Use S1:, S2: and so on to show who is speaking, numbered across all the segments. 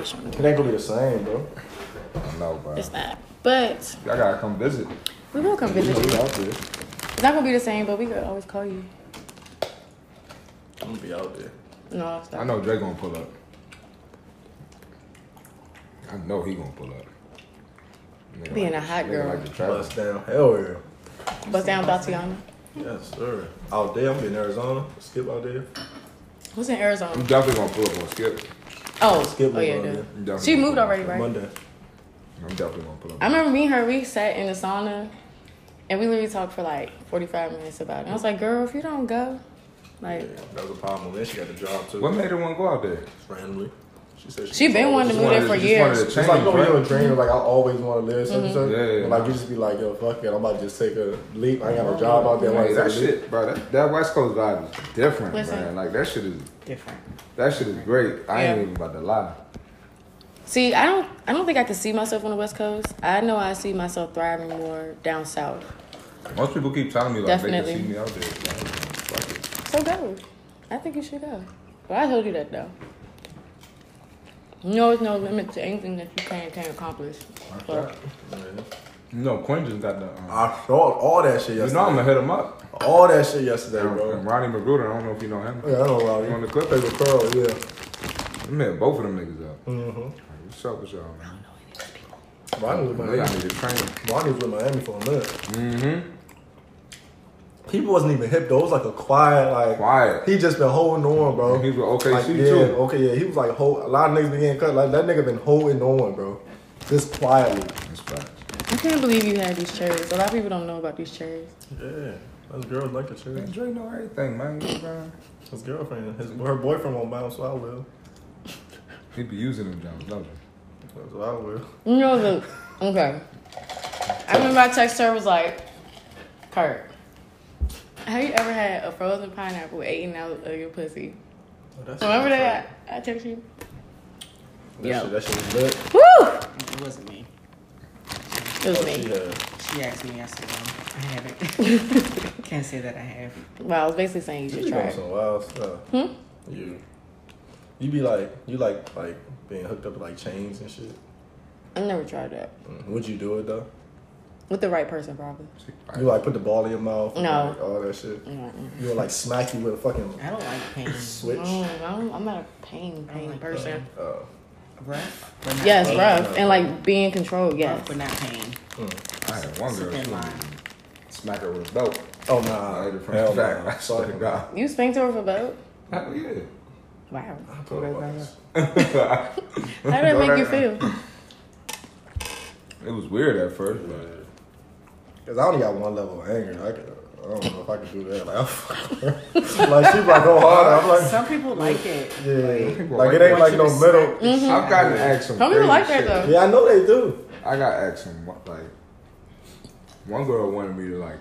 S1: It ain't gonna be the same, bro.
S2: I know, bro.
S3: It's not. But
S2: Y'all gotta come visit.
S3: we will come
S2: You know,
S3: visit
S2: we
S3: you.
S2: out there.
S3: It's not gonna be the same, but we could always call you.
S1: I'm gonna be out there.
S3: No, it's not.
S2: I know Dre gonna pull up. I know he gonna pull up. Nigga
S3: Being
S2: like
S3: a
S2: to-
S3: hot
S2: nigga
S3: girl.
S2: Like to travel.
S1: Bust down hell yeah.
S3: Bust down Tatiana.
S1: Yes, sir. Out there, I'm in Arizona. Skip out there.
S3: Who's in
S2: I'm
S3: Arizona?
S2: definitely gonna pull up on Skip.
S3: Oh,
S1: Skip
S3: oh
S1: was
S3: yeah,
S1: on
S3: dude.
S1: there.
S2: I'm definitely
S3: She
S2: gonna
S3: moved
S2: pull up.
S3: already, right?
S1: Monday.
S2: I'm definitely gonna pull up.
S3: I remember me and her. We sat in the sauna, and we literally talked for like forty-five minutes about it. And I was like, "Girl, if you don't go, like,
S1: That was a problem. Then she got the job too.
S2: What made her wanna go out there?
S1: Randomly. She said she,
S3: She been wanting to
S1: to
S3: move there
S2: Wanted-
S3: for
S2: just
S3: years.
S2: wanted to
S1: It's like you
S2: change,
S1: know, when
S2: right?
S1: you're a dreamer, like I always want to live, such and
S3: Mm-hmm.
S1: such.
S2: Yeah, yeah,
S1: And, like
S2: yeah.
S1: you just be like, yo, fuck it, I'm about to just take a leap. I ain't
S3: Mm-hmm.
S1: got no job out there. I'm about
S2: Hey,
S1: to
S2: that
S1: take a leap.
S2: shit, bro. That, that West Coast vibe is different,
S3: Listen.
S2: man. Like that shit is,
S3: different."
S2: that shit is great. I ain't
S3: Yeah.
S2: even about to lie.
S3: See, I don't, I don't think I could see myself on the West Coast. I know I see myself thriving more down south.
S2: Most people keep telling me like
S3: Definitely.
S2: they can see me out there. Like, fuck it.
S3: So go. I think you should go. Well, I told you that though. No, there's no limit to anything that you can can accomplish. So,
S2: You know, Quinn just got the. Um,
S1: I saw all that shit
S2: you
S1: yesterday.
S2: know, I'm gonna hit him up.
S1: all that shit yesterday,
S2: And
S1: bro.
S2: Ronnie McGruder, I don't know if you know him.
S1: Yeah, I don't know.
S2: You
S1: You
S2: on the clip?
S1: paper curl, yeah.
S2: I met both of them niggas up. Mm-hmm. What's up with y'all, man?
S1: Ronnie was
S2: I
S1: in
S2: know y'all
S1: Miami.
S2: need to train.
S1: Ronnie was in Miami for a minute. Mm-hmm. He wasn't even hip though. It was like a quiet, like
S2: Quiet.
S1: He just been holding on, bro.
S2: He was with OKC
S1: like, yeah,
S2: too.
S1: Okay, yeah, he was like hold, a lot of niggas been getting cut. Like that nigga been holding on, bro. Just quietly.
S2: That's facts.
S3: I can't believe you had these cherries. A lot of people don't know about these cherries.
S1: Yeah, those girls like the
S2: Man,
S1: church.
S2: Dre know everything, man. You know, bro.
S1: His girlfriend, his her boyfriend won't bounce, so I will.
S2: He be using them jumps, don't
S1: So I will.
S3: You know the okay. I remember I texted her was like, Kurt, have you ever had a frozen pineapple eating out of your pussy? Remember that? I texted you.
S1: That
S4: Yeah.
S1: shit, that shit was lit. Oh,
S3: Woo!
S4: It wasn't me.
S3: It was
S1: She
S3: me.
S1: had-
S4: She asked me. I said, no, I haven't. Can't say that I have.
S3: Well, I was basically saying you
S1: You
S3: should
S1: be
S3: try.
S1: doing
S3: it.
S1: some wild stuff.
S3: Hmm?
S1: You. You be like, you like like being hooked up with like chains and shit.
S3: I never tried that
S1: Mm-hmm. Would you do it though?
S3: with the right person, probably.
S2: they?
S1: You like put the ball in your mouth? and,
S3: No. Mm-hmm.
S1: like, all that shit.
S3: Mm-mm.
S1: You would like smack you with a fucking
S4: I don't like pain.
S1: switch.
S3: Mm, I'm, I'm not a pain
S4: I don't
S3: pain
S4: like
S3: person.
S4: pain.
S1: Oh.
S4: Rough, but not
S3: Yes,
S4: pain.
S3: rough and like being controlled.
S4: Rough,
S3: Yes.
S4: but not pain.
S2: I had one girl.
S4: Sit in
S2: she
S4: line.
S2: Smack her with a belt.
S1: Oh nah,
S2: I had it from
S1: Hell
S2: the back.
S1: nah.
S2: I swear to God.
S3: You spanked her with a boat?
S2: Hell yeah.
S3: Wow. How
S1: Fuck us.
S3: did that make you feel?
S2: It was weird at first, but
S1: Cause I only got one level of anger. I, could, I don't know if I could do that. Like, I'm, like she like go hard. I'm like,
S4: Some people like it.
S1: yeah.
S2: people
S1: Like
S2: like
S1: it ain't
S2: that.
S1: like no middle.
S3: Mm-hmm.
S2: I've gotten to ask some.
S3: Some people
S2: crazy
S3: like that,
S2: shit.
S3: though.
S1: Yeah, I know they do.
S2: I got asked some like one girl wanted me to like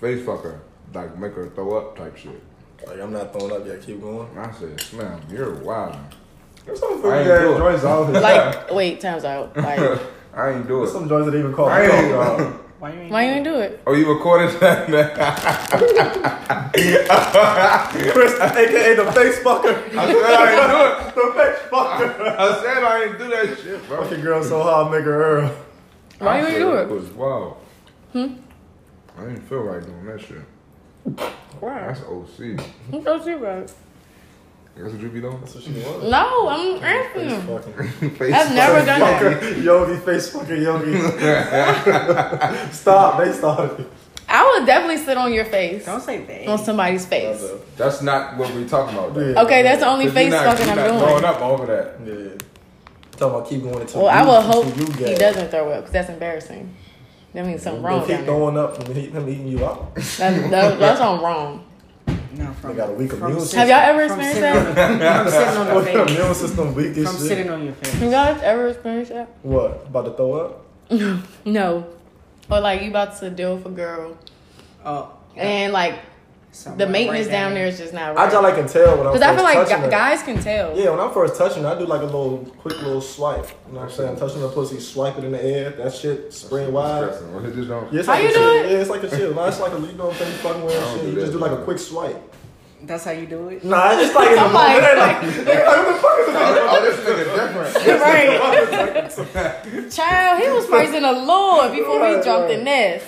S2: face fuck her, like make her throw up type shit.
S1: Like I'm not throwing up yet. Keep going.
S2: And I said, Slim, you're wild.
S1: There's some
S2: I
S1: food
S2: ain't
S1: that
S2: do it.
S1: joints out here.
S3: Like, wait, time's out. Like,
S2: I ain't do
S1: There's
S2: it.
S1: some joints that even call
S2: I ain't-
S1: milk, dog.
S4: Why you ain't?
S3: why you ain't do it?
S2: Oh, you recorded that, man?
S1: Chris, aka the face fucker.
S2: I said I ain't do it.
S1: The face fucker.
S2: I said I ain't do that shit, bro.
S1: Fucking girl so hard, make her earl.
S3: Why
S2: I
S3: you
S2: said
S3: ain't do
S2: It
S3: it?
S2: was wild. Hmm. I didn't feel right doing that shit.
S3: Why?
S2: That's OC.
S3: I'm so serious.
S2: That's what you be doing.
S1: That's what she was.
S3: No, I'm
S1: Face
S3: asking you.
S1: fucking.
S2: Face
S3: I've never done that.
S1: Fucker. Yogi, face fucking Yogi. Stop. They started.
S3: I would definitely sit on your face,
S4: Don't say that.
S3: on somebody's face.
S2: That's not what we talking about. Though.
S1: Yeah.
S3: Okay, that's the only
S2: 'Cause
S3: face
S2: you not,
S3: fucking
S2: you
S3: I'm
S2: not
S3: doing.
S2: Growing up over that.
S1: Yeah. Talking about keep going until
S3: Well, I
S1: you-
S3: will
S1: until
S3: hope
S1: you
S3: he
S1: gag.
S3: doesn't throw up because that's embarrassing. That means something wrong.
S1: They
S3: Down
S1: keep
S3: there.
S1: throwing up and he- him eating you out.
S3: That's, that, that's something wrong.
S4: No, from,
S1: They got a weak
S4: from
S1: immune
S4: sit-
S3: Have y'all ever
S4: from
S3: experienced
S4: sitting
S3: that?
S4: on- From sitting on
S1: What
S4: your
S1: your
S4: face.
S1: immune system weak
S4: From
S1: as shit.
S4: sitting on your face.
S3: Have y'all ever experienced that?
S1: What? About to throw up?
S3: No. Or like you about to deal with a girl
S4: Oh,
S3: and like
S4: something
S3: the
S4: right
S3: maintenance down there
S4: there.
S3: is just not
S1: I
S3: right.
S1: just like can tell when I'm
S3: Because
S1: first
S3: I feel like
S1: touching
S3: gu-
S1: her.
S3: guys can tell.
S1: Yeah, when I'm first touching her, I do like a little quick little swipe. You know what I'm saying? Touching the pussy, swipe it in the air. That shit spread wide.
S2: Stressing. Well, it just don't-
S1: Yeah, it's
S3: How
S1: like
S3: you
S1: a
S3: do
S1: chill.
S3: it?
S1: Yeah, it's like a chill. Nah, it's like a you know what I'm saying? You fucking with
S2: I
S1: and
S2: don't
S1: shit.
S2: do
S1: You just
S2: that,
S1: do like a
S2: man.
S1: quick swipe.
S4: That's how you do it.
S1: Nah, I just like in the
S3: I'm like-
S1: moment. They're like, nigga, like, what the fuck is this?
S2: Oh, this nigga different.
S3: right. Child, he was praising the Lord before he
S1: Right,
S3: jumped
S1: right.
S3: in this.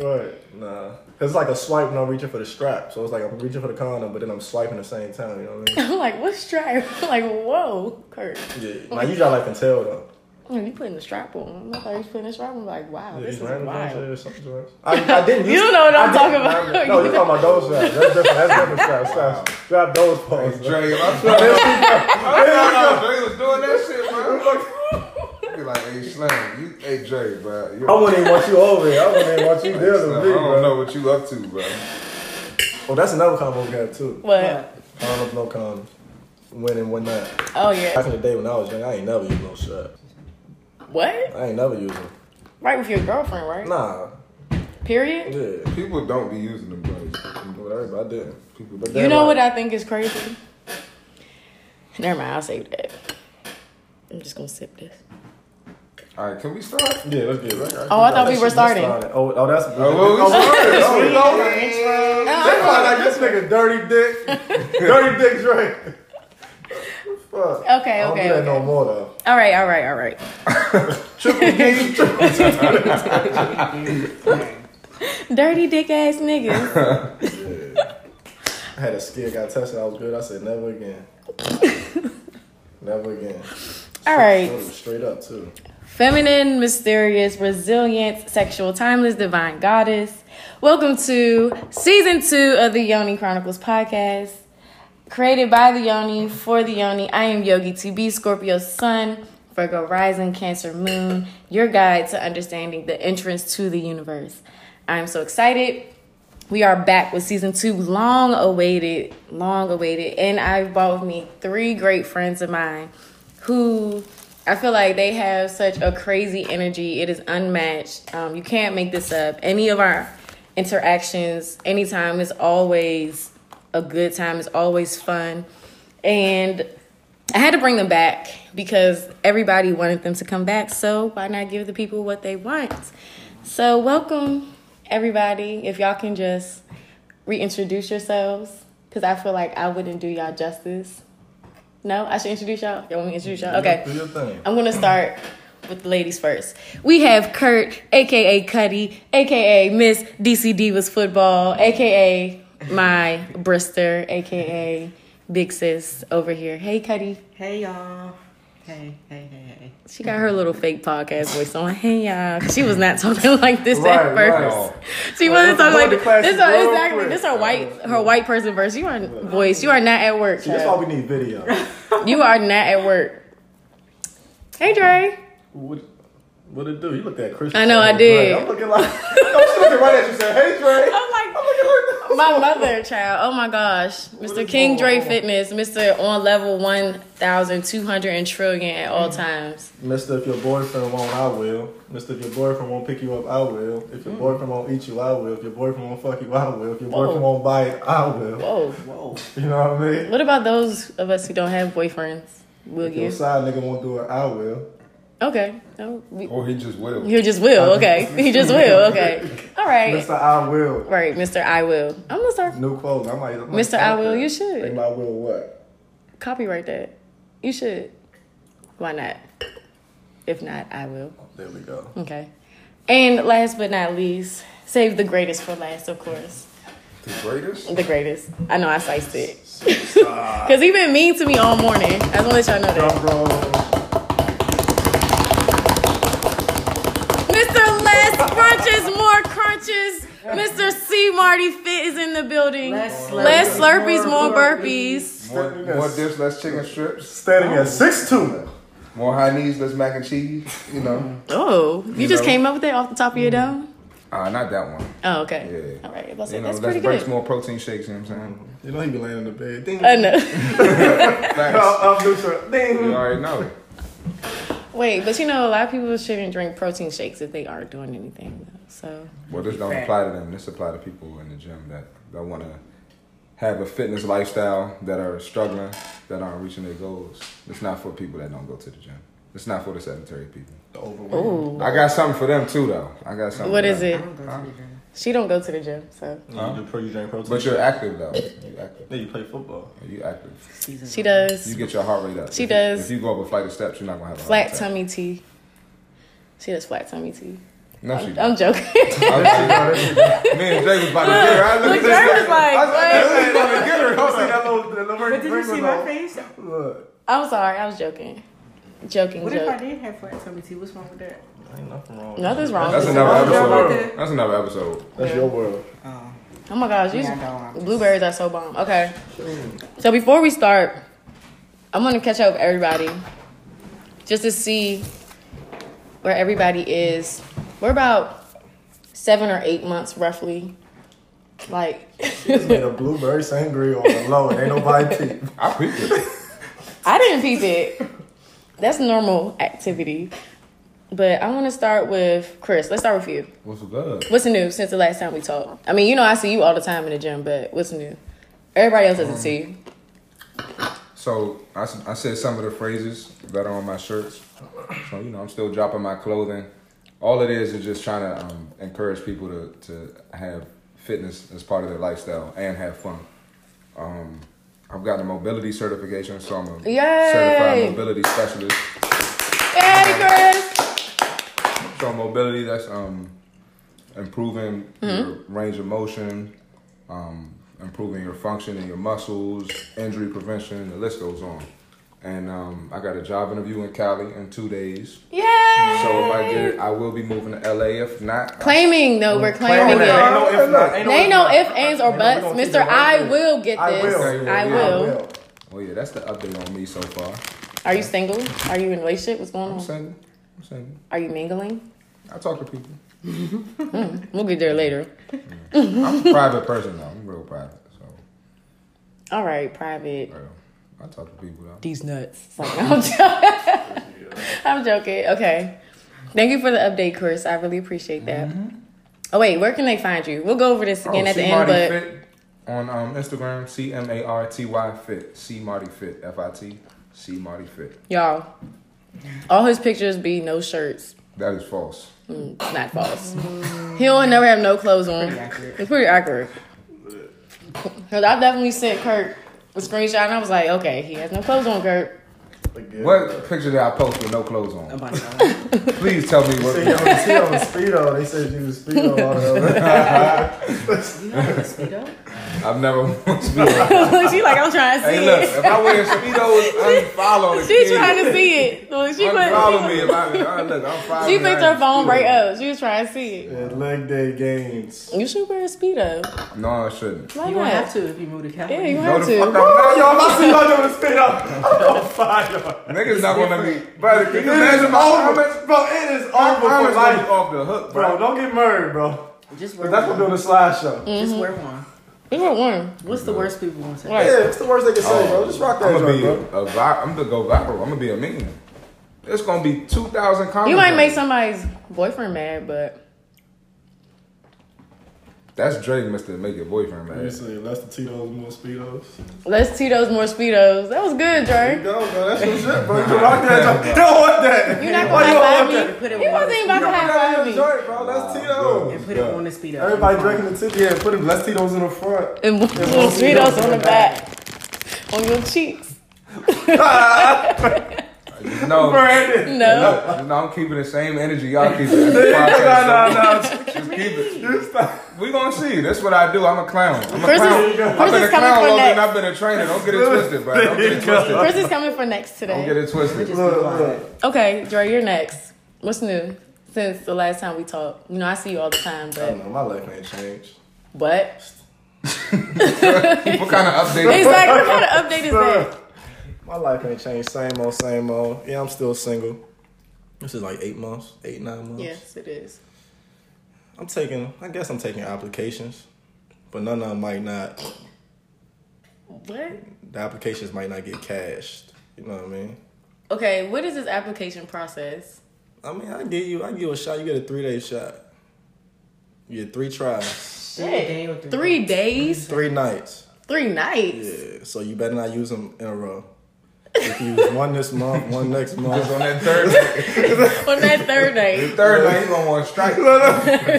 S1: Right. Nah. 'Cause It's like a swipe when I'm reaching for the strap. So it's like I'm reaching for the condom, but then I'm swiping at the same time. You know what I mean?
S3: I'm like, what's strap? I'm like, whoa, Kurt.
S1: Yeah. Now, you y'all like can tell, though.
S3: Man, you putting the strap on. I thought you was putting the strap on. I'm like, wow,
S1: Yeah,
S3: this
S1: these
S3: is
S1: random
S3: wild.
S1: shit or something, George. I, I didn't.
S3: You
S1: use-
S3: don't know what
S1: I
S3: I'm
S1: didn't-
S3: talking about.
S1: No, you talking about those straps? That's different. That's different straps. Straps. Strap those poles.
S2: Dre, if I saw that, Dre was doing that shit, bro. I'd be like, hey, Slam, you, hey, Dre, bro. You,
S1: I wouldn't even want you over here. I wouldn't even want you
S2: Hey,
S1: there
S2: Slim,
S1: with me,
S2: I don't
S1: bro.
S2: know what you up to, bro.
S1: Oh, that's another combo we got too.
S3: But
S1: I don't know if no condom. When and when not.
S3: oh yeah,
S1: Back in the day when I was young, I ain't never used no strap.
S3: what?
S1: I ain't never used them.
S3: Right with your girlfriend, right?
S1: Nah.
S3: Period.
S1: Yeah.
S2: People don't be using them, bro.
S1: Whatever, I didn't.
S2: People, but
S1: Yeah,
S3: you know
S1: right.
S3: what I think is crazy? Never mind, I'll save that. I'm just gonna sip this.
S2: all right, can we start?
S1: Yeah, let's get right.
S3: Oh, I thought we were starting.
S1: Oh, oh, that's.
S2: Oh, well, we
S1: oh,
S2: started.
S1: oh,
S2: Oh,
S1: oh,
S2: we
S1: They
S2: started.
S1: probably like this nigga dirty dick, dirty dick Drake. Fuck.
S3: Okay,
S1: I don't
S3: okay,
S1: do that no
S3: okay.
S1: more though.
S3: All right, all right, all right.
S1: Triple D, triple
S3: Dirty dick ass niggas.
S1: I had a skid, got tested, I was good. I said never again. never again.
S3: All right.
S1: Told him Straight up too.
S3: Feminine, mysterious, resilient, sexual, timeless, divine goddess. Welcome to season two of the Yoni Chronicles podcast. Created by the Yoni, for the Yoni, I am Yogi TB, Scorpio Sun, Virgo Rising, Cancer Moon, your guide to understanding the entrance to the universe. I'm so excited. We are back with season two, long awaited, long awaited. And I've brought with me three great friends of mine who I feel like they have such a crazy energy. It is unmatched. Um, you can't make this up. Any of our interactions, anytime, is always a good time, it's always fun. And I had to bring them back because everybody wanted them to come back. So why not give the people what they want? So welcome everybody. If y'all can just reintroduce yourselves, because I feel like I wouldn't do y'all justice. No, I should introduce y'all. Y'all want me to introduce y'all? Okay.
S1: Do your thing.
S3: I'm gonna start with the ladies first. We have Kurt, aka Cuddy, aka Miss DCD was football, aka my Brister, aka Big Sis over here. Hey Cuddy.
S4: Hey y'all. Hey, hey, hey, hey.
S3: She got her little fake podcast voice on. Hey y'all. 'Cause She was not talking like this at
S1: Right,
S3: first.
S1: right.
S3: She wasn't
S1: Well,
S3: talking like
S1: let's go to
S3: this. This
S1: classes
S3: her,
S1: real
S3: exactly.
S1: quick.
S3: This her white her white person verse. You are voice. You are not at work.
S1: See, that's
S3: child.
S1: why we need video.
S3: You are not at work. Hey Dre.
S1: What, what it do? You looked at Christian.
S3: I know, I did.
S1: I'm looking like. I'm looking right at you. Said, "Hey, Dre."
S3: I'm like oh,
S1: I'm looking like.
S3: My mother, child. Oh my gosh. Mr.
S1: is
S3: King Dre
S1: going on?
S3: Fitness, Mr. on level 1,200 and trillion at all
S1: Mm-hmm.
S3: times.
S1: Mister, if your boyfriend won't, I will. Mister, if your boyfriend won't pick you up, I will. If your boyfriend won't eat you, I will. If your boyfriend won't fuck you, I will. If your boyfriend
S3: Hmm. Whoa.
S1: won't buy it, I will.
S3: Whoa.
S4: Whoa.
S1: You know what I mean?
S3: What about those of us who don't have boyfriends? Will
S1: If your
S3: you?
S1: side nigga won't do it, I will.
S3: Okay. No, we-
S2: Or Oh, he just will.
S3: You just will. Okay. You just will. Okay. All right.
S1: Mister, I will.
S3: Right, Mr. I will. I'm going to start.
S1: New clothes. I might. I might
S3: Mr. I will, you
S1: Think
S3: should.
S1: I will what?
S3: Copyright that. You should. Why not? If not, I will.
S1: There we go.
S3: Okay. And last but not least, save the greatest for last, of course.
S2: The greatest?
S3: The greatest. I know I sliced it. Because he been mean to me all morning. I just want to let y'all know that.
S1: Drum roll.
S3: Mr. Less Crunches, More Crunches. Mr. C. Marty Fit is in the building.
S4: Less
S3: Less Slurpees,
S4: slurpees,
S3: More
S4: more
S3: Burpees.
S2: More, more dips, less chicken strips.
S1: Standing at six two.
S2: More high knees, less mac and cheese. You know.
S1: Mm-hmm.
S3: Oh, you,
S2: You
S3: just
S2: know.
S3: came up with that off the top of your dome?
S2: Uh, not that one.
S3: Oh, okay.
S2: Yeah.
S3: All right. I was
S2: You
S3: like,
S2: know,
S3: that's
S2: less
S3: pretty
S2: breaks,
S3: good. Uh,
S2: more protein shakes. You know what I'm
S1: You know he be laying in the bed. Ding. Uh,
S3: I know.
S2: saying?
S1: I'm neutral. Ding.
S2: Facts. You already know.
S3: Wait, but you know, a lot of people shouldn't drink protein shakes if they aren't doing anything, though. So,
S2: Well, this don't apply to them. This apply to people in the gym that that want to have a fitness lifestyle that are struggling, that aren't reaching their goals. It's not for people that don't go to the gym. It's not for the sedentary people.
S1: The overweight.
S3: ooh.
S2: I got something for them too, though. I got something.
S3: What
S2: for
S3: is
S2: them.
S3: it?
S4: I don't go to the gym.
S3: She don't go to the gym, so
S2: Huh?
S1: You, do pro, you drink protein.
S2: But you're active though. You active.
S1: Yeah, you play football.
S2: You active.
S4: Season
S3: she
S4: one.
S2: You
S3: does
S2: get your heart rate up.
S3: She
S2: If you-
S3: does.
S2: If you go up a flight of steps, you're not gonna have a
S3: flat
S2: heart attack.
S3: tummy tea. She does flat tummy tea.
S2: No, she.
S3: I'm, I'm joking.
S2: I'm joking. Me and Jay was about to get her. I looked
S3: Look,
S2: at this.
S3: Jerry was like,
S2: I was
S3: like-
S2: like, "This is gonna get her." I was like,
S1: that little, that little
S4: But did you see my face?
S1: Look,
S3: I'm sorry, I was joking. Joking,
S4: What if I
S3: joke.
S4: did have flat tummy tea? What's wrong with that?
S1: ain't nothing wrong.
S3: Nothing's wrong.
S2: That's
S3: with
S2: another
S1: I'm joking.
S2: episode. That's another episode.
S1: That's your world.
S4: Oh,
S3: Oh my gosh, these
S4: yeah, I know. I'm just-
S3: blueberries are so bomb. Okay. So before we start, I'm gonna catch up with everybody just to see where everybody is. We're about seven or eight months roughly. Like
S1: It's made a blueberry sangria on the low, and ain't nobody peep.
S2: I peeped it.
S3: I didn't peep it. That's normal activity. But I wanna start with Chris. Let's start with you.
S2: What's good?
S3: What's new since the last time we talked? I mean, you know I see you all the time in the gym, but what's new? Everybody else doesn't see you.
S2: So I, s- I said some of the phrases that are on my shirts. So you know, I'm still dropping my clothing. All it is is just trying to um, encourage people to to have fitness as part of their lifestyle and have fun. Um, I've gotten a mobility certification, so I'm a
S3: Yay!
S2: certified mobility specialist.
S3: Hey, Chris!
S2: So mobility that's um improving your range of motion, um, improving your function in your muscles, injury prevention, the list goes on. And um, I got a job interview in Cali in two days.
S3: Yay!
S2: So if I get it, I will be moving to LA. If not,
S3: Claiming, no, we're claiming
S1: Ain't
S3: it.
S1: no if not. Ain't no
S3: They
S1: if
S3: know
S1: not.
S3: if, ands, or
S1: Ain't no- we
S3: buts.
S1: don't keep
S3: Mr.
S1: it right
S3: I
S1: there.
S3: will get
S1: I
S3: this.
S1: will.
S3: I
S1: I
S3: will.
S1: will.
S2: well, oh, yeah, that's the update on me so far.
S3: Are you single? Are you in a relationship? What's going
S2: I'm
S3: on?
S2: single. I'm single.
S3: Are you mingling?
S2: I talk to people.
S3: We'll get there later.
S2: I'm a private person though. I'm real private. So
S3: All right, private.
S2: real. I talk to people though.
S3: These nuts. It's like, I'm, jo- I'm joking. Okay. Thank you for the update, Chris. I really appreciate that. Oh, wait, where can they find you? We'll go over this again
S2: Oh,
S3: at the
S2: C.
S3: end,
S2: Marty
S3: but
S2: Fit on um, Instagram, C M A R T Y Fit, C Marty Fit, F I T, C Marty Fit.
S3: y'all, all his pictures be no shirts.
S2: That is false.
S3: Mm, not false. He'll never have no clothes on.
S4: accurate.
S3: It's pretty accurate. Cause I definitely sent Kurt a screenshot and I was like, okay, he has no clothes on, Kurt.
S1: Again.
S2: What picture did I post with no clothes
S4: a
S2: on?
S4: bunch of them.
S2: Please tell me
S1: They said you
S2: what.
S1: was T on speedo. They said you was speedo all the
S4: You know the speedo?
S2: I've never worn speedo.
S3: she like, I'm trying to see
S2: hey, look,
S3: it.
S2: if I wear speedos, unfollow the
S3: She
S2: kid.
S3: trying to see it. Look, she couldn't-
S2: Unfollow me if I all right, look. I'm five
S3: She
S2: and
S3: picked
S2: nine
S3: her phone
S2: speedo.
S3: right up. She was trying to see it.
S1: other. Yeah, leg day games.
S3: You should wear a speedo.
S2: No, I shouldn't.
S3: Why
S4: You
S3: not?
S4: won't have to if you move to
S3: Yeah,
S4: California.
S3: you
S2: No,
S3: have
S2: the fuck
S3: to.
S2: I'm not.
S1: Y'all, I see y'all doing the speedo. I'm on fire.
S2: Niggas not gonna let me. Brother, can you
S1: It is
S2: imagine my comments?
S1: over, bro. It is
S2: My
S1: over for
S2: comments gonna be
S1: life,
S2: off the hook,
S1: bro.
S2: bro.
S1: Don't get married, bro.
S4: Just wear
S1: But that's what
S4: one.
S1: doing the slideshow.
S4: Just wear one.
S3: We were warm.
S4: What's the worst people want to say?
S3: Right.
S1: Yeah, it's the worst they can say, bro. Just rock that
S2: I'm gonna
S1: joint,
S2: be
S1: bro.
S2: a vi- I'm gonna go viral. I'm gonna be a meme. It's gonna be two thousand comments.
S3: You might
S2: on
S3: make
S2: it.
S3: somebody's boyfriend mad, but
S2: That's Dre, Mister Make Your Boyfriend Man.
S1: say less the Tito's, more speedos.
S3: let's Tito's more speedos. That was good, Dre.
S1: There you go, bro. That's your shit, bro. You rock that joint. Don't want that.
S3: You're not
S1: Why
S3: gonna
S1: you
S3: high
S1: don't
S3: five
S1: want that?
S3: me. He wasn't even about
S1: You
S3: to
S1: rock
S3: high
S1: that
S3: five
S1: in the
S3: me.
S1: joint, bro. Let's Tito's.
S4: And put it on the speedo.
S1: Everybody drinking the tip. Yeah, put them less Tito's in the front.
S3: And little Speedos on the back, on your cheeks.
S2: No, no,
S1: Brandon.
S3: No.
S2: no, I'm keeping the same energy y'all keep. It. Podcast,
S1: Nah, nah, nah.
S2: so Just keep it.
S1: You stop.
S2: We gonna see. That's what I do. I'm a clown. I'm a
S3: Chris
S2: clown.
S3: is-
S2: I've
S3: Chris
S2: been
S3: is
S2: a
S3: coming
S2: clown
S3: for
S2: longer than
S3: next.
S2: I've been a trainer. Don't get it twisted, bro. Don't get it twisted.
S3: Chris is coming for next
S2: Don't get
S3: today.
S2: it twisted.
S1: Look, look.
S3: Okay, Dre, you're next. What's new since the last time we talked? You know, I see you all the time,
S1: I don't
S3: but
S1: know. My life ain't changed.
S3: what?
S2: What kind of update?
S3: Exactly. What kind of update is that?
S1: My life ain't changed. Same old, same old. Yeah, I'm still single. This is like eight months, eight nine months.
S3: Yes, it is.
S1: I'm taking. I guess I'm taking applications, but none of them might not.
S3: What?
S1: The applications might not get cashed. You know what I mean?
S3: Okay, what is this application process?
S1: I mean, I give you. I give you a shot. You get a three day shot. You get three tries,
S3: Shit. Three days,
S1: three nights.
S3: three nights.
S1: Yeah. So you better not use them in a row. If you was one this month, one next month.
S2: Just on that third night.
S3: On that third night.
S2: Third night, you gonna want to strike.
S4: Where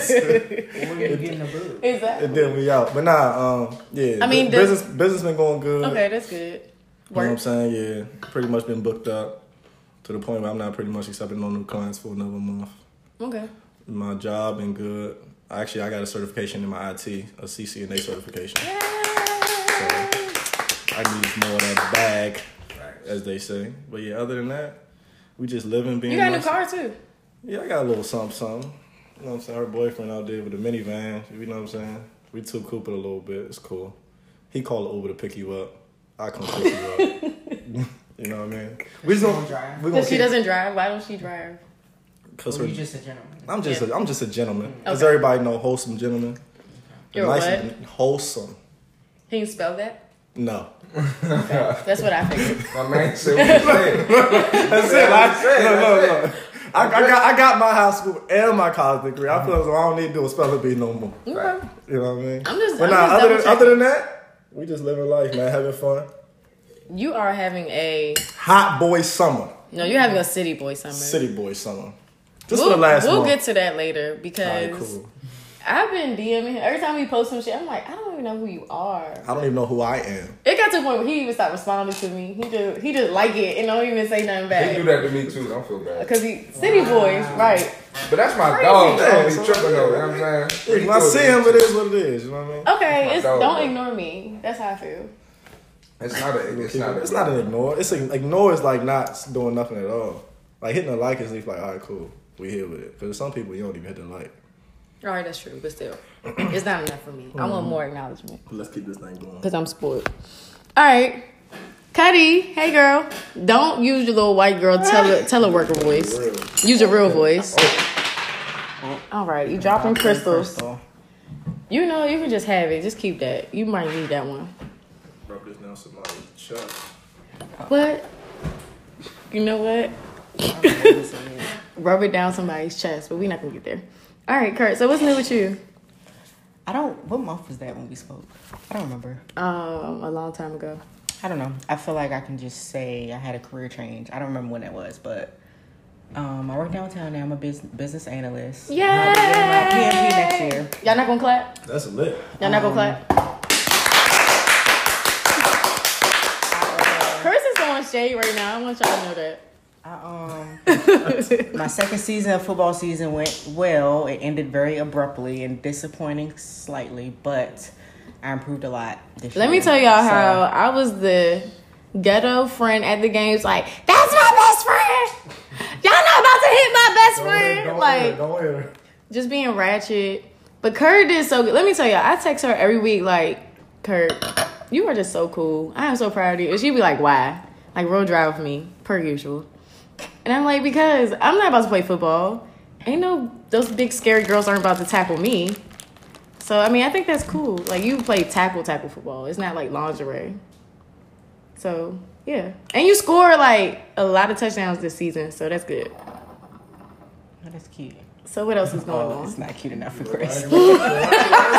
S4: you getting the book?
S1: And
S3: exactly.
S1: then we out. But nah, um, yeah.
S3: I mean,
S1: bu-
S3: does-
S1: business business been going good.
S3: Okay, that's good.
S1: You know what I'm
S3: Work.
S1: saying? Yeah. Pretty much been booked up to the point where I'm not pretty much accepting no new clients for another month.
S3: Okay.
S1: My job been good. Actually, I got a certification in my IT, a CCNA certification. I need more of that bag, as they say. But yeah, other than that, we just living, being.
S3: You got a new
S1: nice.
S3: car too.
S1: Yeah, I got a little something, something. You know what I'm saying? Her boyfriend out there with a minivan. You know what I'm saying? We two cooped a little bit. It's cool. He called Uber to pick you up. I come pick you up. you know what I mean? We just
S4: Don't
S1: gonna,
S4: drive.
S1: we gonna
S3: Cause she
S1: keep,
S3: doesn't drive. Why don't she drive?
S1: cause
S4: Or
S1: her,
S4: you just a gentleman?
S1: I'm just a, I'm just a gentleman. Does
S3: Okay.
S1: everybody know wholesome gentleman?
S3: You're
S1: nice
S3: what?
S1: and wholesome.
S3: Can you spell that?
S1: No.
S3: That's what I figured.
S2: My man said, what you said?
S1: That's it. I, no, no, no. I, I got I got my high school and my college degree. I feel as though I don't need to do a spelling bee no more.
S3: Okay.
S1: You know what I mean?
S3: I'm just-
S1: But
S3: I'm
S1: nah,
S3: just
S1: other than
S3: double
S1: other than that, we just living life, man, having fun.
S3: You are having a
S1: Hot boy summer,
S3: no. You're having a city boy summer.
S1: city boy summer. Just
S3: We'll,
S1: for the last
S3: we'll
S1: month.
S3: get to that later because
S1: Alright, cool.
S3: I've been DMing him. every time he posts some shit. I'm like, I don't even know who you are.
S1: I don't even know who I am.
S3: It got to a point where he even stopped responding to me. He just he just like it and don't even say nothing
S2: He do
S3: back
S2: that to me too. Don't feel bad.
S3: because he city boys right.
S2: But that's my dog.
S1: Crazy.
S2: Don't be tripping though. You know what I'm saying?
S1: If I see him, it is what it is. You know what I mean?
S3: Okay,
S2: My
S3: it's
S2: dog,
S3: don't
S2: bro.
S3: ignore me. That's how I feel.
S2: It's not a. It's not a.
S1: It's not an ignore. It's an ignore is like not doing nothing at all. Like hitting a like is like, all right, cool, we here with it. Because some people you don't even hit the like.
S3: All right, that's true, but still, it's not enough for me. I
S1: Mm-hmm.
S3: want more acknowledgement.
S1: Let's keep this thing going.
S3: Because I'm spoiled. All right. Cuddy, hey girl. Don't use your little white girl tele- teleworker voice. Use your real voice. All right, you dropping crystals. You know, you can just have it. Just keep that. You might need that one.
S1: Rub this down somebody's chest.
S3: What? You know what? Rub it down somebody's chest, but we're not going to get there. All right, Kurt, so what's new with you?
S4: I don't. What month was that when we spoke? I don't remember.
S3: Um, a long time ago.
S4: I don't know. I feel like I can just say I had a career change. I don't remember when that was, but um, I work downtown now. I'm a business business analyst.
S3: Yay!
S4: I'll be getting my PMP next year.
S3: Y'all not going to clap?
S1: That's lit.
S3: Y'all not gonna clap? Chris is throwing shade right now. I want y'all to know that.
S4: I, um, my second season of football season went well. It ended very abruptly and disappointing slightly, but I improved a lot. This
S3: Let
S4: year.
S3: me tell y'all
S4: So,
S3: how I was the ghetto friend at the games. Like, that's my best friend. Y'all not about to hit my best friend. like,
S1: don't hear.
S3: just being ratchet. But Kurt did so good. Let me tell y'all, I text her every week, like, Kurt, you are just so cool. I am so proud of you. And she'd be like, why? Like, road drive with me, per usual. And I'm like, because I'm not about to play football. Ain't no, those big scary girls aren't about to tackle me. So, I mean, I think that's cool. Like, you play tackle, tackle football. It's not like lingerie. So, yeah. And you score, like, a lot of touchdowns this season. So, that's good.
S4: Oh, that's cute.
S3: So, what else is going
S4: Oh,
S3: on?
S4: it's not cute enough for Chris.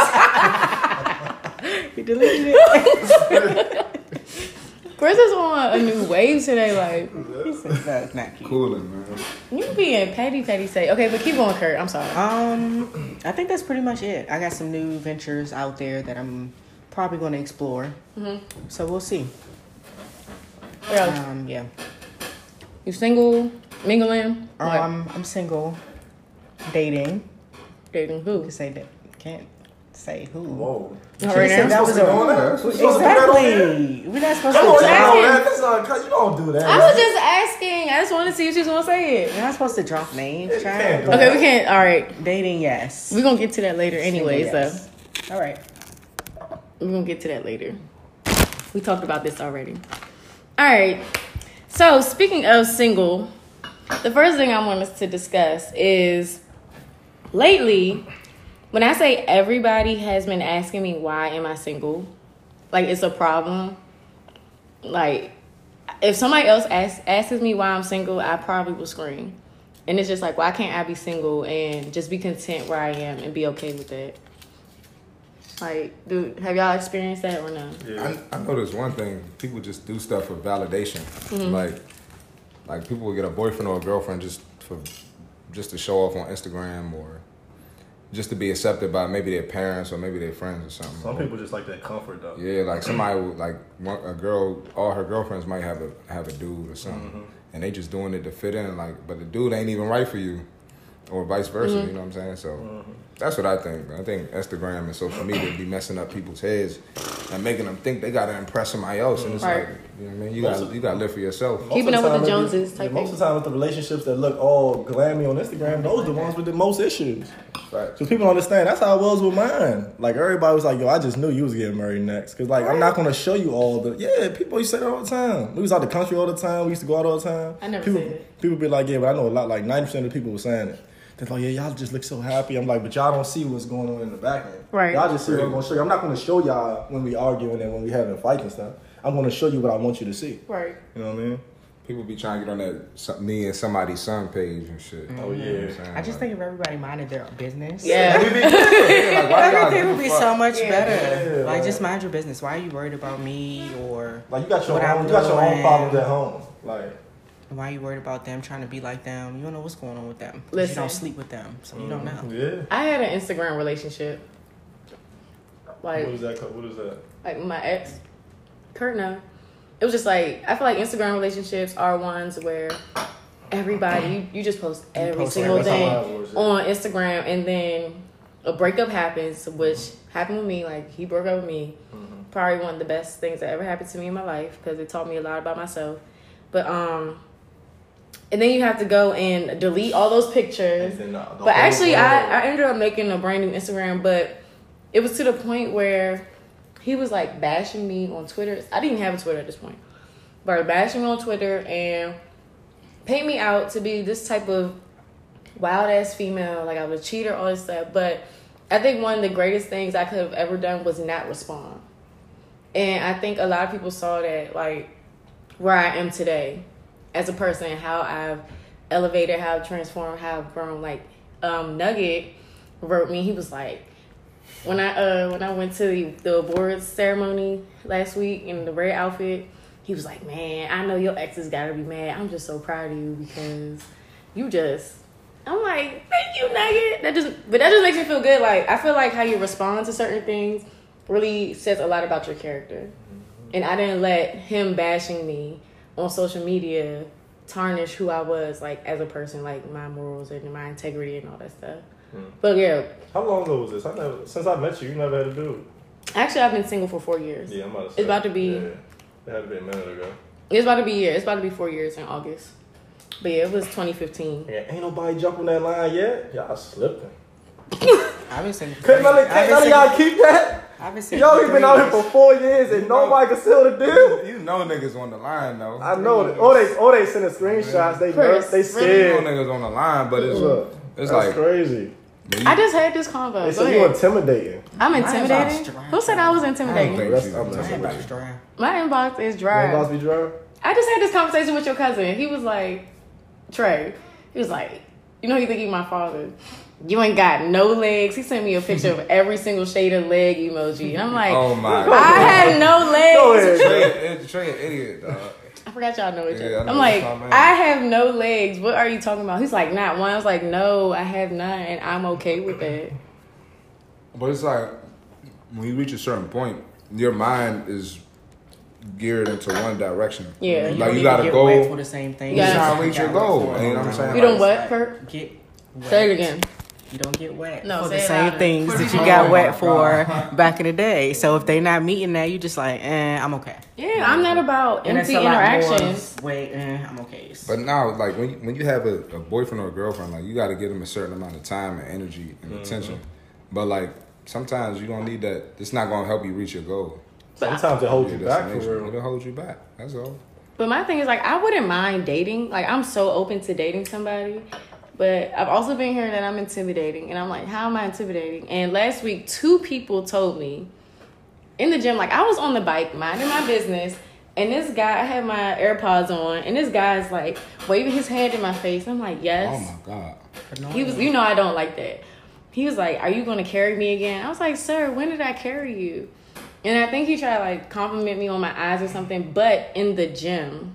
S3: You deleted it. Chris is on a new wave today. Like
S4: He said, no, it's not cute.
S2: Cooling, man.
S3: you being petty, petty. Say okay, but keep going, Kurt. I'm sorry.
S4: Um, I think that's pretty much it. I got some new ventures out there that I'm probably going to explore. So we'll see.
S3: What else?
S4: Um, yeah.
S3: You single, mingling, What?
S4: Um, I'm single, dating.
S3: dating who?
S4: You say that can't say who.
S1: Whoa.
S3: Not right
S4: said
S3: now.
S4: that was a- Exactly. We're not supposed to.
S1: Come on,
S3: Exactly.
S1: y'all know that. That's not cut. You don't do that.
S3: I was just asking. I just wanted to see if she was gonna say it.
S4: We're not supposed to drop names.
S1: You
S4: Child.
S1: can't do
S3: Okay, we can't. All right,
S4: Dating, yes.
S3: we're gonna get to that later, anyways.
S4: Yes. All right.
S3: Though we're gonna get to that later. We talked about this already. All right. So speaking of single, the first thing I want us to discuss is lately, when I say everybody has been asking me why am I single, like it's a problem. Like if somebody else asks asks me why I'm single, I probably will scream. And it's just like, why can't I be single and just be content where I am and be okay with that? Like, dude, have y'all experienced that or no?
S2: I, I noticed one thing. People just do stuff for validation.
S1: Mm-hmm.
S2: Like, like people will get a boyfriend or a girlfriend just for just to show off on Instagram or just to be accepted by maybe their parents or maybe their friends or something.
S1: Some people just like that comfort though.
S2: Yeah, like somebody would, like one, a girl, all her girlfriends might have a have a dude or something,
S1: Mm-hmm.
S2: and they just doing it to fit in. Like, but the dude ain't even right for you, or vice versa.
S4: Mm-hmm.
S2: You know what I'm saying? So
S1: Mm-hmm.
S2: that's what I think. I think Instagram and social media be messing up people's heads and making them think they gotta impress somebody else. And it's
S3: Right.
S2: like, you know what I mean? You
S1: Most
S2: got
S1: of-
S2: you got to live for yourself.
S1: Most
S3: Keeping up
S1: of
S3: with
S1: time
S3: the
S1: it'd be-
S3: Joneses type
S1: yeah, Most of
S3: thing.
S1: the time with the relationships that look all glammy on Instagram, those the ones with the most issues.
S2: Facts.
S1: Because people don't understand. That's how it was with mine. Like everybody was like, "Yo, I just knew you was getting married next." Because like I'm not gonna show you all the yeah. People used to say that all the time. We was out the country all the time. We used to go out all the time.
S3: I never
S1: people,
S3: said it.
S1: People be like, "Yeah," but I know a lot. Like ninety percent of the people were saying it. They're like, "Yeah, y'all just look so happy." I'm like, "But y'all don't see what's going on in the back end.
S3: Right.
S1: Y'all just see what I'm gonna show you. I'm not gonna show y'all when we arguing and when we having fights and stuff. I'm gonna show you what I want you to see.
S3: Right.
S1: You know what I mean?
S2: People be trying to get on that some- me and somebody's son page and shit.
S1: Oh yeah.
S4: I just think if everybody minded their business,
S3: Yeah.
S2: like, why do y'all
S4: everything
S2: give
S4: would
S2: a
S4: be
S2: fuck?
S4: so much
S3: Yeah.
S4: better.
S1: Yeah,
S4: like,
S1: like-
S4: just mind your business. Why are you worried about me or
S1: Like you got your
S4: What I'm
S1: own, you got your own
S4: doing.
S1: problems at home. Like
S4: why are you worried about them trying to be like them? You don't know what's going on with them. 'Cause
S3: Listen.
S4: You don't sleep with them, so you don't know.
S1: yeah.
S3: I had an Instagram relationship. Like,
S1: What is that? co- What is that?
S3: like my ex, Kurt, no. It was just like I feel like Instagram relationships are ones where everybody you, you just post every
S4: post
S3: single
S1: everything.
S3: thing
S1: That's how mine was, yeah.
S3: on Instagram, and then a breakup happens, which happened with me. Like he broke up with me. Probably one of the best things that ever happened to me in my life because it taught me a lot about myself. But um, and then you have to go and delete all those pictures.
S1: And then, uh, the whole
S3: But actually,
S1: world-
S3: I, I ended up making a brand new Instagram, but it was to the point where he was like bashing me on Twitter. I didn't have a Twitter at this point, but bashing me on Twitter and paint me out to be this type of wild ass female, like I was a cheater, all this stuff. But I think one of the greatest things I could have ever done was not respond. And I think a lot of people saw that, like, where I am today as a person, how I've elevated, how I've transformed, how I've grown. Like, um, Nugget wrote me, he was like, when I uh when I went to the, the awards ceremony last week in the red outfit, he was like, "Man, I know your ex has got to be mad. I'm just so proud of you because you just." I'm like, "Thank you, Nugget." That just but that just makes me feel good. Like I feel like how you respond to certain things really says a lot about your character. And I didn't let him bashing me on social media tarnish who I was like as a person, like my morals and my integrity and all that stuff. But yeah,
S1: How long ago was this? I never since I met you. You never had a dude.
S3: Actually, I've been single for four years.
S1: Yeah, I'm about to.
S3: It's about to be-
S1: Yeah, it had to be a minute ago.
S3: It's about to be a year. It's about to be four years in August. But yeah, it was 2015.
S1: Yeah, ain't nobody jumping that line yet. Y'all slipping.
S4: I've been single.
S1: Couldn't
S4: for three-
S1: none, of-
S4: I've
S1: can't
S4: been
S1: none of
S4: single-
S1: y'all keep that?
S4: I've been single.
S1: Y'all
S4: for
S1: ain't been
S4: three
S1: out here
S4: years.
S1: for four years and nobody can seal the deal.
S2: You know niggas on the line though.
S1: I know that. Oh, they oh they sending screenshots. They nervous. They
S3: Chris, really?
S2: You know
S1: scared.
S2: niggas on the line, but it's
S1: Look,
S2: it's
S1: that's
S2: like
S1: crazy.
S2: when you-
S3: I just had this convo.
S1: They
S3: Oh, Go
S1: said you
S3: ahead.
S1: intimidating.
S3: I'm
S4: inbox
S3: intimidated.
S4: dry.
S3: Who said I was
S2: I
S3: intimidating?
S2: don't
S1: That's-
S2: think
S1: I'm
S4: I
S1: messing
S4: ain't
S1: with
S4: about
S1: you.
S4: to dry.
S3: My inbox is
S1: You
S3: dry.
S1: about to be drunk?
S3: I just had this conversation with your cousin. He was like, Trey, he was like, you know, you think he my father. You ain't got no legs. He sent me a picture of every single shade of leg emoji. And I'm like,
S2: Oh my
S3: I
S2: god.
S3: had no legs.
S1: Go ahead.
S2: Trey, Trey an idiot, dog.
S3: I forgot y'all know each
S2: Yeah,
S3: other.
S2: I know
S3: I'm like,
S2: that's my man.
S3: I have no legs. What are you talking about? He's like, not one. I was like, no, I have none, and I'm okay with that.
S2: But it's like when you reach a certain point, your mind is geared into one direction.
S3: Yeah. You
S4: You
S2: like
S4: don't
S2: you
S4: even
S2: gotta
S4: get
S2: go.
S4: wet for the same thing.
S3: You gotta-
S2: trying to reach your goal, you know what I'm saying?
S3: You don't what, Kurt?
S4: Get wet.
S3: Say it again.
S4: You don't get wet
S3: No,
S4: for
S3: say
S4: the
S3: it
S4: same
S3: louder.
S4: things
S3: For
S4: that
S3: the-
S4: you got
S2: Oh
S4: wet
S2: my
S4: for back in the day. So if they not meeting that, you just like, eh, I'm okay.
S3: Yeah, I'm not about
S4: And that's
S3: empty
S4: a lot more
S3: interactions.
S4: of, Wait, eh, I'm okay.
S2: But now, like when you, when you have a, a boyfriend or a girlfriend, like you got to give them a certain amount of time and energy and attention. But like sometimes you don't need that. It's not gonna help you reach your goal.
S1: Sometimes it holds
S2: Your
S1: you back for
S2: destination.
S1: real.
S2: It'll hold you back. That's all.
S3: But my thing is like, I wouldn't mind dating. Like, I'm so open to dating somebody. But I've also been hearing that I'm intimidating, and I'm like, how am I intimidating? And last week, two people told me in the gym, like I was on the bike minding my business, and this guy, I had my AirPods on, and this guy's like waving his hand in my face. I'm like, yes.
S2: Oh my god.
S3: He was, you know, I don't like that. he was like, "Are you gonna carry me again?" I was like, "Sir, when did I carry you?" And I think he tried to like compliment me on my eyes or something, but in the gym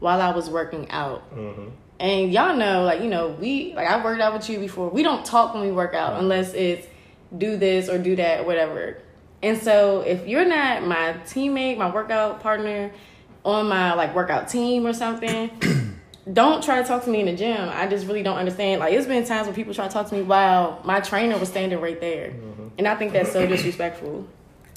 S3: while I was working out.
S1: Mm-hmm.
S3: And y'all know, like, you know, we, like, I worked out with you before. We don't talk when we work out unless it's do this or do that, whatever. And so if you're not my teammate, my workout partner, on my, like, workout team or something, don't try to talk to me in the gym. I just really don't understand. Like, it's been times when people try to talk to me while my trainer was standing right there.
S1: Mm-hmm.
S3: And I think that's so disrespectful.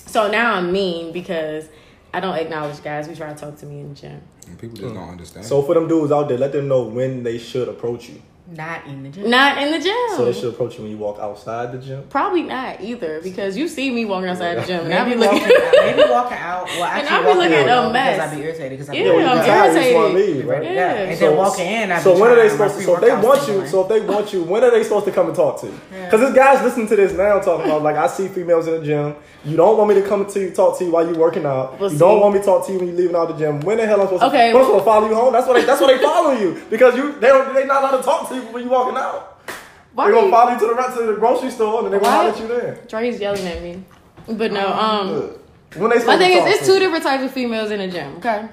S3: So now I'm mean because I don't acknowledge guys who try to talk to me in the gym.
S2: And people just don't understand.
S1: So for them dudes out there, let them know when they should approach you.
S4: Not in the gym.
S3: Not in the gym.
S1: So they should approach you when you walk outside the gym.
S3: Probably not either because you see me walking outside the gym and I be
S4: Maybe
S3: looking.
S4: walking out. Maybe walking out. Well,
S3: And
S4: actually,
S3: I be
S4: walking
S3: looking
S4: out,
S3: a
S4: no,
S3: mess.
S4: Because I'd be irritated. Because I'm
S3: Yeah,
S1: you
S3: I'm
S1: tired, you just wanna
S3: irritated.
S1: leave,
S4: right
S1: right?
S4: yeah.
S3: Yeah.
S4: And
S1: So-
S4: then walking in, I'd
S1: so
S4: be
S1: when are
S4: trying
S1: they
S4: my
S1: supposed to? So if
S4: pre-workout
S1: they want
S4: still
S1: you.
S4: in.
S1: So if they want you, when are they supposed to come and talk to you? Because this guys listen to this now talking about like I see females in the gym. You don't want me to come to you, talk to you while you working out.
S3: Well,
S1: you don't
S3: see.
S1: want me to talk to you when you leaving out the gym. When the hell I'm supposed
S3: Okay.
S1: to? I'm supposed to follow you home. That's why they. That's why they follow you because you they don't they not allowed to talk to you when you walking out.
S3: Why
S1: They're
S3: are
S1: gonna
S3: you,
S1: follow you to the rest of the grocery store and they
S3: Why?
S1: gonna holler at you there.
S3: Dre's yelling at me, but no.
S1: Oh,
S3: Um,
S1: Look, When they
S3: my
S1: supposed
S3: thing
S1: to talk
S3: is, it's
S1: to
S3: two
S1: you?
S3: different types of females in the gym. Okay,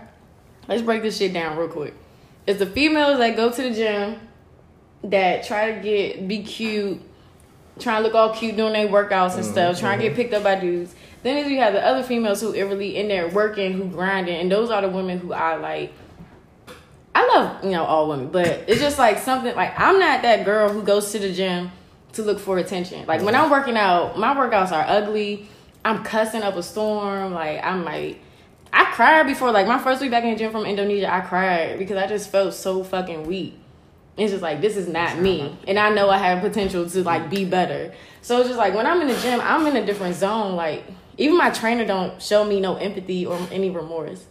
S3: let's break this shit down real quick. It's the females that go to the gym that try to get be cute, try to look all cute doing their workouts and stuff, trying to get picked up by dudes. Then is you have the other females who are really in there working, who grinding, and those are the women who I like. I love you know all women, but it's just like something like I'm not that girl who goes to the gym to look for attention. Like when I'm working out, my workouts are ugly. I'm cussing up a storm. Like I'm like I cried before like my first week back in the gym from Indonesia. I cried because I just felt so fucking weak. It's just like this is not me, and I know I have potential to like be better. So it's just like when I'm in the gym, I'm in a different zone. Like even my trainer don't show me no empathy or any remorse.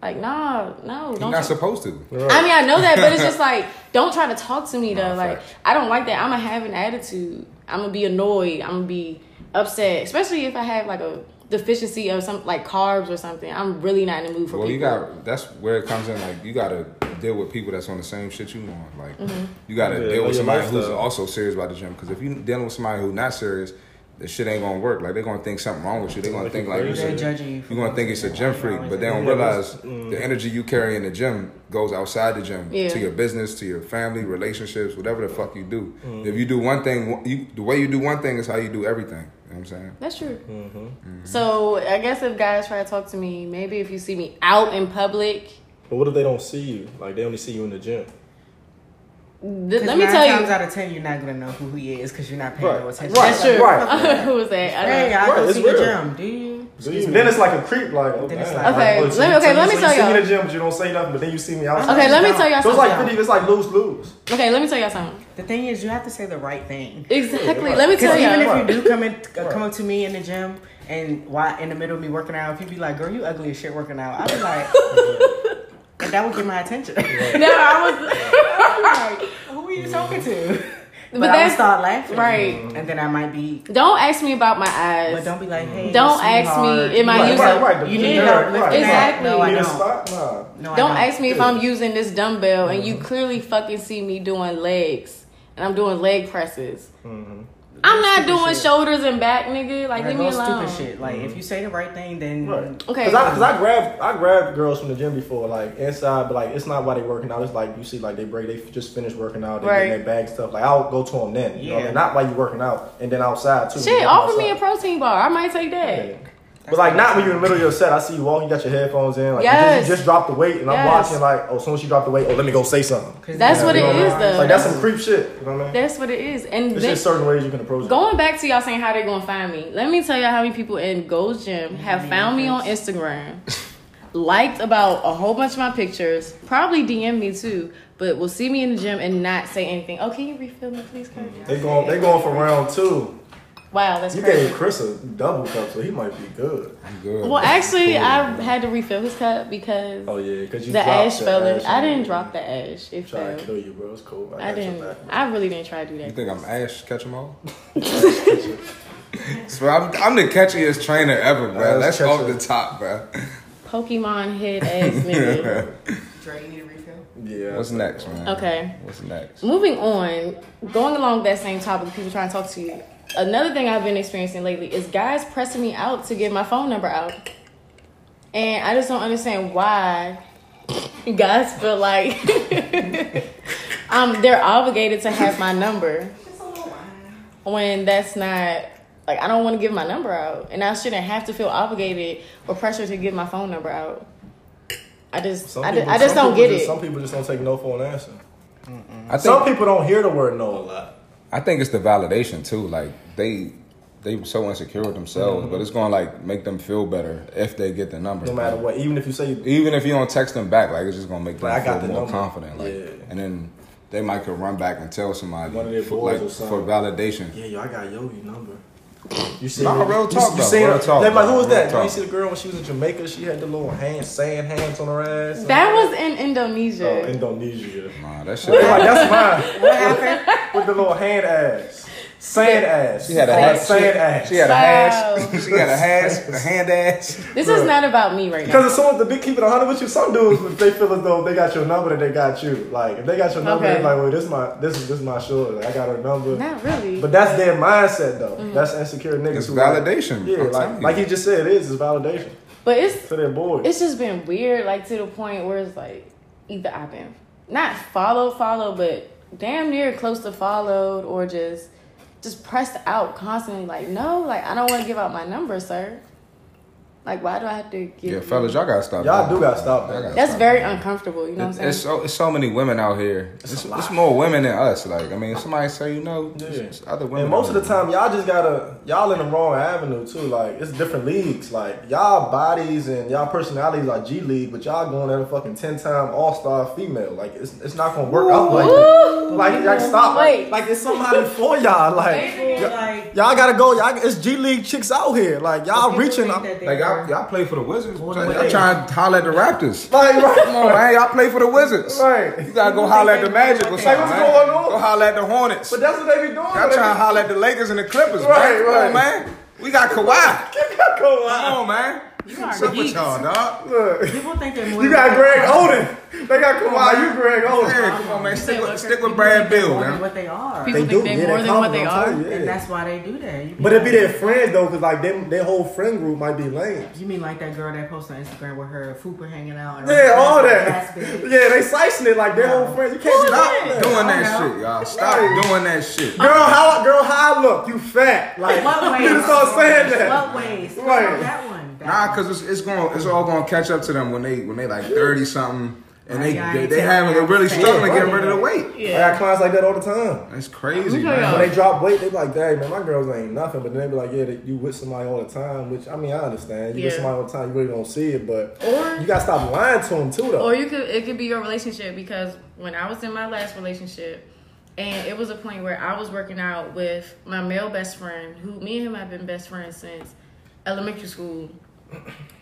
S3: Like nah, no,
S2: You're
S3: don't
S2: not
S3: you-
S2: supposed to.
S3: I mean, I know that, but it's just like, don't try to talk to me though.
S2: No,
S3: like,
S2: facts.
S3: I don't like that. I'm gonna have an attitude. I'm gonna be annoyed. I'm gonna be upset, especially if I have like a deficiency of some like carbs or something. I'm really not in the mood for
S2: Well, you
S3: people.
S2: got that's where it comes in. Like you gotta deal with people that's on the same shit you on. Like
S3: Mm-hmm.
S2: you gotta
S1: Yeah,
S2: deal
S1: know your
S2: with somebody who's
S1: lifestyle.
S2: also serious about the gym. Because if you dealing with somebody who's not serious, the shit ain't gonna work. Like they're gonna think something wrong with you. They're gonna
S1: Like
S2: think
S1: you
S2: like
S1: crazy.
S2: you're
S4: They're judging you. for
S2: You're gonna think it's a gym freak, but they don't
S1: Yeah,
S2: realize
S1: that's- mm.
S2: the energy you carry in the gym goes outside the gym
S3: Yeah.
S2: to your business, to your family, relationships, whatever the fuck you do.
S1: Mm.
S2: If you do one thing, you, the way you do one thing is how you do everything. You know what I'm saying?
S3: That's true.
S2: Mm-hmm.
S4: Mm-hmm.
S3: So I guess if guys try to talk to me, maybe if you see me out in public,
S1: But what if they don't see you? Like they only see you in the gym.
S3: th-
S4: 'Cause
S3: let me
S4: nine
S3: tell you.
S4: times out of ten, you're not gonna know who he is because you're not paying
S1: Right.
S4: no attention.
S3: that's true.
S1: Right.
S3: Who was that? I don't
S4: Hey,
S3: know.
S4: I
S1: Right,
S4: go
S1: it's
S4: to your
S1: real.
S4: gym. Do you?
S1: So you- then it's like a creep. Like oh,
S4: Then it's
S1: damn.
S4: like-
S3: Okay,
S1: oh,
S3: let
S1: so
S3: me-
S1: you-
S3: okay,
S1: so you-
S3: let me
S1: so
S3: tell
S1: you
S3: y'all.
S1: See me in the gym, but you don't say nothing. But then you see me outside.
S3: Okay, let me tell y'all
S1: So it's
S3: something.
S1: like pretty. It's like lose lose.
S3: Okay, let me tell y'all something.
S4: The thing is, you have to say the right thing.
S3: Exactly. Let me
S4: Because
S3: tell
S4: even
S3: y'all.
S4: if you do come in, uh, come up to me in the gym and why in the middle of me working out, if you be like, "Girl, you ugly as shit working out," I'd be like, and that would get my attention.
S3: No, I was.
S4: like, who are you talking to? But, I would
S3: that's-
S4: start laughing,
S3: right.
S4: And then I might be,
S3: Don't ask me about my
S4: but
S3: eyes.
S4: don't be like, "Hey,
S3: Don't ask
S4: sweetheart,
S3: me, am I
S4: you
S1: Right,
S3: using-
S1: right, right. The-
S4: You
S1: the
S4: need
S1: nerd,
S4: help
S1: right,
S4: lifting that.
S3: Exactly.
S4: No, I
S1: Need a
S4: don't.
S1: spot? Nah.
S4: No, I Mm-hmm.
S3: Don't ask me if
S1: Yeah.
S3: I'm using this dumbbell and you clearly fucking see me doing legs and I'm doing leg presses. I'm not
S4: Mm-hmm. Stupid
S3: doing
S4: shit.
S3: shoulders and back, nigga. Like,
S4: Like,
S3: leave me
S4: no
S3: alone.
S4: stupid shit. Like if you say the right thing, then
S1: Right.
S3: Okay.
S1: Cause I, cause I grabbed, I grabbed girls from the gym before, like inside, but like it's not why they working out. It's like you see, like they break, they just finished working out, they
S3: Right.
S1: getting their bag stuff. Like I'll go to them then, you know,
S4: Yeah.
S1: and not while you working out, and then outside too.
S3: Shit,
S1: Like,
S3: offer me a
S1: outside.
S3: protein bar. I might take that.
S1: Yeah. But like not when you're in the middle of your set, I see you walking, you got your headphones in, like you just-
S3: Yes.
S1: you, just, dropped the weight, and I'm
S3: Yes.
S1: watching, like oh, as soon as you drop the weight, oh, let me go say something.
S4: 'Cause
S3: That's
S4: then-
S3: what it
S1: You know
S3: is,
S1: I mean?
S3: though.
S1: Like that's some creep shit. You know what I mean?
S3: That's what it is. And
S1: There's
S3: then-
S1: just certain ways you can approach it.
S3: going back to y'all saying how they're gonna find me. Let me tell y'all how many people in Gold's Gym have found me on Instagram, liked about a whole bunch of my pictures, probably DM me too, but will see me in the gym and not say anything. Oh, can you refill me, please, Kurt?
S4: Mm-hmm.
S1: They going, they going for round two.
S3: Wow, that's
S1: You
S3: crazy.
S1: gave Chris a double cup, so he might be good.
S2: I'm good.
S3: Well, actually, I had to refill his cup because
S1: Oh yeah, because you
S3: the
S1: dropped
S3: ash
S1: the
S3: fell.
S1: ash
S3: in. I
S1: on
S3: didn't
S1: you.
S3: drop the ash. It
S1: Trying to
S3: fell.
S1: kill you, bro. It's cool.
S3: I
S1: got your
S3: didn't.
S1: back, bro.
S3: I really didn't try to do
S2: You
S3: that.
S2: think I'm Ash catch 'em all? so I'm, I'm the catchiest trainer ever, bro.
S1: Ash
S2: That's
S1: catcher.
S2: off the top, bro.
S3: Pokemon head ass nigga.
S4: Dre, you need a refill?
S1: Yeah.
S2: What's next, man?
S3: Okay.
S2: What's next?
S3: Moving on, going along that same topic, people trying to talk to you. Another thing I've been experiencing lately is guys pressing me out to get my phone number out. And I just don't understand why guys feel like um they're obligated to have my number when that's not like I don't want to give my number out and I shouldn't have to feel obligated or pressure to give my phone number out. I just I, ju- I just
S1: some
S3: don't get
S1: just-
S3: it.
S1: Some people just don't take no for an answer.
S2: I think
S1: Some people don't hear the word no a lot.
S2: I think it's the validation too. Like they they were so insecure with themselves, but it's gonna like make them feel better if they get the number.
S1: Mm-hmm. No matter what, even if you say you
S2: Even if you don't text them back, like it's just gonna make them
S1: Like, I
S2: feel
S1: got the
S2: more
S1: number.
S2: confident. Like
S1: Yeah.
S2: and then they might could run back and tell somebody
S1: One of their
S2: for,
S1: boys
S2: like
S1: or
S2: for
S1: something.
S2: validation.
S1: Yeah, yo, I got Yogi number. You see,
S2: Nah, real talk,
S1: You,
S2: though,
S1: seen
S2: real
S1: her?
S2: talk,
S1: They like, who was
S2: real
S1: that?
S2: talk.
S1: You see the girl when she was in Jamaica? She had the little hands, sand hands on her ass.
S3: That was in Indonesia.
S1: oh, Indonesia.
S2: Nah,
S1: They
S2: that shit.
S1: like, that's mine. With the little hand ass, sand ass.
S2: She had a
S1: Call
S2: hand-
S1: it sand ass.
S2: She had a
S3: Wow.
S2: hash. she got a hash. A hand ass.
S3: This is not about me right
S1: Because
S3: now.
S1: as soon as the big keeping a hundred with you, some dudes if they feel as though they got your number, then they got you. Like if they got your number,
S3: Okay.
S1: they're like, well, this my this is this my shoulder. I got her number.
S3: Not really.
S1: But that's their mindset though.
S3: Mm.
S1: That's insecure niggas.
S2: It's
S1: who like-
S2: validation.
S1: yeah,
S2: I'm telling
S1: like
S2: you.
S1: like he just said, it is. It's validation
S3: But it's
S1: to their boys.
S3: it's just been weird, like to the point where it's like either I've been not followed, followed, but damn near close to followed or just just pressed out constantly. Like no, like I don't want to give out my number, sir. Like why do I have to give?
S2: Yeah, fellas, y'all gotta stop.
S1: Y'all
S2: that.
S1: do gotta stop that.
S2: Y'all gotta
S3: That's
S2: stop
S3: very
S2: that.
S3: uncomfortable. You know what I'm saying?
S2: It's so, it's so many women out here. It's,
S1: a lot.
S2: it's more women than us. Like I mean, if somebody say you know,
S1: Yeah.
S2: it's- it's other women.
S1: and most of the
S2: out
S1: time, y'all just gotta y'all in the wrong avenue too. Like it's different leagues. Like y'all bodies and y'all personalities are G League, but y'all going at a fucking ten time All Star female. Like it's, it's not gonna work out like that.
S3: Ooh.
S1: Like, like stop.
S3: Wait.
S1: Like, like it's somebody for y'all. Like
S4: People,
S1: y'all-
S4: like-
S1: y'all gotta go. Y'all it's G League chicks out here. Like y'all
S4: People
S1: reaching.
S4: think
S1: up-
S4: that they
S2: Like
S4: are-
S2: y'all, y'all play for the Wizards. Y'all,
S1: What
S2: y'all
S1: they-
S2: trying to holler at the Raptors.
S1: Like
S2: Come
S1: right.
S2: on, man. Y'all play for the Wizards. You
S1: Right.
S2: gotta go holler at the Magic or
S4: Like,
S2: something.
S1: what's
S2: man.
S1: going on?
S2: Go holler at the Hornets.
S1: But that's what they be doing.
S2: Y'all
S1: They
S2: trying to
S1: be-
S2: holler at the Lakers and the Clippers.
S1: Right,
S2: man. Come on,
S1: right.
S2: man. We got Kawhi.
S1: Go
S2: Come
S1: out.
S2: on, man.
S4: You are
S2: What's up with
S4: geeks.
S2: y'all, dog?
S1: Look,
S4: People think they're more
S1: you
S4: than
S1: got
S4: what
S1: Greg
S4: they are.
S1: Oden. They got Kawhi. You Greg
S2: Hey,
S1: Oden.
S2: come on, man. Stick
S3: People
S2: with,
S3: think
S2: stick with
S4: People think
S2: Brad
S4: they're
S2: Bill,
S4: more than
S2: man.
S4: What they are.
S3: People think they more than what they are.
S4: And that's why they do that. You be
S1: But it'd be
S4: like-
S1: their friends though, cause like them, their whole friend group might be lame.
S4: You mean like that girl that posted on Instagram with her fupa hanging out? And
S1: Yeah,
S4: her
S1: all that.
S4: ass big?
S1: Yeah, they slicing it like their whole friends. You can't
S2: Stop
S1: stop. that.
S2: doing that
S4: Alright.
S2: shit, y'all. Stop doing that shit.
S1: Girl, how girl, how I look? You fat? Like
S4: What ways?
S1: you just all saying that.
S4: What ways? Come
S1: Right.
S4: on, that one. That
S2: Nah,
S4: one.
S2: cause it's, it's going it's all gonna catch up to them when they when they like thirty something and they
S4: Yeah, I
S2: they,
S4: ain't
S2: they
S4: taking
S2: having they're
S4: that
S2: really
S4: shit.
S2: struggling
S1: Yeah,
S2: getting
S4: right.
S2: rid of the weight.
S1: I got clients like that all the time.
S2: That's crazy,
S3: Look at
S2: man.
S1: When
S3: y'all.
S1: they drop weight, they be like, "Dang man, my girls ain't nothing." But then they be like, "Yeah, they, you with somebody all the time." Which I mean, I understand. You with
S3: Yeah.
S1: somebody all the time, you really don't see it. But
S3: Or-
S1: you gotta stop lying to them too, though.
S3: Or you could it could be your relationship because when I was in my last relationship and it was a point where I was working out with my male best friend who me and him have been best friends since elementary school.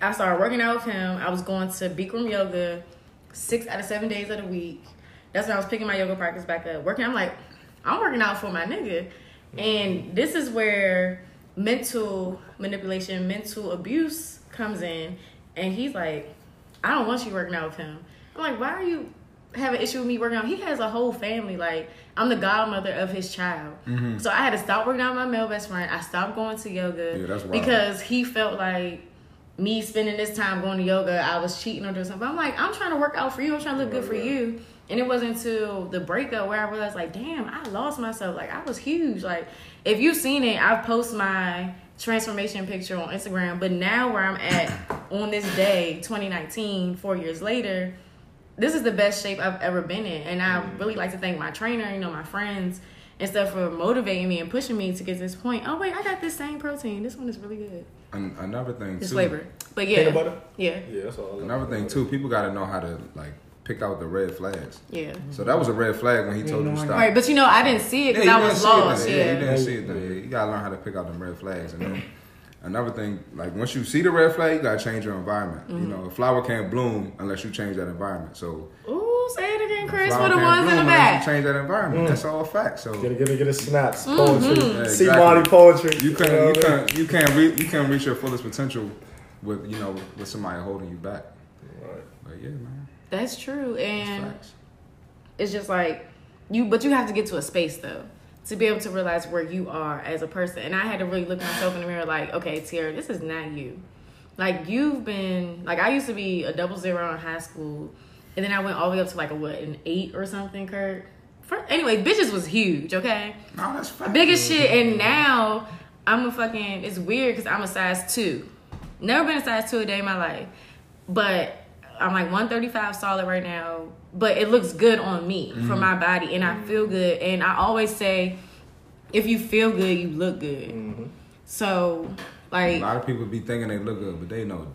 S3: I started working out with him. I was going to Bikram yoga six out of seven days of the week. That's when I was picking my yoga practice back up. Working, I'm like, I'm working out for my nigga. And this is where mental manipulation, mental abuse comes in. And he's like, I don't want you working out with him. I'm like, why are you having issue with me working out? He has a whole family. Like, I'm the godmother of his child.
S2: Mm-hmm.
S3: So I had to stop working out with my male best friend. I stopped going to yoga
S2: Yeah, that's wild.
S3: because he felt like me spending this time going to yoga, I was cheating or doing something. I'm like, I'm trying to work out for you. I'm trying to look good for you. And it wasn't until the breakup where I realized, like, damn, I lost myself. Like, I was huge. Like, if you've seen it, I've posted my transformation picture on Instagram. But now, where I'm at on this day, 2019, four years later, this is the best shape I've ever been in. And I really like to thank my trainer, you know, my friends and stuff for motivating me and pushing me to get to this point. Oh, wait, I got this same protein. This one is really good.
S2: An- another thing
S3: It's
S2: too.
S3: flavor. But yeah.
S1: Peanut butter?
S3: Yeah.
S1: yeah, that's all. I love.
S2: Another thing too. People gotta know how to like pick out the red flags.
S3: Yeah.
S2: So that was a red flag when he told you to
S4: Ignoring.
S2: stop.
S3: All right, but you know, I didn't see it because
S2: you
S3: I
S2: didn't
S3: was
S2: see it, though.
S3: lost.
S2: Yeah,
S3: yeah.
S2: you didn't see it. Though. Yeah, you gotta learn how to pick out them red flags. And then another thing, like once you see the red flag, you gotta change your environment.
S3: Mm-hmm.
S2: You know, a flower can't bloom unless you change that environment. So
S3: Ooh, say it again, Chris,
S2: flower
S3: for the
S2: can't
S3: ones in
S2: bloom
S3: the
S2: unless you
S3: back. Mm.
S2: Change that environment. That's all fact. So
S1: Get it, get it, get it. Snaps, poetry,
S2: Mm-hmm. Yeah,
S1: see
S2: exactly.
S1: Marty poetry.
S2: You
S1: know
S2: can
S1: what
S2: you
S1: I mean?
S2: can you can re- you can reach your fullest potential with you know with somebody holding you back.
S1: Right.
S2: But yeah, man,
S3: That's true.
S2: it's
S3: And
S2: facts.
S3: It's just like you, but you have to get to a space though to be able to realize where you are as a person. And I had to really look myself in the mirror, like, okay, Tiara, this is not you. Like you've been like I used to be a double zero in high school, and then I went all the way up to like a what an eight or something, Kurt. For, anyway, bitches was huge, okay.
S2: No, that's fine.
S3: Biggest shit, and now I'm a fucking. It's weird because I'm a size two. Never been a size two a day in my life, but I'm like 135 solid right now. But it looks good on me for my body, and I feel good. And I always say, if you feel good, you look good. So,
S2: A
S3: like,
S2: lot of people be thinking they look good, but they know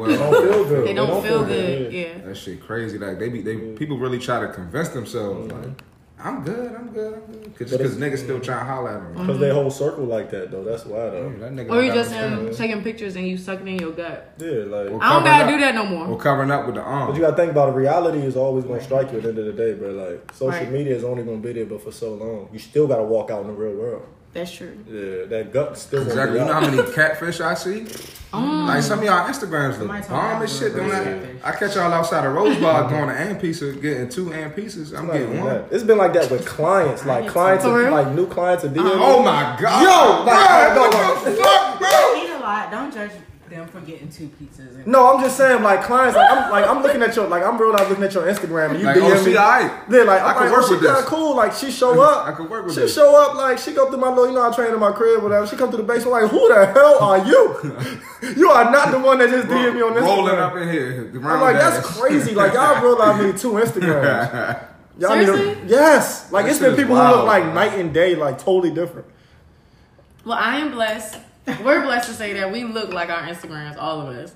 S3: Oh,
S1: They don't
S2: well
S1: feel good.
S3: they don't, feel, good. Yeah.
S2: that shit crazy. Like they be they people really try to convince themselves like I'm good, I'm good, I'm good, because
S1: Mm-hmm. But
S2: because
S1: it's- Mm.
S2: niggas still trying to holler at them.
S1: Because they whole circle like that, though. That's why, though.
S2: That nigga
S3: Or you
S2: got
S3: just
S2: a-
S3: him taking pictures and you sucking in your gut.
S1: Yeah, like.
S2: Well,
S3: I don't
S2: covering
S3: gotta
S2: up-
S3: do that no
S2: Or
S3: more.
S2: covering up with the
S1: But
S2: arm.
S1: you gotta think about it. Reality is always gonna strike you at the end of the day, bro. Like social
S3: Right.
S1: media is only gonna be there, but for so long, you still gotta walk out in the real world.
S3: That's true.
S1: Yeah, that gut still gonna
S2: Exactly.
S1: be
S2: You know how
S1: out.
S2: many catfish I see?
S3: Mm.
S2: Like some of y'all Instagrams
S4: Somebody
S2: look
S4: told me
S2: bomb
S4: I
S2: and
S4: was
S2: shit. Don't
S4: gonna
S2: I?
S4: catfish.
S2: I catch y'all outside of Rose Bar going to and pieces, getting two and pieces. I'm
S1: Not
S2: getting
S1: even
S2: one.
S1: that. It's been like that with clients, like clients,
S3: For real?
S1: like new clients are dealing.
S2: Oh my
S1: Yo,
S2: god!
S1: like,
S2: Yo,
S1: no,
S2: what the fuck, bro?
S4: Eat a lot. Don't judge them for getting two pizzas. And-
S1: No, I'm just saying, like clients, like I'm, like I'm looking at your, like I'm real, I'm looking at your Instagram, and you
S2: Like,
S1: DM
S2: oh,
S1: me.
S2: she alright.
S1: Yeah, like
S2: I
S1: I'm
S2: can
S1: like,
S2: work
S1: oh, she
S2: with this.
S1: kinda cool. Like she show up.
S2: I can work with
S1: she
S2: this.
S1: show up. Like she go through my little, you know, I train in my crib, whatever. She come through the basement. Like who the hell are you? you are not the one that just DM me on Instagram.
S2: Rolling up in here.
S1: I'm
S2: round
S1: like, that's
S2: ass.
S1: crazy. Like y'all realize me two Instagrams. Y'all
S3: Seriously?
S1: Need to, yes. Like
S2: That
S1: it's
S2: shit
S1: been
S2: is
S1: people who
S2: wild,
S1: look like
S2: man.
S1: night and day, like totally different.
S3: Well, I am blessed. We're blessed to say that we look like our Instagrams, all of us,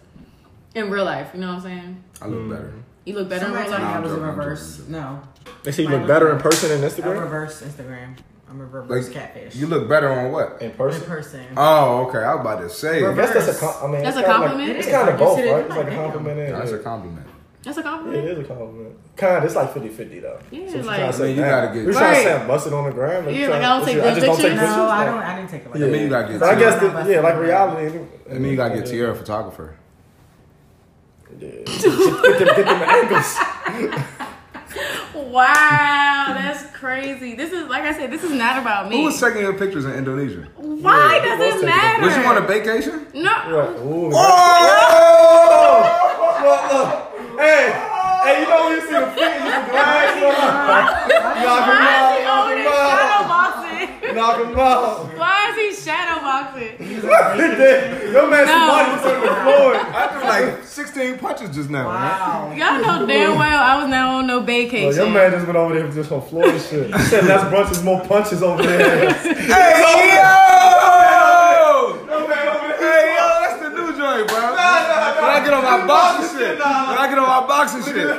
S3: in real life. You know what I'm saying?
S2: I look better.
S3: You look better in
S4: Somebody
S3: real
S4: told me
S3: life.
S4: I was a
S2: joking, I'm
S4: reverse. No,
S1: They see you look better in person than
S4: a
S1: Instagram.
S4: reverse Instagram. I'm a reverse
S2: Like,
S4: catfish.
S2: you look better on what?
S1: In
S4: in person.
S2: Oh, okay. I was about to say.
S1: I guess that's a com- I mean,
S3: That's
S1: it's
S3: a
S1: kinda like-
S3: compliment?
S1: it's kind of
S4: It is.
S1: both,
S4: Consider it
S1: right? It's like a
S4: like,
S1: compliment. and-
S2: That's a compliment.
S3: That's oh, a
S1: Yeah, it
S3: compliment.
S1: is a compliment. Kind, it's like 50-50, though.
S3: Yeah,
S1: So if you
S3: like-
S1: tryna
S3: I
S2: mean, you
S1: "Damn,
S2: gotta get-
S1: We trying to
S3: Right.
S1: say I'm busted on the ground. but
S3: Yeah,
S1: you
S3: like,
S1: tryna-
S3: I don't take
S1: you-
S3: no
S1: I just don't take
S3: pictures.
S1: pictures.
S4: No, I
S1: though.
S4: don't. I didn't take it like
S1: Yeah.
S4: that.
S2: mean, you gotta get
S1: But I
S2: to-
S1: guess that, yeah, like reality.
S2: And then you gotta get Tierra a photographer.
S1: Yeah. get them, get them angles.
S3: Wow, that's crazy. This is like I said. This is not about me.
S2: Who was taking your pictures in Indonesia?
S3: Why
S1: Yeah, who was
S3: does it
S1: taking-
S3: matter?
S2: Was you on a vacation?
S3: no.
S1: Right. Ooh,
S2: Oh!
S1: Hey, hey, you know when you see the fitness with glass on? Knock him
S3: Why is he
S1: out,
S3: over there
S1: knock
S3: shadowboxing?
S1: him out, knock him out.
S3: Why is he shadowboxing?
S1: Your man somebody was on the floor.
S2: I threw like 16 punches just now. man.
S4: Wow.
S3: Y'all know damn well I was not on no
S1: Well,
S3: vacation.
S1: your man just went over there just on floor and shit. He said less brunches, more punches over there.
S2: Hey, yo!
S1: Your man over there.
S2: Hey, yo, that's the new joint, bro. When I get on my boxing shit. When I get on my boxing shit.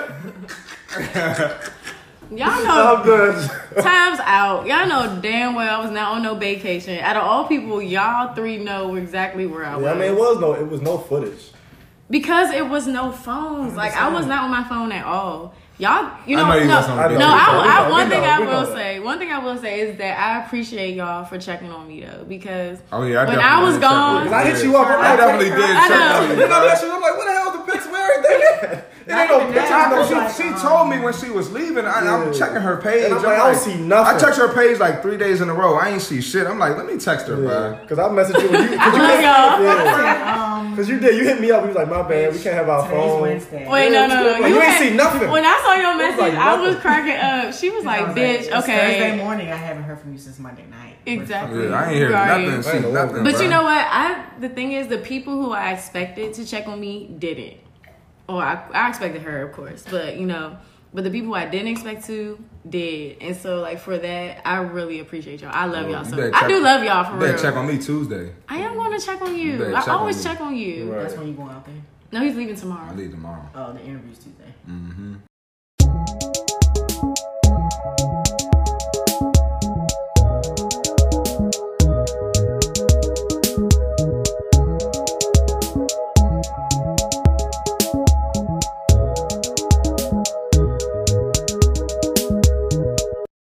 S3: Y'all know
S1: I'm good.
S3: times out. Y'all know damn well I was not on no vacation. Out of all people, y'all three know exactly where I was.
S1: Yeah, I mean, it was no, it was no footage.
S3: because it was no phones. Like I was not on my phone at all. Y'all, you know,
S2: I know you
S3: no,
S2: was on the
S1: phone.
S3: no.
S1: We know,
S3: I, I,
S1: we
S3: one
S1: know,
S3: thing
S1: we
S3: I
S1: know
S3: will
S1: that.
S3: say, one thing I will say is that I appreciate y'all for checking on me though, because
S2: Oh, yeah, I
S3: when I
S2: definitely
S3: was
S2: did check
S3: gone,
S2: on you.
S1: Cause I hit you up. I'm
S2: I
S1: like,
S2: definitely did
S3: I know.
S2: check on you.
S1: Then I
S2: bro.
S1: messaged you. I'm like, what the hell the picture? Where everything? It ain't no
S4: even that.
S1: pictures.
S4: I
S1: No
S4: was
S2: she,
S1: shit.
S4: like,
S2: she
S4: um,
S2: told me when she was leaving. I, I'm
S1: Yeah.
S2: checking her page.
S1: And I'm like, I don't see nothing.
S2: I checked her page like three days in a row. I ain't see shit. I'm like, let me text her, bro.
S1: Because I messaged you. When you cause you
S3: love
S1: hit-
S3: y'all.
S1: Yeah.
S4: Um,
S1: Cause you did. You hit me up. You was like, my bad. We can't have our
S4: today's
S1: phone.
S4: Wednesday.
S3: Wait, no, no, no.
S1: Like, you ain't
S3: had-
S1: see nothing.
S3: When I saw your
S1: was
S3: message,
S1: like
S3: I was
S1: nothing.
S3: cracking up. She was like,
S4: I was
S3: "Bitch,
S4: it's Thursday
S3: okay."
S4: morning. I haven't heard from you since Monday night.
S3: Exactly.
S2: Yeah, I ain't hear
S3: Right.
S2: nothing.
S1: I
S2: See
S1: ain't know
S2: nothing.
S1: what-
S3: But
S2: bro.
S3: you know what? I the thing is, the people who I expected to check on me didn't. Or I, I expected her, of course, but you know, but the people I didn't expect to did, and so like for that, I really appreciate y'all. I love
S2: Well,
S3: y'all
S2: you
S3: so.
S2: better
S3: I do
S2: check-
S3: love y'all for
S2: You better
S3: real.
S2: check on me Tuesday.
S3: I am gonna check on you. I
S2: better check on
S3: always
S2: me.
S3: check on you.
S1: Right.
S4: That's when you go out there.
S3: No, he's leaving tomorrow.
S2: I leave tomorrow.
S4: Oh, the interview's Tuesday.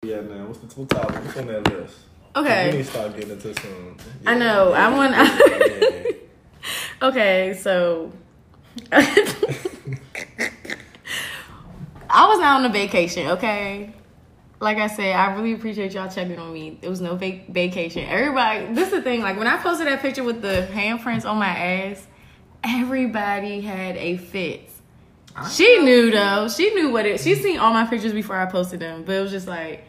S1: Yeah, man. What's the two topics? What's on that list? We need
S3: Okay.
S1: to start getting into some.
S3: I know. I want.
S1: Yeah.
S3: Okay, so I was out on a vacation, okay? like I said, I really appreciate y'all checking on me. It was no vac- vacation. Everybody, this is the thing. Like when I posted that picture with the handprints on my ass, everybody had a fit. She knew though. She knew what it. She seen all my pictures before I posted them, but it was just like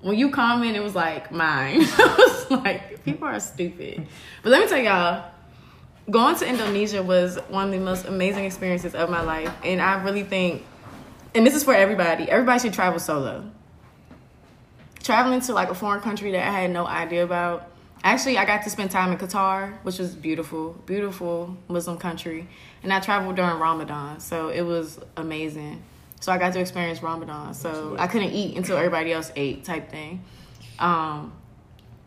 S3: when you comment, it was like mine. I was like, people are stupid. But let me tell y'all, going to Indonesia was one of the most amazing experiences of my life, and I really think, and this is for everybody. Everybody should travel solo traveling to like a foreign country that I had no idea about. Actually, I got to spend time in Qatar, which was beautiful, beautiful Muslim country. And I traveled during Ramadan, so it was amazing. So I got to experience Ramadan. So I couldn't eat until everybody else ate, type thing. Um,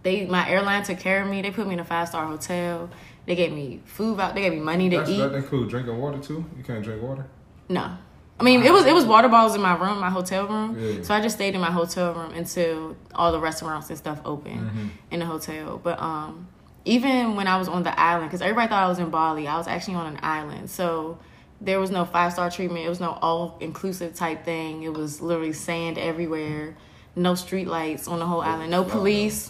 S3: they my airline took care of me. They put me in a five star hotel. They gave me food out. They gave me money to
S2: That's,
S3: eat.
S2: that include drinking water too. You can't drink water.
S3: No. I mean, it was it was water bottles in my room, my hotel room.
S2: Yeah.
S3: So I just stayed in my hotel room until all the restaurants and stuff opened in the hotel. But um, even when I was on the island, because everybody thought I was in Bali, I was actually on an island. So there was no five star treatment. It was no all inclusive type thing. It was literally sand everywhere, no street lights on the whole island, no police.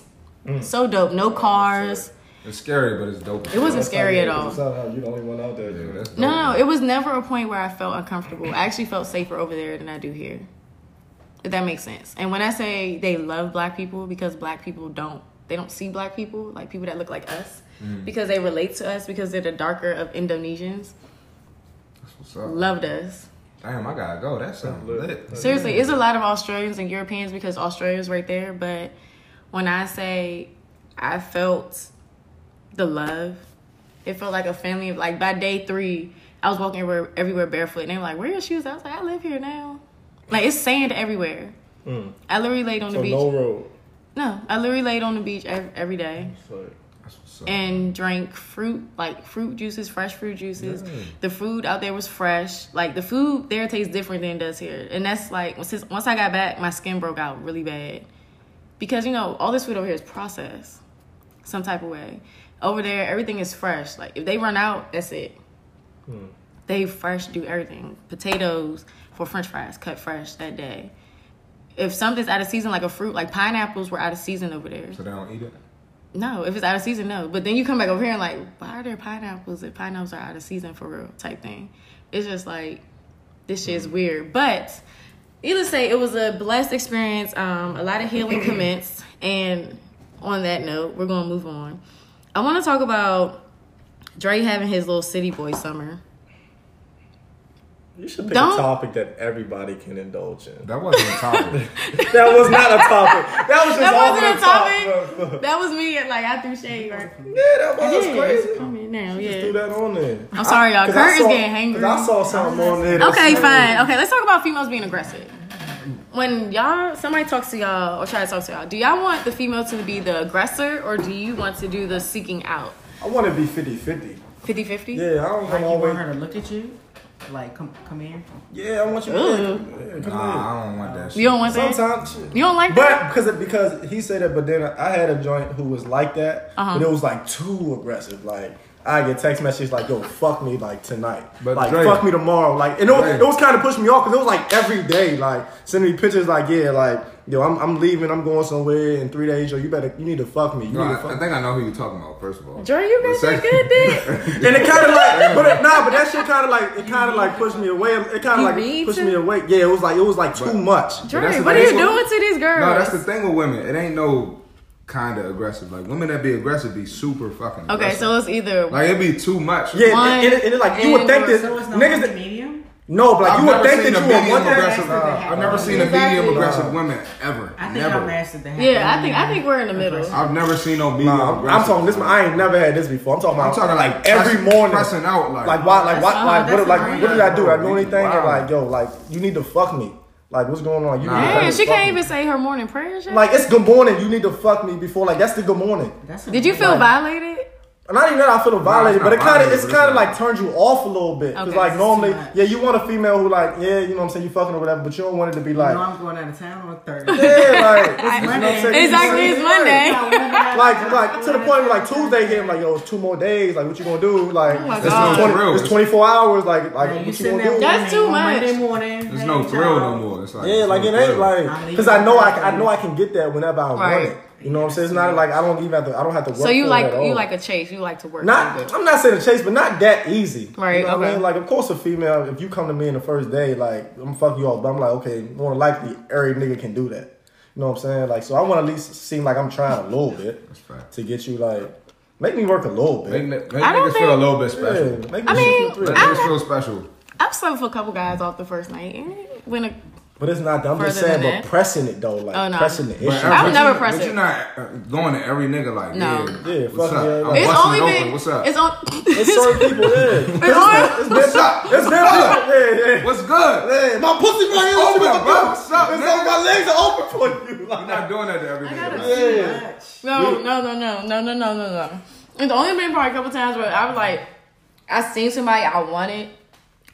S3: So dope. No cars.
S2: It's scary, but it's dope.
S3: It wasn't scary at all.
S1: It's not how you the only one out there.
S2: Yeah,
S1: Jay.
S2: that's dope.
S3: No, no, no, it was never a point where I felt uncomfortable. I actually felt safer over there than I do here. If that makes sense. And when I say they love black people because black people don't they don't see black people, like people that look like us, because they relate to us because they're the darker of Indonesians,
S2: That's what's up.
S3: loved us.
S2: Damn, I gotta go. That sounds
S1: Look.
S2: lit.
S3: Seriously, it's a lot of Australians and Europeans because Australia's right there, but when I say I felt the love, it felt like a family. Like by day three, I was walking everywhere, everywhere barefoot, and they were like, "Where are your shoes?" I was like, "I live here now." Like it's sand everywhere.
S1: Mm.
S3: I literally laid on the
S1: So
S3: beach.
S1: no road.
S3: No, I literally laid on the beach ev- every day
S1: It's like,
S2: That's what's up.
S3: and drank fruit, like fruit juices, fresh fruit juices. The food out there was fresh. Like the food there tastes different than it does here, and that's like since once I got back, my skin broke out really bad because you know all this food over here is processed, some type of way. Over there, everything is fresh. Like if they run out, that's it. They fresh do everything. Potatoes for French fries cut fresh that day. If something's out of season, like a fruit, like pineapples were out of season over there.
S2: So they don't eat it.
S3: No, if it's out of season, no. But then you come back over here and like, why are there pineapples if pineapples are out of season for real type thing? It's just like this shit is weird. But either say it was a blessed experience. Um, a lot of healing commenced, and on that note, we're gonna move on. I want to talk about Dre having his little city boy summer.
S1: you should pick
S3: Don't-
S1: a topic that everybody can indulge in.
S2: That wasn't a topic.
S1: That was not a topic. That was just
S3: That
S1: off
S3: wasn't
S1: the
S3: a
S1: top.
S3: topic. That was me. Like I threw shade. Right?
S1: Yeah, that was
S3: Yeah,
S1: crazy.
S3: it's coming now.
S1: Just threw
S3: Yeah.
S1: that on there.
S3: I'm sorry, y'all.
S1: 'Cause I
S3: Kurt is
S1: saw-
S3: getting hangry.
S1: 'cause I saw something on there. that
S3: Okay,
S1: said-
S3: fine. Okay, let's talk about females being aggressive. When y'all somebody talks to y'all or try to talk to y'all, do y'all want the female to be the aggressor or do you want to do the seeking out?
S1: I want to be 50-50.
S3: 50-50?
S1: Yeah, I don't
S4: Like
S1: come
S4: you
S1: all the
S4: want
S1: way.
S4: her to look at you? Like, come come here.
S1: Yeah, I want you.
S3: Ugh.
S1: To, yeah, come here.
S2: nah, I don't want that.
S3: You
S2: Shit.
S3: don't want that?
S1: Sometimes, shit.
S3: You don't like that?
S1: but because because he said it, but then I had a joint who was like that,
S3: Uh-huh.
S1: but it was like too aggressive. Like I get text messages like, "Yo, fuck me like tonight,
S2: But
S1: like
S2: Dre-
S1: fuck me tomorrow." Like and it was,
S2: Dre-
S1: it was kind of pushing me off because it was like every day, like sending me pictures like, "Yeah, like yo, I'm I'm leaving, I'm going somewhere in three days, yo, you better you need to fuck me, you
S2: No,
S1: need to
S2: I,
S1: fuck."
S2: I
S1: me.
S2: think I know who you're talking about. First of all,
S3: Dre, you got that good dick.
S1: And it kind of like, but it, nah, but that shit kind of like, it kind of like pushed me away. It kind
S3: You
S1: of like
S3: read
S1: pushed
S3: to-
S1: me away. Yeah, it was like, it was like too much.
S2: that's
S3: Dre,
S2: the
S3: what are you
S2: thing.
S3: doing to these girls?
S2: No, that's the thing with women. It ain't no kind of aggressive. Like women that be aggressive be super fucking.
S3: okay,
S2: aggressive.
S3: so it's either
S2: like it be too much.
S1: Yeah,
S3: One,
S1: and, and, and, it like you would
S3: and
S1: think that
S4: So it's not
S1: niggas,
S4: like
S1: that,
S4: medium?
S1: no, but like
S2: I've
S1: you would
S2: never
S1: think
S2: seen
S1: that
S2: a
S1: you would
S2: medium
S1: want that.
S2: aggressive.
S4: That's what they have.
S2: I've never seen a
S3: Exactly.
S2: medium aggressive women ever.
S4: I think I'm
S2: Never.
S4: mastered the half.
S3: Yeah, I think I think we're in the middle.
S2: I've never seen no medium.
S1: Nah, I'm- I'm
S2: aggressive.
S1: talking this. I ain't never had this before. I'm talking about.
S2: I'm talking like
S1: every
S2: pressing-
S1: morning.
S2: pressing out like.
S1: Like why? Like why?
S3: That's-
S1: Like
S3: uh,
S1: what?
S3: that's
S1: Like what did I do? Did I do anything? And
S2: Wow.
S1: like yo, like you need to fuck me. Like what's going on? You
S2: Nah.
S1: need to
S3: Man, she
S1: fuck
S3: can't
S1: me.
S3: even say her morning prayers. yet?
S1: Like it's good morning. You need to fuck me before. Like that's the good morning.
S4: That's a-
S3: Did you feel violated?
S1: Not even that I feel violated,
S2: not
S1: but it kind of
S2: violated,
S1: it's
S2: but it's
S1: kind of
S2: not-
S1: like turns you off a little bit because
S3: Okay,
S1: like
S3: it's
S1: normally,
S4: too much.
S1: yeah, you want a female who like yeah, you know what I'm saying, you fucking or whatever, but you don't want it to be
S4: You
S1: like
S4: know I'm going out of town on Thursday.
S1: yeah, like you know what I'm saying, you
S4: Monday.
S1: just-
S3: Exactly, it's Monday.
S4: Yeah,
S1: like, like to the point where like Tuesday hit, I'm like, yo, it's two more days. Like, what you gonna do? Like,
S3: Oh my
S1: it's,
S3: God.
S1: 20
S2: Real.
S1: it's 24 hours. Like, like
S4: Man, you
S1: what you
S4: sitting
S1: gonna do?
S4: there
S3: That's too
S4: on Monday
S3: much.
S4: morning.
S2: There's
S4: hey,
S2: no thrill no
S4: dog.
S2: more. It's like
S1: Yeah,
S2: it's
S1: like
S2: no
S1: it ain't
S2: thrill.
S1: like because I know I, I know I can get that whenever I
S3: Right.
S1: want it. You know what I'm saying? It's not like I don't even have to I don't have to work.
S3: So you
S1: for it
S3: like
S1: at all.
S3: you like a chase. You like to work. a little
S1: not
S3: bit.
S1: I'm not saying a chase, but not that easy.
S3: Right,
S1: You know what
S3: okay.
S1: I mean? Like of course a female, if you come to me in the first day, like I'm fuck you off, but I'm like, okay, more than likely every nigga can do that. You know what I'm saying? Like so I wanna at least seem like I'm trying a little bit
S2: fact.
S1: to get you like make me work a little
S2: Make,
S1: bit.
S2: ni- make
S3: I don't
S2: niggas feel a
S3: think-
S2: little bit
S1: Yeah,
S2: special.
S1: make me
S3: I mean,
S1: feel
S2: Let
S1: thrilled.
S2: niggas feel special.
S3: I've slept with a couple guys off the first night. and it Went a,
S1: But it's not that I'm just
S3: Further
S1: saying,
S3: than
S1: but
S3: that.
S1: pressing it though, like
S3: Oh, no.
S1: pressing the
S2: But
S1: issue.
S3: I'm
S2: but
S3: never
S2: you,
S3: pressing.
S2: But you're not uh, going to every nigga like,
S3: No.
S2: yeah,
S1: Yeah,
S2: what's
S1: fuck yeah,
S2: up? I'm
S1: like-
S3: it's
S2: busting
S3: only
S2: it open.
S3: been.
S2: What's up?
S3: It's on.
S1: It's certain people, yeah.
S3: It's on.
S1: It's been, it's
S2: What's up?
S1: been, yeah, yeah.
S2: What's good?
S1: Hey, my pussy right
S2: It's
S1: here.
S2: open,
S1: Open,
S2: bro.
S1: bro.
S2: What's up,
S1: It's
S2: nigga?
S1: open. My legs are open for you. Like,
S2: You're not doing that to every nigga.
S3: gotta-
S2: Like,
S1: yeah.
S3: No, no, no, no, no, no, no, no, no. It's only been probably a couple times where I was like, I seen somebody I wanted.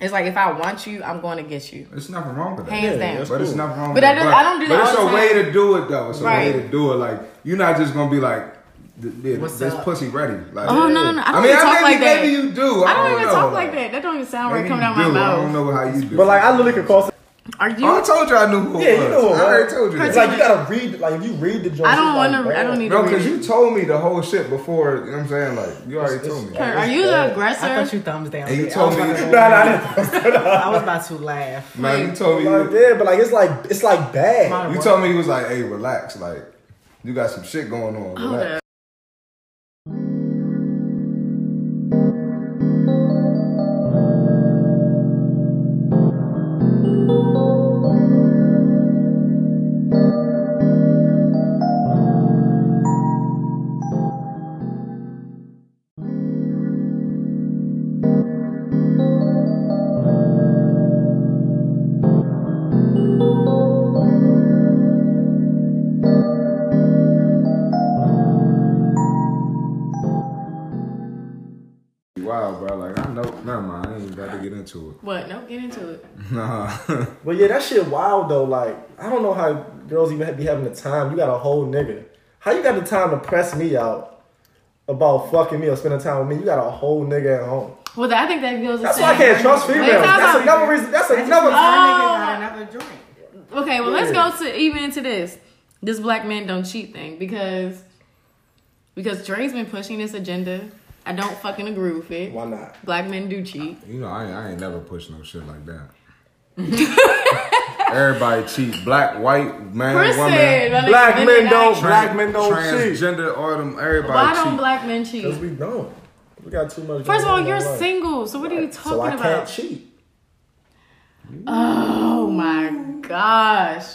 S3: It's like if I want you, I'm going to get you,
S2: There's nothing wrong with that.
S3: hands down.
S1: that's
S2: But it's
S1: cool.
S2: nothing wrong
S3: But
S2: with
S3: I
S2: that.
S3: don't-
S2: but,
S3: I don't do that
S2: But it's
S3: all
S2: a
S3: the
S2: way
S3: time.
S2: to do it though. It's a
S3: Right.
S2: way to do it. Like you're not just gonna be like, th- yeah,
S4: What's
S2: this
S4: up?
S2: pussy ready. Like,
S3: Oh, no, no, no. I don't even
S2: mean,
S3: talk
S2: maybe,
S3: like that.
S2: Maybe you do.
S3: I don't even
S2: know.
S3: talk like that. That don't even sound right
S2: Maybe
S3: coming
S2: you
S3: out my
S2: do. I don't
S3: mouth.
S2: know how you do.
S1: But like, I literally could call.
S3: Are
S2: oh, I
S3: you?
S2: told you I knew who. it
S1: Yeah, you
S2: was.
S1: know what?
S2: I already told you.
S1: It's
S2: that.
S1: like you gotta read. Like if you read the joint,
S3: I don't
S1: it's
S3: want
S1: like,
S3: to. I
S1: damn.
S3: don't need to.
S2: No, because
S3: read.
S2: you told me the whole shit before. You know what I'm saying? Like, you already told me.
S3: Kurt, are you the
S1: bad.
S4: I thought
S3: aggressor?
S4: you thumbs down.
S2: And you
S4: I
S2: told
S4: was
S2: me-
S4: about
S1: Nah,
S4: to-
S1: nah, nah.
S4: I was about to laugh.
S2: No, you told me.
S1: Like,
S2: You,
S1: yeah, but like it's like it's like bad.
S4: My-
S2: you told me he was like, hey, relax. Like, you got some shit going on.
S3: Hold
S2: Relax.
S3: up.
S2: Wow, bro. Like, I know. Never mind. I ain't about to get into it.
S3: What? No, get into it.
S2: Nah.
S1: But yeah, that shit wild though. Like I don't know how girls even be having the time. You got a whole nigga. How you got the time to press me out about fucking me or spending time with me? You got a whole nigga at home.
S3: Well, I think that goes. the
S1: That's
S3: same.
S1: why I can't trust females.
S3: Wait, time
S1: That's
S3: out.
S1: another reason. That's
S4: Another
S1: another.
S4: got another joint.
S3: Okay, well let's
S1: Yeah.
S3: go to even into this this black men don't cheat thing because because Dre's been pushing this agenda. I don't fucking agree with it.
S1: Why not?
S3: Black men do cheat.
S2: you know, I, ain't- I ain't never pushed no shit like that. Everybody cheat. Black, white, man,
S3: Person,
S2: woman.
S3: like,
S1: Black
S3: really
S1: men
S3: not-
S1: don't.
S2: tran-
S1: Black men don't cheat.
S2: Transgender, all them. Everybody
S3: Why don't
S2: cheat.
S3: black men cheat?
S1: Because we don't. We got too much.
S3: First of all,
S1: going on in
S3: you're
S1: our life.
S3: single, so what are you talking
S1: so I
S3: about?
S1: can't cheat.
S3: Oh my gosh,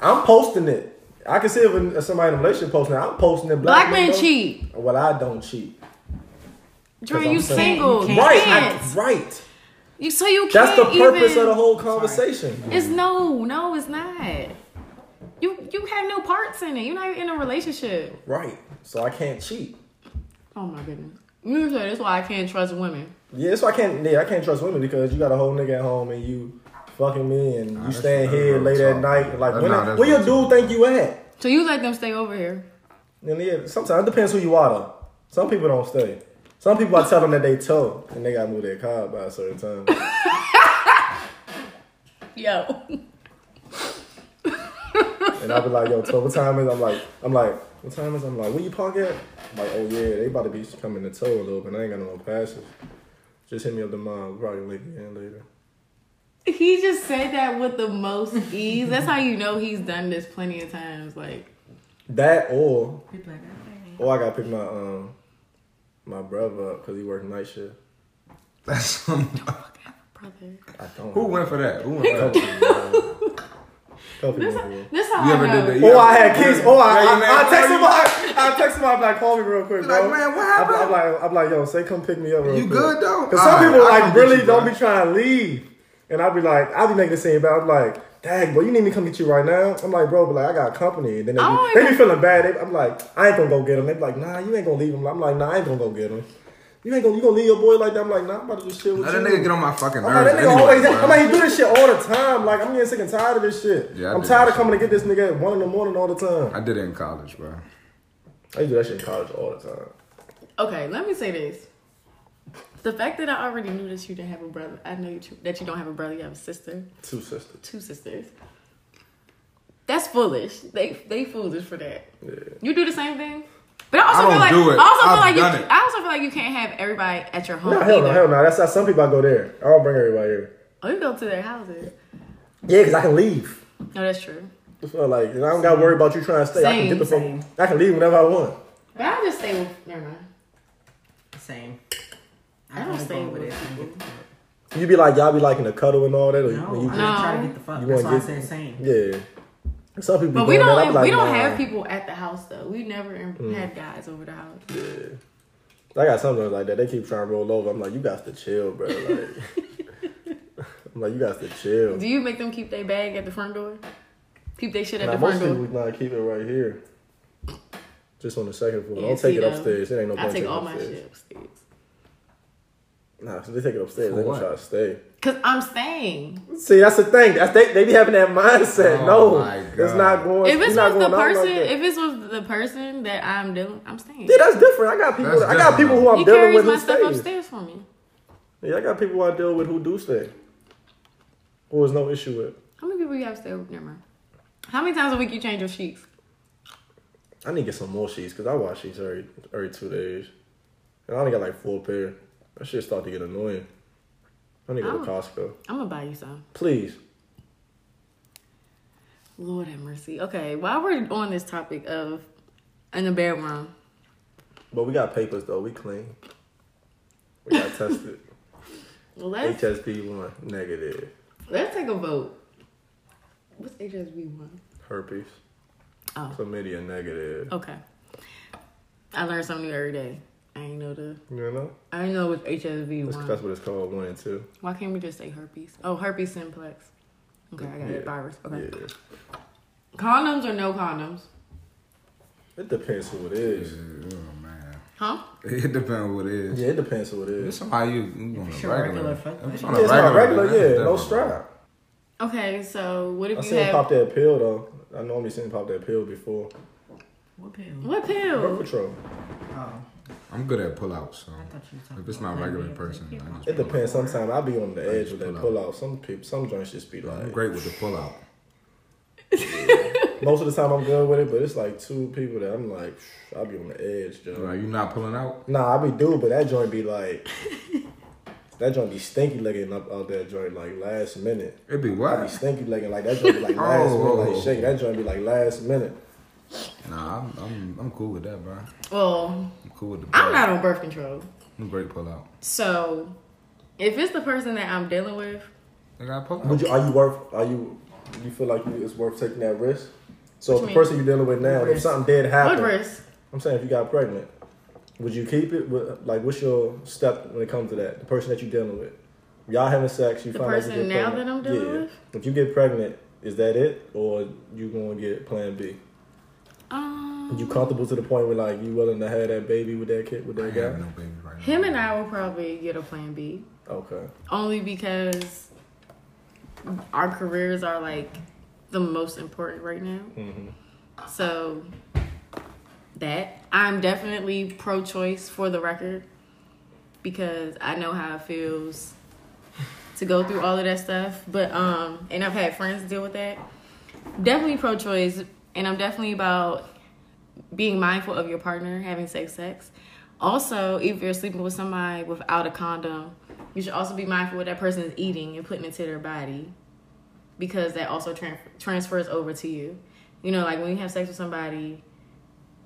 S1: I'm posting it. I can see if when somebody in a relationship posting it. I'm posting it.
S3: black, men
S1: don't-
S3: cheat.
S1: Well, I don't cheat.
S3: Dre,
S1: 'Cause
S3: you
S1: I'm
S3: single,
S4: You
S3: you
S1: right,
S3: can't.
S1: I- right.
S3: You so you can't.
S1: That's the purpose
S3: even-
S1: of the whole conversation.
S3: It's no, no, it's not. You you have no parts in it. You're not even in a relationship.
S1: Right. So I can't cheat.
S3: Oh my goodness. You said that's why I can't trust women.
S1: Yeah, so I can't. Yeah, I can't trust women because you got a whole nigga at home and you fucking me and you
S2: that's-
S1: staying
S2: that's
S1: here
S2: real
S1: late
S2: talk.
S1: at night. Like
S2: That's
S1: when
S2: not-
S1: I-
S2: that's
S1: where your
S2: real
S1: dude think you at?
S3: So you let them stay over here.
S1: And yeah, sometimes it depends who you are though. Some people don't stay. Some people I tell them that they tow and they gotta move their car by a certain time.
S3: Yo.
S1: And I'll be like, yo, tow, what time is? I'm like, I'm like, what time is? I'm like, where you park at? I'm like, oh yeah, they about to be coming to tow a little bit. I ain't got no passes. Just hit me up tomorrow. We'll probably link in later.
S3: He just said that with the most ease. That's how you know he's done this plenty of times. Like,
S1: That or or Oh, I gotta pick my um my brother up because he works night shift.
S2: That's some,
S3: brother.
S1: I don't.
S2: who went for that? Who went for that?
S1: Couple
S3: This,
S1: people.
S3: this how
S2: You
S3: I
S2: ever
S3: know.
S2: did that?
S1: Oh, I had keys. Oh, I,
S2: Yeah,
S1: I,
S2: you mad?
S1: I, text him. I, I text him. I'm like, call me real quick,
S2: Like,
S1: bro.
S2: man, what
S1: I'm,
S2: happened?
S1: I'm like, I'm like, yo, say come pick me up. Real
S2: You
S1: quick.
S2: good, though?
S1: Cause some
S2: Alright,
S1: people
S2: I come
S1: like
S2: get
S1: really
S2: you,
S1: don't
S2: bro.
S1: be trying to leave, and I'll be like, I'll be making the same. But I'm like, dang, boy, you need me to come get you right now. I'm like, bro, but like I got company. And then they
S3: I don't
S1: be, they be
S3: even-
S1: feeling bad. They, I'm like, I ain't gonna go get him. They be like, nah, you ain't gonna leave him. I'm like, nah, I ain't gonna go get him. You ain't gonna you gonna leave your boy like that? I'm like, nah, I'm about to do shit with
S2: Let
S1: you.
S2: that nigga get on my fucking
S1: I'm like,
S2: nerves.
S1: that nigga
S2: anyway,
S1: always,
S2: bro.
S1: I'm like, he do this shit all the time. Like, I'm getting sick and tired of this shit.
S2: Yeah, I
S1: I'm
S2: do
S1: tired
S2: that
S1: of coming to get this nigga at 1 in the morning all the time.
S2: I did it in college, bro.
S1: I used to do that shit in college all the time.
S3: Okay, let me say this. The fact that I already knew that you didn't have a brother, I know you too, that you don't have a brother, you have a sister,
S1: Two sisters.
S3: two sisters. That's foolish. They they foolish for that.
S1: Yeah.
S3: You do the same thing, but I also
S2: I don't
S3: feel like
S2: do it.
S3: I also
S2: I've
S3: feel like
S2: done
S3: you.
S2: it.
S3: I also feel like you can't have everybody at your home.
S1: No, hell no,
S3: either.
S1: hell no. That's how some people I go there. I don't bring everybody here.
S3: Oh, you go to their houses.
S1: Yeah, because I can leave.
S3: No, that's true.
S1: It's not like, and I don't got to worry about you trying to stay. I can get the
S4: Same,
S1: fuck. I can leave whenever I want.
S3: But I just stay with. Never mind.
S4: Same.
S3: I don't
S4: wanna
S3: stay
S4: go over
S3: with
S4: there. I
S3: people.
S4: get the fuck.
S1: You be like, y'all be liking to cuddle and all that. Or you-
S4: No,
S1: when
S4: I'm
S1: you,
S4: not
S3: No.
S4: trying to get the fuck.
S1: You
S4: That's why
S1: wanna
S4: I
S1: get-
S4: said same.
S1: yeah. Some people
S3: But
S1: be
S3: we
S1: doing
S3: don't.
S1: that. I'm like,
S3: we don't
S1: nah.
S3: have people at the house though. We never
S2: Mm.
S3: had guys over the house.
S1: I got something like that. They keep trying to roll over. I'm like, you got to chill, bro. Like, I'm like, you got to chill.
S3: Do you make them keep their bag at the front door? Keep their shit at
S1: Now,
S3: the
S1: most
S3: front
S1: people
S3: door.
S1: nah, keep it right here. Just on the second floor.
S3: Yeah,
S1: don't take
S3: see,
S1: it
S3: though,
S1: upstairs. It ain't no
S3: I
S1: point
S3: take
S1: taking
S3: all my
S1: upstairs.
S3: shit upstairs.
S1: Nah, so they take it upstairs.
S2: For
S1: They gonna
S2: what?
S1: try to stay.
S3: Cause I'm staying.
S1: See, that's the thing. That's they, they be having that mindset.
S2: Oh
S1: no,
S2: my
S1: it's
S2: God.
S1: not going.
S3: if it's
S1: not
S3: with the
S1: going out
S3: person,
S1: like that.
S3: if it's with the person that I'm dealing, I'm staying.
S1: yeah, that's different. I got people.
S2: That's
S1: I got
S2: different,
S1: people who I'm
S3: he
S1: dealing
S3: carries
S1: with
S3: my
S1: who
S3: stuff
S1: stays.
S3: upstairs for me.
S1: Yeah, I got people who I deal with who do stay. Who is no issue with.
S3: How many people you have stay with? Never mind. How many times a week you change your sheets?
S1: I need to get some more sheets because I wash sheets every every two days, and I only got like four pair. That shit start to get annoying. I need to go to
S3: Oh.
S1: Costco.
S3: I'm gonna buy you some.
S1: Please.
S3: Lord have mercy. Okay, while we're on this topic of in the bedroom,
S1: But we got papers though. We clean. We got tested.
S3: let's
S1: HSV one negative.
S3: let's take a vote. What's HSV one?
S1: Herpes.
S3: Oh.
S1: Chlamydia negative.
S3: Okay. I learn something new every day. I ain't know the
S1: You know.
S3: I ain't know it's HSV
S1: That's, that's
S3: one.
S1: what it's called, one and two.
S3: Why can't we just say herpes? Oh, herpes simplex. Okay, I got
S1: Yeah.
S3: that virus. Okay.
S1: Yeah.
S3: Condoms or no condoms?
S1: It depends who it is.
S2: Oh, man.
S3: Huh?
S2: It depends what it is.
S1: Yeah, it depends who it
S2: If It's
S1: is.
S2: somebody you, you on
S4: It's
S2: a
S4: your
S2: regular.
S4: regular fuck
S2: If it's
S4: buddy.
S2: on
S1: Yeah,
S2: a
S1: it's not
S2: regular.
S1: regular, yeah, no
S2: that's different.
S1: strap.
S3: Okay, so what if
S1: I
S3: you
S1: seen
S3: have
S1: pop that pill though. I normally seen pop that pill before.
S4: What pill?
S3: what
S1: Birth
S3: pill?
S1: control.
S4: Oh,
S2: I'm good at pull outs, so
S4: I thought you were talking.
S2: if it's my
S4: about
S2: regular
S4: Lamborghini.
S2: person, I just
S1: It depends. Sometimes I be on the edge with
S2: pull
S1: that
S2: out.
S1: pull out. Some people, some joints just be
S2: I'm
S1: like.
S2: great with the pull out.
S1: Most of the time I'm good with it, but it's like two people that I'm like, I be on the edge, Joe.
S2: Like you not pulling out?
S1: Nah, I be dude, but that joint be like, that joint be stinky looking up out that joint like last minute.
S2: It'd be
S1: I be
S2: what?
S1: stinky looking like that joint be like last
S2: Oh.
S1: minute, like shaking. That joint be like last minute.
S2: Nah, I'm, I'm I'm cool with that, bro.
S3: Well,
S2: I'm cool with the pull
S3: I'm not
S2: out.
S3: on birth control.
S2: I'm great pull out.
S3: So if it's the person that I'm dealing with,
S2: They got pull
S1: Would
S2: out.
S1: you, are you worth? Are you? You feel like you- it's worth taking that risk? So
S3: What
S1: if the
S3: you
S1: person you're dealing with now,
S4: What
S1: if
S4: risk?
S1: something did
S3: what
S1: happen,
S3: risk?
S1: I'm saying if you got pregnant, would you keep it? What- Like, what's your step when it comes to that? The person that you're dealing with, y'all having sex, you
S3: The
S1: find out you
S3: person
S1: get
S3: now
S1: pregnant.
S3: that I'm dealing
S1: yeah.
S3: with?
S1: If you get pregnant, is that it, or you gonna get Plan B?
S3: Um,
S1: You comfortable to the point where like you willing to have that baby with that kid with
S2: I
S1: that
S2: ain't
S1: guy?
S2: have no baby right now.
S3: him and I will probably get a plan B.
S1: Okay.
S3: only because our careers are like the most important right now. So that I'm definitely pro-choice for the record because I know how it feels to go through all of that stuff. But um, and I've had friends deal with that. Definitely pro-choice, and I'm definitely about being mindful of your partner having safe sex. Also, if you're sleeping with somebody without a condom, you should also be mindful what that person is eating and putting into their body because that also tran transfers over to you. You know, like when you have sex with somebody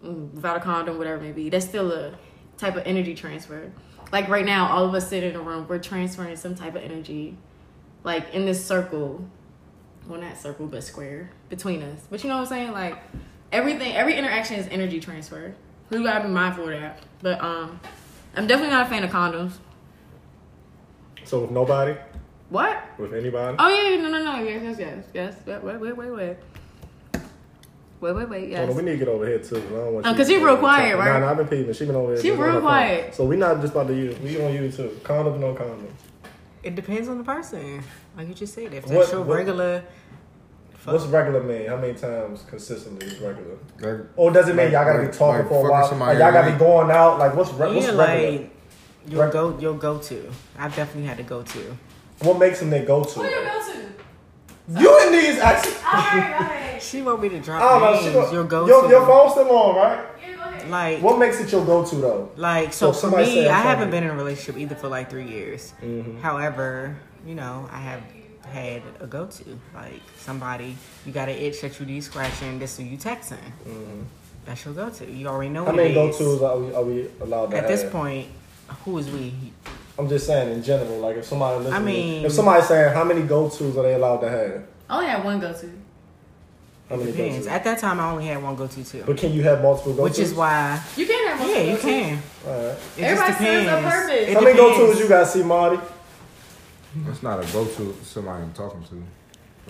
S3: mm, without a condom, whatever it may be, that's still a type of energy transfer. Like right now, all of us sitting in a room, we're transferring some type of energy, like in this circle. Well, not circle, but square between us. But you know what I'm saying? Like everything, every interaction is energy transfer. We gotta be mindful of that. But um, I'm definitely not a fan of condoms.
S1: So with nobody,
S3: What?
S1: with anybody,
S3: Oh yeah, yeah, no, no, no, yes, yes, yes, yes. Wait, wait, wait, wait, wait, wait, wait, wait.
S1: Hold on,
S3: Yes.
S1: we need to get over here too. 'cause I don't want
S3: Oh,
S1: you
S3: 'cause
S1: to-
S3: you real quiet, right?
S1: Nah, nah, I've been peeping. She been over here.
S3: She
S1: just on
S3: real
S1: her phone.
S3: quiet.
S1: So we not just about to use. We on YouTube. Condoms, no condoms.
S4: It depends on the person. Like you just said, if
S1: What-
S4: that's your
S1: what-
S4: regular
S1: What's regular mean? How many times consistently is regular?
S2: Like,
S1: Or does it mean y'all gotta
S2: Like-
S1: be talking
S2: like
S1: for a
S2: fucking
S1: while? Like
S2: somebody
S1: y'all gotta be
S2: every
S1: going out? Like what's, re- what's
S4: Yeah,
S1: regular?
S4: like your
S1: Right.
S4: go your go to. I've definitely had a go to.
S1: what makes them their go
S5: Who you
S1: to?
S5: go to?
S1: You and these actually.
S5: Alright, alright.
S4: She want me to drop
S1: I don't know.
S4: names.
S1: She go,
S4: your go to.
S1: your, your phone's still on, right?
S5: You go ahead.
S4: Like
S1: What makes it your go to though?
S4: like so
S1: So
S4: for
S1: somebody
S4: me,
S1: said Mm-hmm.
S4: I haven't
S1: something.
S4: been in a relationship either for like three years. However, you know, I have had a go to like somebody. You got an itch that you need scratching. This is you texting. That's your go to. You already know
S1: Mm-hmm. How
S4: what it
S1: many go
S4: is.
S1: tos are we, are we allowed to
S4: At
S1: have?
S4: this point, who is we?
S1: I'm just saying in general. Like if somebody listening,
S4: mean-
S1: if somebody's saying how many go tos are they allowed to have?
S3: I only had one go to.
S1: How many go tos?
S4: Depends. At that time, I only had one go to too,
S1: But can you have multiple go tos?
S4: which is why.
S3: You can have
S4: Yeah,
S3: multiple
S4: you
S3: go-tos.
S4: can.
S1: All right.
S4: It
S3: Everybody
S4: just
S3: serves
S4: depends.
S3: a purpose.
S4: It
S1: How many go
S4: depends.
S1: tos you got, see, Marty?
S2: It's not a go to somebody I'm talking to.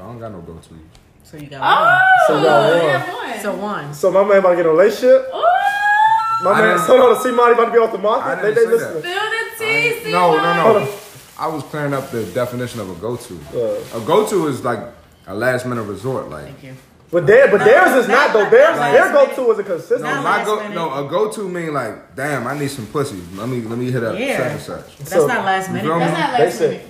S2: I don't got no go to.
S4: So you
S3: Oh,
S4: got
S1: So you got
S3: you
S1: one.
S3: have one.
S4: one. So one.
S1: So my man about to get in a relationship.
S3: Ooh,
S1: My
S2: I
S1: man,
S2: didn't-
S1: so no, see, Marty about to be off the
S2: I
S1: market. They,
S2: didn't
S1: they
S2: say
S1: listening.
S5: Feel the
S2: I-
S5: tea, see
S2: No, no,
S1: Hold
S2: no. I was clearing up the definition of a go to.
S1: Uh.
S2: A go to is like a last minute resort. Like
S4: Thank you.
S1: But, their, but theirs is not though. Theirs, their go to is a consistent.
S2: no,
S4: Not
S2: my
S4: last
S2: go
S4: minute.
S2: no a go to mean like damn I need some pussy. Let me let me hit up
S4: Yeah.
S2: such and such.
S4: That's
S1: So-
S4: not last
S2: You
S4: minute.
S2: feel
S3: that's
S2: me?
S3: not
S1: They
S3: last
S1: said
S3: minute.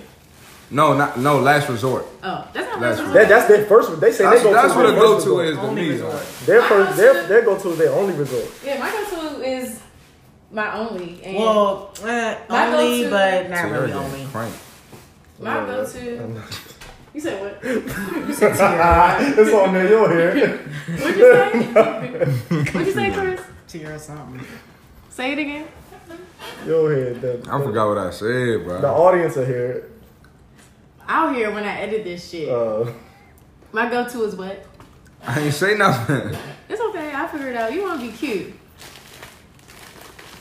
S2: No, not no last resort.
S3: Oh, that's not
S2: Last
S3: last
S2: minute.
S1: That, that's their first. one. They say
S2: That's,
S1: they go
S2: that's
S1: to
S2: what a
S1: their
S2: go
S1: first
S2: to
S1: resort.
S2: is to
S4: Only
S2: me.
S4: resort.
S2: like.
S1: Their first, their, their go to is their only resort.
S3: Yeah, my go to is my only. And
S4: Well, uh,
S3: My
S4: only,
S3: go-to-
S4: but not
S2: See, they're
S4: really
S2: getting
S4: only.
S2: crank.
S3: my go to. You said what?
S1: it's on there. You'll hear.
S3: What'd you say? What'd you say, Chris?
S4: To your something.
S3: Say it again.
S1: You'll hear. The,
S2: I forgot what I said,
S1: the
S2: bro.
S1: audience will hear. it.
S3: I'll hear when I edit this shit.
S1: Uh,
S3: my go to is what?
S2: I ain't say nothing.
S3: It's okay. I figured out. You want to be cute.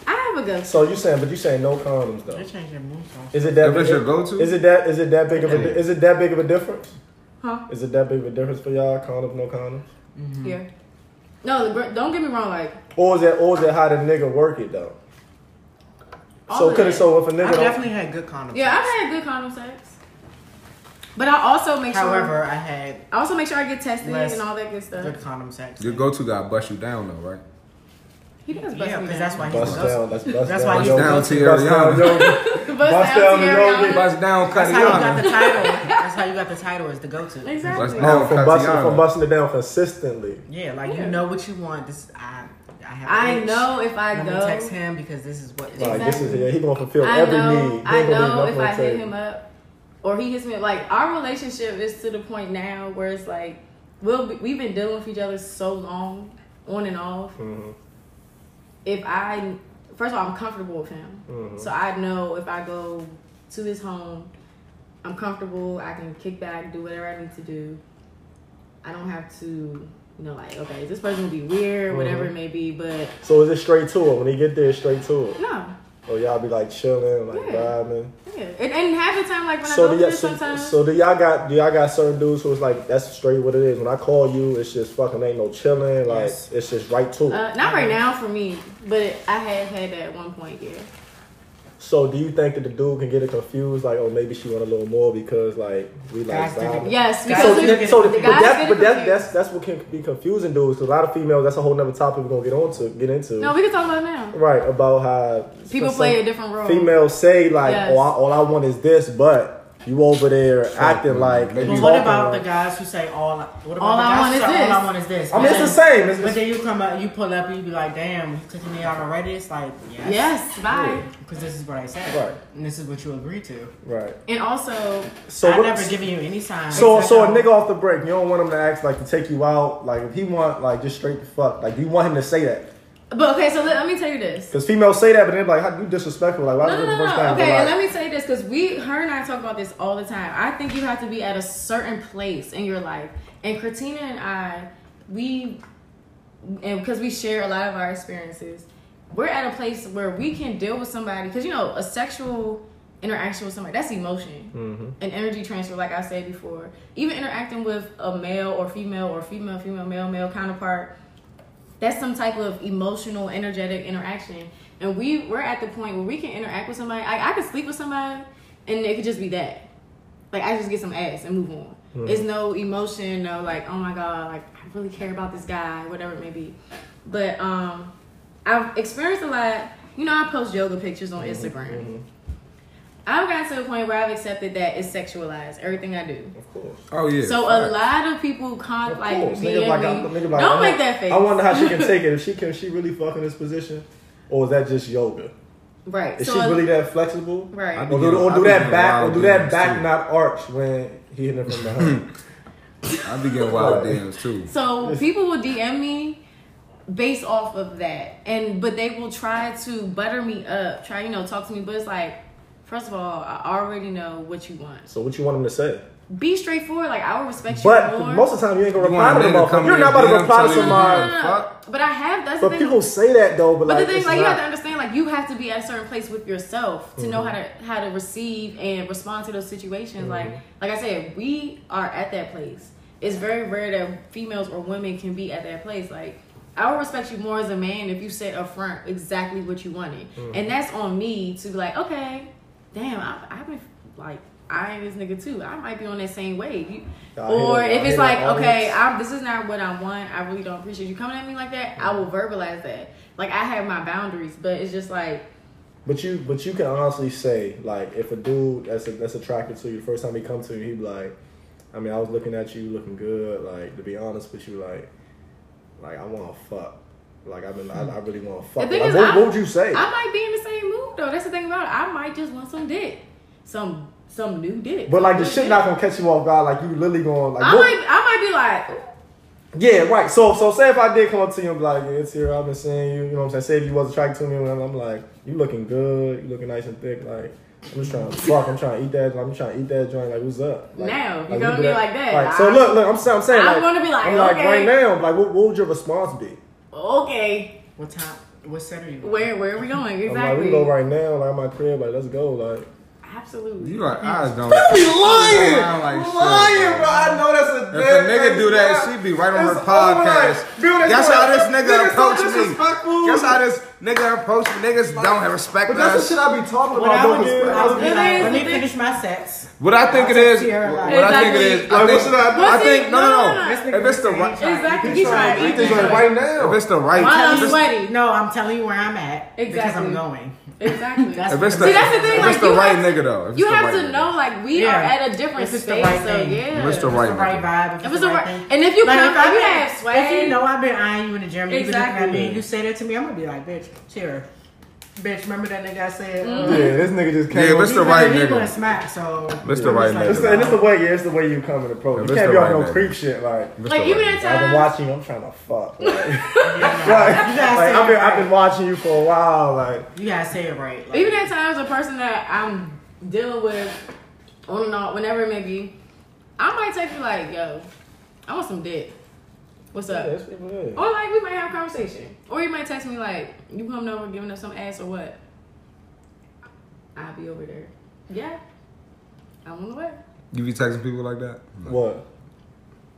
S3: I have a go to.
S1: so you saying, but you saying no condoms
S4: They
S1: though.
S4: changed their mood.
S1: Is it that?
S2: If it's
S1: big-
S2: your go-to?
S1: Is it that? Is it that big of a? di- Is it that big of a difference?
S3: Huh?
S1: Is it that big of a difference for y'all? Condoms, no condoms? Mm-hmm.
S3: Yeah. No, the gr- don't get me wrong. Like,
S1: Or is it? Or is it how the nigga work it though?
S3: all
S1: so
S3: of
S1: could
S3: that.
S1: so if a
S4: I
S1: nigga don't,
S4: definitely had good condoms.
S3: Yeah, I've had good condom sex. But I also make sure.
S4: However, I had
S3: I also make sure I get tested
S4: Less-
S3: and all that good
S4: good
S3: stuff.
S4: condom sex.
S2: Your go to guy bust you down though, right?
S3: He does bust
S4: Yeah,
S3: me
S4: because
S3: down.
S4: that's why he's
S1: bust
S4: the
S1: down.
S4: go
S1: That's bust
S4: That's
S1: down.
S4: why
S1: yo.
S4: you
S2: Down to
S1: Bust down,
S2: Ariana.
S3: Bust
S1: yo. Bust
S3: down
S1: down
S3: to
S1: the
S3: your
S1: road.
S3: yard.
S2: Bust down
S4: That's how you got the
S2: Katiana.
S4: title. That's how you got the title is the go to.
S2: Bust
S3: Exactly.
S2: down
S1: Oh, from busting, from
S2: Katiana.
S1: busting it down consistently.
S4: Yeah, like
S3: Yeah.
S4: you know what you want. This I I have.
S3: I
S4: an itch.
S3: know if I
S4: Let me
S3: go.
S4: text him because this is what.
S1: Like this is yeah, he gonna fulfill
S3: I
S1: every
S3: know.
S1: need. He
S3: I
S1: ain't gonna leave
S3: know
S1: nothing
S3: if
S1: on
S3: I
S1: the
S3: hit
S1: table.
S3: him up or he hits me up. Like our relationship is to the point now where it's like we'll be, we've been dealing with each other so long, on and off.
S1: Mm-hmm,
S3: If I first of all, I'm comfortable with him,
S1: Mm-hmm.
S3: so I know if I go to his home, I'm comfortable. I can kick back, do whatever I need to do. I don't have to, you know, like okay, this person will be weird, whatever
S1: Mm-hmm.
S3: it may be, but
S1: So is it straight to it when he get there? Straight to it,
S3: no.
S1: or y'all be like chilling, like
S3: Yeah.
S1: vibing.
S3: Yeah. And, and half the time, like when I
S1: So
S3: go
S1: do
S3: through
S1: y'all,
S3: this
S1: so,
S3: sometimes,
S1: so do y'all got do y'all got certain dudes who's like that's straight what it is. When I call you, it's just fucking ain't no chilling. Like
S4: Yes.
S1: it's just right to it.
S3: Uh, not right now for me, but I have had that at one point, yeah.
S1: So do you think that the dude can get it confused? Like oh maybe she want a little more because like we like
S4: Guys do
S1: vibing.
S3: Yes,
S4: Guys
S1: So,
S3: because
S4: do
S1: that-
S4: get-
S1: so
S3: the
S1: but
S3: guys
S1: that's
S3: get
S1: but that's
S3: confused.
S1: that's that's what can be confusing dudes. 'cause a lot of females, that's a whole nother topic we're gonna get on to get into.
S3: no, we can talk about it now.
S1: Right about how
S3: People
S1: some
S3: play a different role.
S1: Females say like,
S3: Yes.
S1: "Oh, I, all I want is this," but you over there acting like.
S2: But
S1: you
S4: But what
S1: walking
S4: about
S1: around-
S4: the guys who say all? I- What about
S3: All
S4: the
S3: I
S4: guys
S3: want
S4: who
S3: is
S4: say,
S3: this.
S4: All I want is this.
S1: I mean, it's the
S4: But
S1: same. It's,
S4: then- But then you come up, you pull up, and you be like, "Damn, you taking me out already?" It's like, yes,
S3: Yes, bye.
S4: because this is what I said,
S1: Right.
S4: and this is what you agreed to.
S1: right.
S3: And also,
S1: So
S4: I've
S1: what-
S4: never given you any sign.
S1: So so a
S4: oh,
S1: nigga off the break, you don't want him to ask like to take you out. Like if he want like just straight the fuck. Like do you want him to say that?
S3: but okay, so let, let me tell you this.
S1: Because females say that, but they're like, "How you disrespectful?" Like why
S3: No,
S1: was
S3: no,
S1: it the
S3: no,
S1: first
S3: no.
S1: time?
S3: Okay,
S1: But,
S3: and
S1: like,
S3: let me say this because we, her and I talk about this all the time. I think you have to be at a certain place in your life. And Katina and I, we, and because we share a lot of our experiences, we're at a place where we can deal with somebody because you know a sexual interaction with somebody that's emotion
S1: Mm-hmm.
S3: and energy transfer. Like I said before, even interacting with a male or female or female female male male counterpart, that's some type of emotional energetic interaction and we we're at the point where we can interact with somebody i, I could sleep with somebody and it could just be that like i just get some ass and move on
S1: Mm-hmm.
S3: It's no emotion, no like, oh my god, like I really care about this guy, whatever it may be. But um, I've experienced a lot. You know, I post yoga pictures on
S1: Mm-hmm.
S3: Instagram. I've gotten to the point where I've accepted that it's sexualized. Everything I do.
S1: Of course.
S2: Oh yeah.
S3: So a
S4: uh,
S2: facts.
S3: lot of people can't
S1: Of
S3: like
S1: course.
S3: DM
S1: Niggas like,
S3: me.
S1: I, niggas like, I
S3: Don't
S1: wonder-
S3: make that face.
S1: I wonder how she can take it. If she can, she really fuck in this position, or is that just yoga?
S3: right.
S1: Is
S3: so
S1: she
S3: a-
S1: really that flexible?
S3: right.
S2: I
S1: Or do, or do that back, or do that back not arch when he hit it from behind.
S2: I be getting wild DMs too.
S3: So people will DM me based off of that, and but they will try to butter me up, try you know talk to me, but it's like. First of all, I already know what you want.
S1: so what you want him to say?
S3: Be straightforward. Like I will respect you
S1: But
S3: more.
S1: most of the time you ain't gonna
S2: You
S1: reply
S2: want
S1: to the
S2: men to come
S1: motherfucker. You're
S2: in
S1: not about
S2: and
S1: to
S2: DM
S1: reply to
S2: somebody.
S1: somebody.
S2: Fuck.
S3: But I have. That's the
S1: But
S3: thing.
S1: people say that though,
S3: but
S1: but, like,
S3: the thing,
S1: it's
S3: like you
S1: not.
S3: have to understand, like you have to be at a certain place with yourself to know how to
S1: Mm-hmm.
S3: how to receive and respond to those situations. Like, like I said, we are at that place. It's very rare that females or women can be at that place. Like, I will respect you more as a man if you said up front exactly what you wanted,
S1: Mm-hmm.
S3: and that's on me to be like, okay, damn, I, I've been like. I ain't this nigga too. I might be on that same wave. You,
S1: Y'all hate
S3: or
S1: it.
S3: if
S1: Y'all
S3: it's
S1: hate
S3: like,
S1: it, audience.
S3: okay, I, this is not what I want. I really don't appreciate you coming at me like that.
S1: Mm.
S3: I will verbalize that. Like I have my boundaries, but it's just like
S1: But you, but you can honestly say, like, if a dude that's that's attracted to you, the first time he comes to you, he be like, I mean, I was looking at you, looking good. Like, to be honest with you, like, like I want to fuck. Like, I've been, I, I really want to fuck.
S3: thing
S1: Like,
S3: is,
S1: what,
S3: I-
S1: what would you say?
S3: I might be in the same mood though. That's the thing about it. I might just want some dick, some some new dick.
S1: but like,
S3: Some
S1: the
S3: new
S1: shit
S3: dick.
S1: not gonna catch you off guard. Like, you literally going like,
S3: I
S1: what-
S3: might I might be like, ooh,
S1: yeah, right. So, so say if I did come up to you and be like, yeah, it's here, I've been seeing you. You know what I'm saying? Say if you was attracted to me, and I'm like, you looking good, you looking nice and thick, like. I'm just trying to fuck. I'm trying to eat that. I'm trying to eat that joint. Like, what's up? Like,
S3: No, you
S1: do
S3: gonna be
S1: that-
S3: like that.
S1: Right. So
S3: I-
S1: look, look. I'm, sa- I'm saying.
S3: I'm
S1: like,
S3: gonna be like,
S1: I'm
S3: okay.
S1: right now. Like, what, what would your response be?
S3: okay,
S4: What time? What set are you? on?
S3: where where are we going
S1: I'm like, we
S3: exactly?
S1: can go right now. Like, my crib. Like, let's go. Like,
S3: Absolutely.
S2: You like eyes don't.
S1: be
S2: lying. Lying like Lying, shit, bro. bro. I
S1: know that's
S2: If a nigga do that, she be right on her podcast. That's how this nigga approached me. That's how this nigga approached me. Niggas don't have respect
S1: But
S2: for
S1: that's
S2: us.
S1: the shit I be talking
S4: What I
S1: about.
S4: would do,
S1: though,
S4: I would be
S3: It
S4: like,
S3: is,
S4: let me
S3: it is.
S4: finish my sets.
S2: What I think it is. What
S4: Sierra like-
S2: I think it is.
S3: Exactly.
S1: Like,
S2: I
S1: what should
S2: think.
S1: I do?
S2: I think. No,
S3: No, no,
S2: no,
S4: no.
S2: no. If it's the right.
S3: Exactly.
S4: He's
S3: He's
S4: trying
S3: right.
S4: to eat
S3: He's
S4: this
S3: right.
S1: like, right now.
S2: If it's the right.
S3: Why I'm
S2: if it's-
S3: sweaty?
S4: No, I'm telling you where I'm at because
S3: Exactly.
S4: I'm going.
S3: Exactly.
S4: That's-
S2: If it's the,
S3: See, that's the thing,
S2: If
S3: like,
S2: it's the
S3: you
S2: right
S3: have to-
S2: nigga though. If it's
S3: you
S2: the
S3: have
S2: right
S3: to
S2: nigga.
S3: know, like we
S4: Yeah.
S3: are at a different
S4: If it's
S3: space.
S4: the
S3: so
S4: right thing.
S3: yeah,
S2: If it's the
S4: If
S2: right
S4: it's the
S2: nigga.
S4: right vibe. If
S3: It
S4: it's
S3: was
S4: the
S3: a right.
S4: right thing.
S3: And if you
S4: Like,
S3: come,
S4: if,
S3: if,
S4: I
S3: you
S4: met-
S3: have swag,
S4: if you know I've been eyeing you in the gym, and you been looking at me,
S3: Exactly.
S4: and you say that to me, I'm gonna be like, bitch, cheer, bitch. Remember that nigga I said? uh,
S3: Mm-hmm.
S1: Yeah, this nigga just came.
S2: Yeah,
S1: up-
S2: but it's
S4: he
S2: the right
S4: gonna- He
S2: nigga.
S4: gonna smack. So
S2: It's the right
S1: It's
S2: nigga.
S1: the, and it's the way, yeah, it's the way you come and approach.
S2: If
S1: You
S2: it's
S1: can't
S2: the
S1: be on no
S2: right nigga.
S1: creep shit. Like,
S2: If it's
S3: like
S2: the
S3: even
S2: right
S3: at
S1: I've been
S3: times,
S1: watching you. I'm trying to fuck. Like, like,
S4: gotta
S1: like,
S4: say
S1: I've
S4: you're
S1: been, I've
S4: right.
S1: been watching you for a while. Like,
S4: You gotta say it right. Like,
S3: even at times, a person that I'm dealing with on and off, whenever it may be, I might text you like, "Yo, I want some dick. What's
S1: yeah,
S3: up?"
S1: that's what it is.
S3: Or like we might have a conversation, or you might text me like, "You coming over giving us some ass or what?" I'll be over there. Yeah, I'm on the way.
S2: You be texting people like that? Like,
S1: what?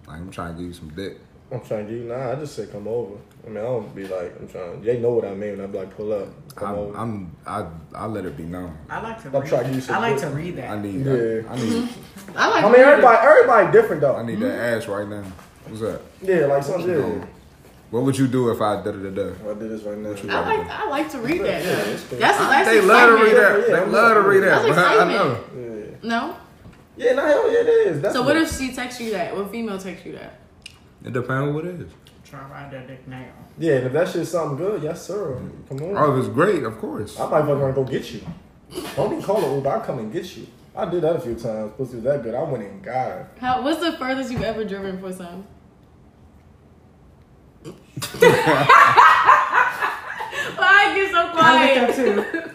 S2: I'm trying to give you some dick.
S1: I'm trying to do. Nah, I just said come over. I mean, I don't be like I'm trying. They know what I mean. when I be like pull up, come
S2: I'm,
S1: over.
S2: I'm I I let it be known.
S4: I like to.
S1: I'm
S4: Read.
S1: trying to use some
S4: I like to
S1: good-
S4: read
S2: I
S4: that.
S2: need
S1: Yeah.
S2: that. I need
S3: I like.
S1: I mean, everybody, everybody different though.
S2: I need that
S3: Mm-hmm.
S2: ass right now. What's up?
S1: yeah, like some yeah.
S2: Um, What would you do if I da da da da?
S1: I did this right now.
S2: you
S3: I like. I like to read that.
S1: Yeah,
S3: though.
S1: it's cool.
S3: That's that's
S2: They love to read
S3: excitement.
S2: that. They love to read that.
S3: That's
S2: bruh. I
S3: excitement.
S2: know.
S1: Yeah,
S3: No.
S1: yeah, nah, hell yeah, it is. That's
S3: So what if she texts you that? What female texts you that?
S2: It depends on what it is.
S3: Mm-hmm.
S4: Try to ride that dick now.
S1: Yeah, and if that shit's something good, yes sir. Come on.
S2: Oh, if it's great, of course.
S1: I might fucking wanna go get you. Don't even call an Uber. I'll come and get you. I did that a few times. Pussy was that good. I went and got her.
S3: How? What's the furthest you've ever driven for some? Why you so
S4: I looked
S3: quiet?
S4: up too.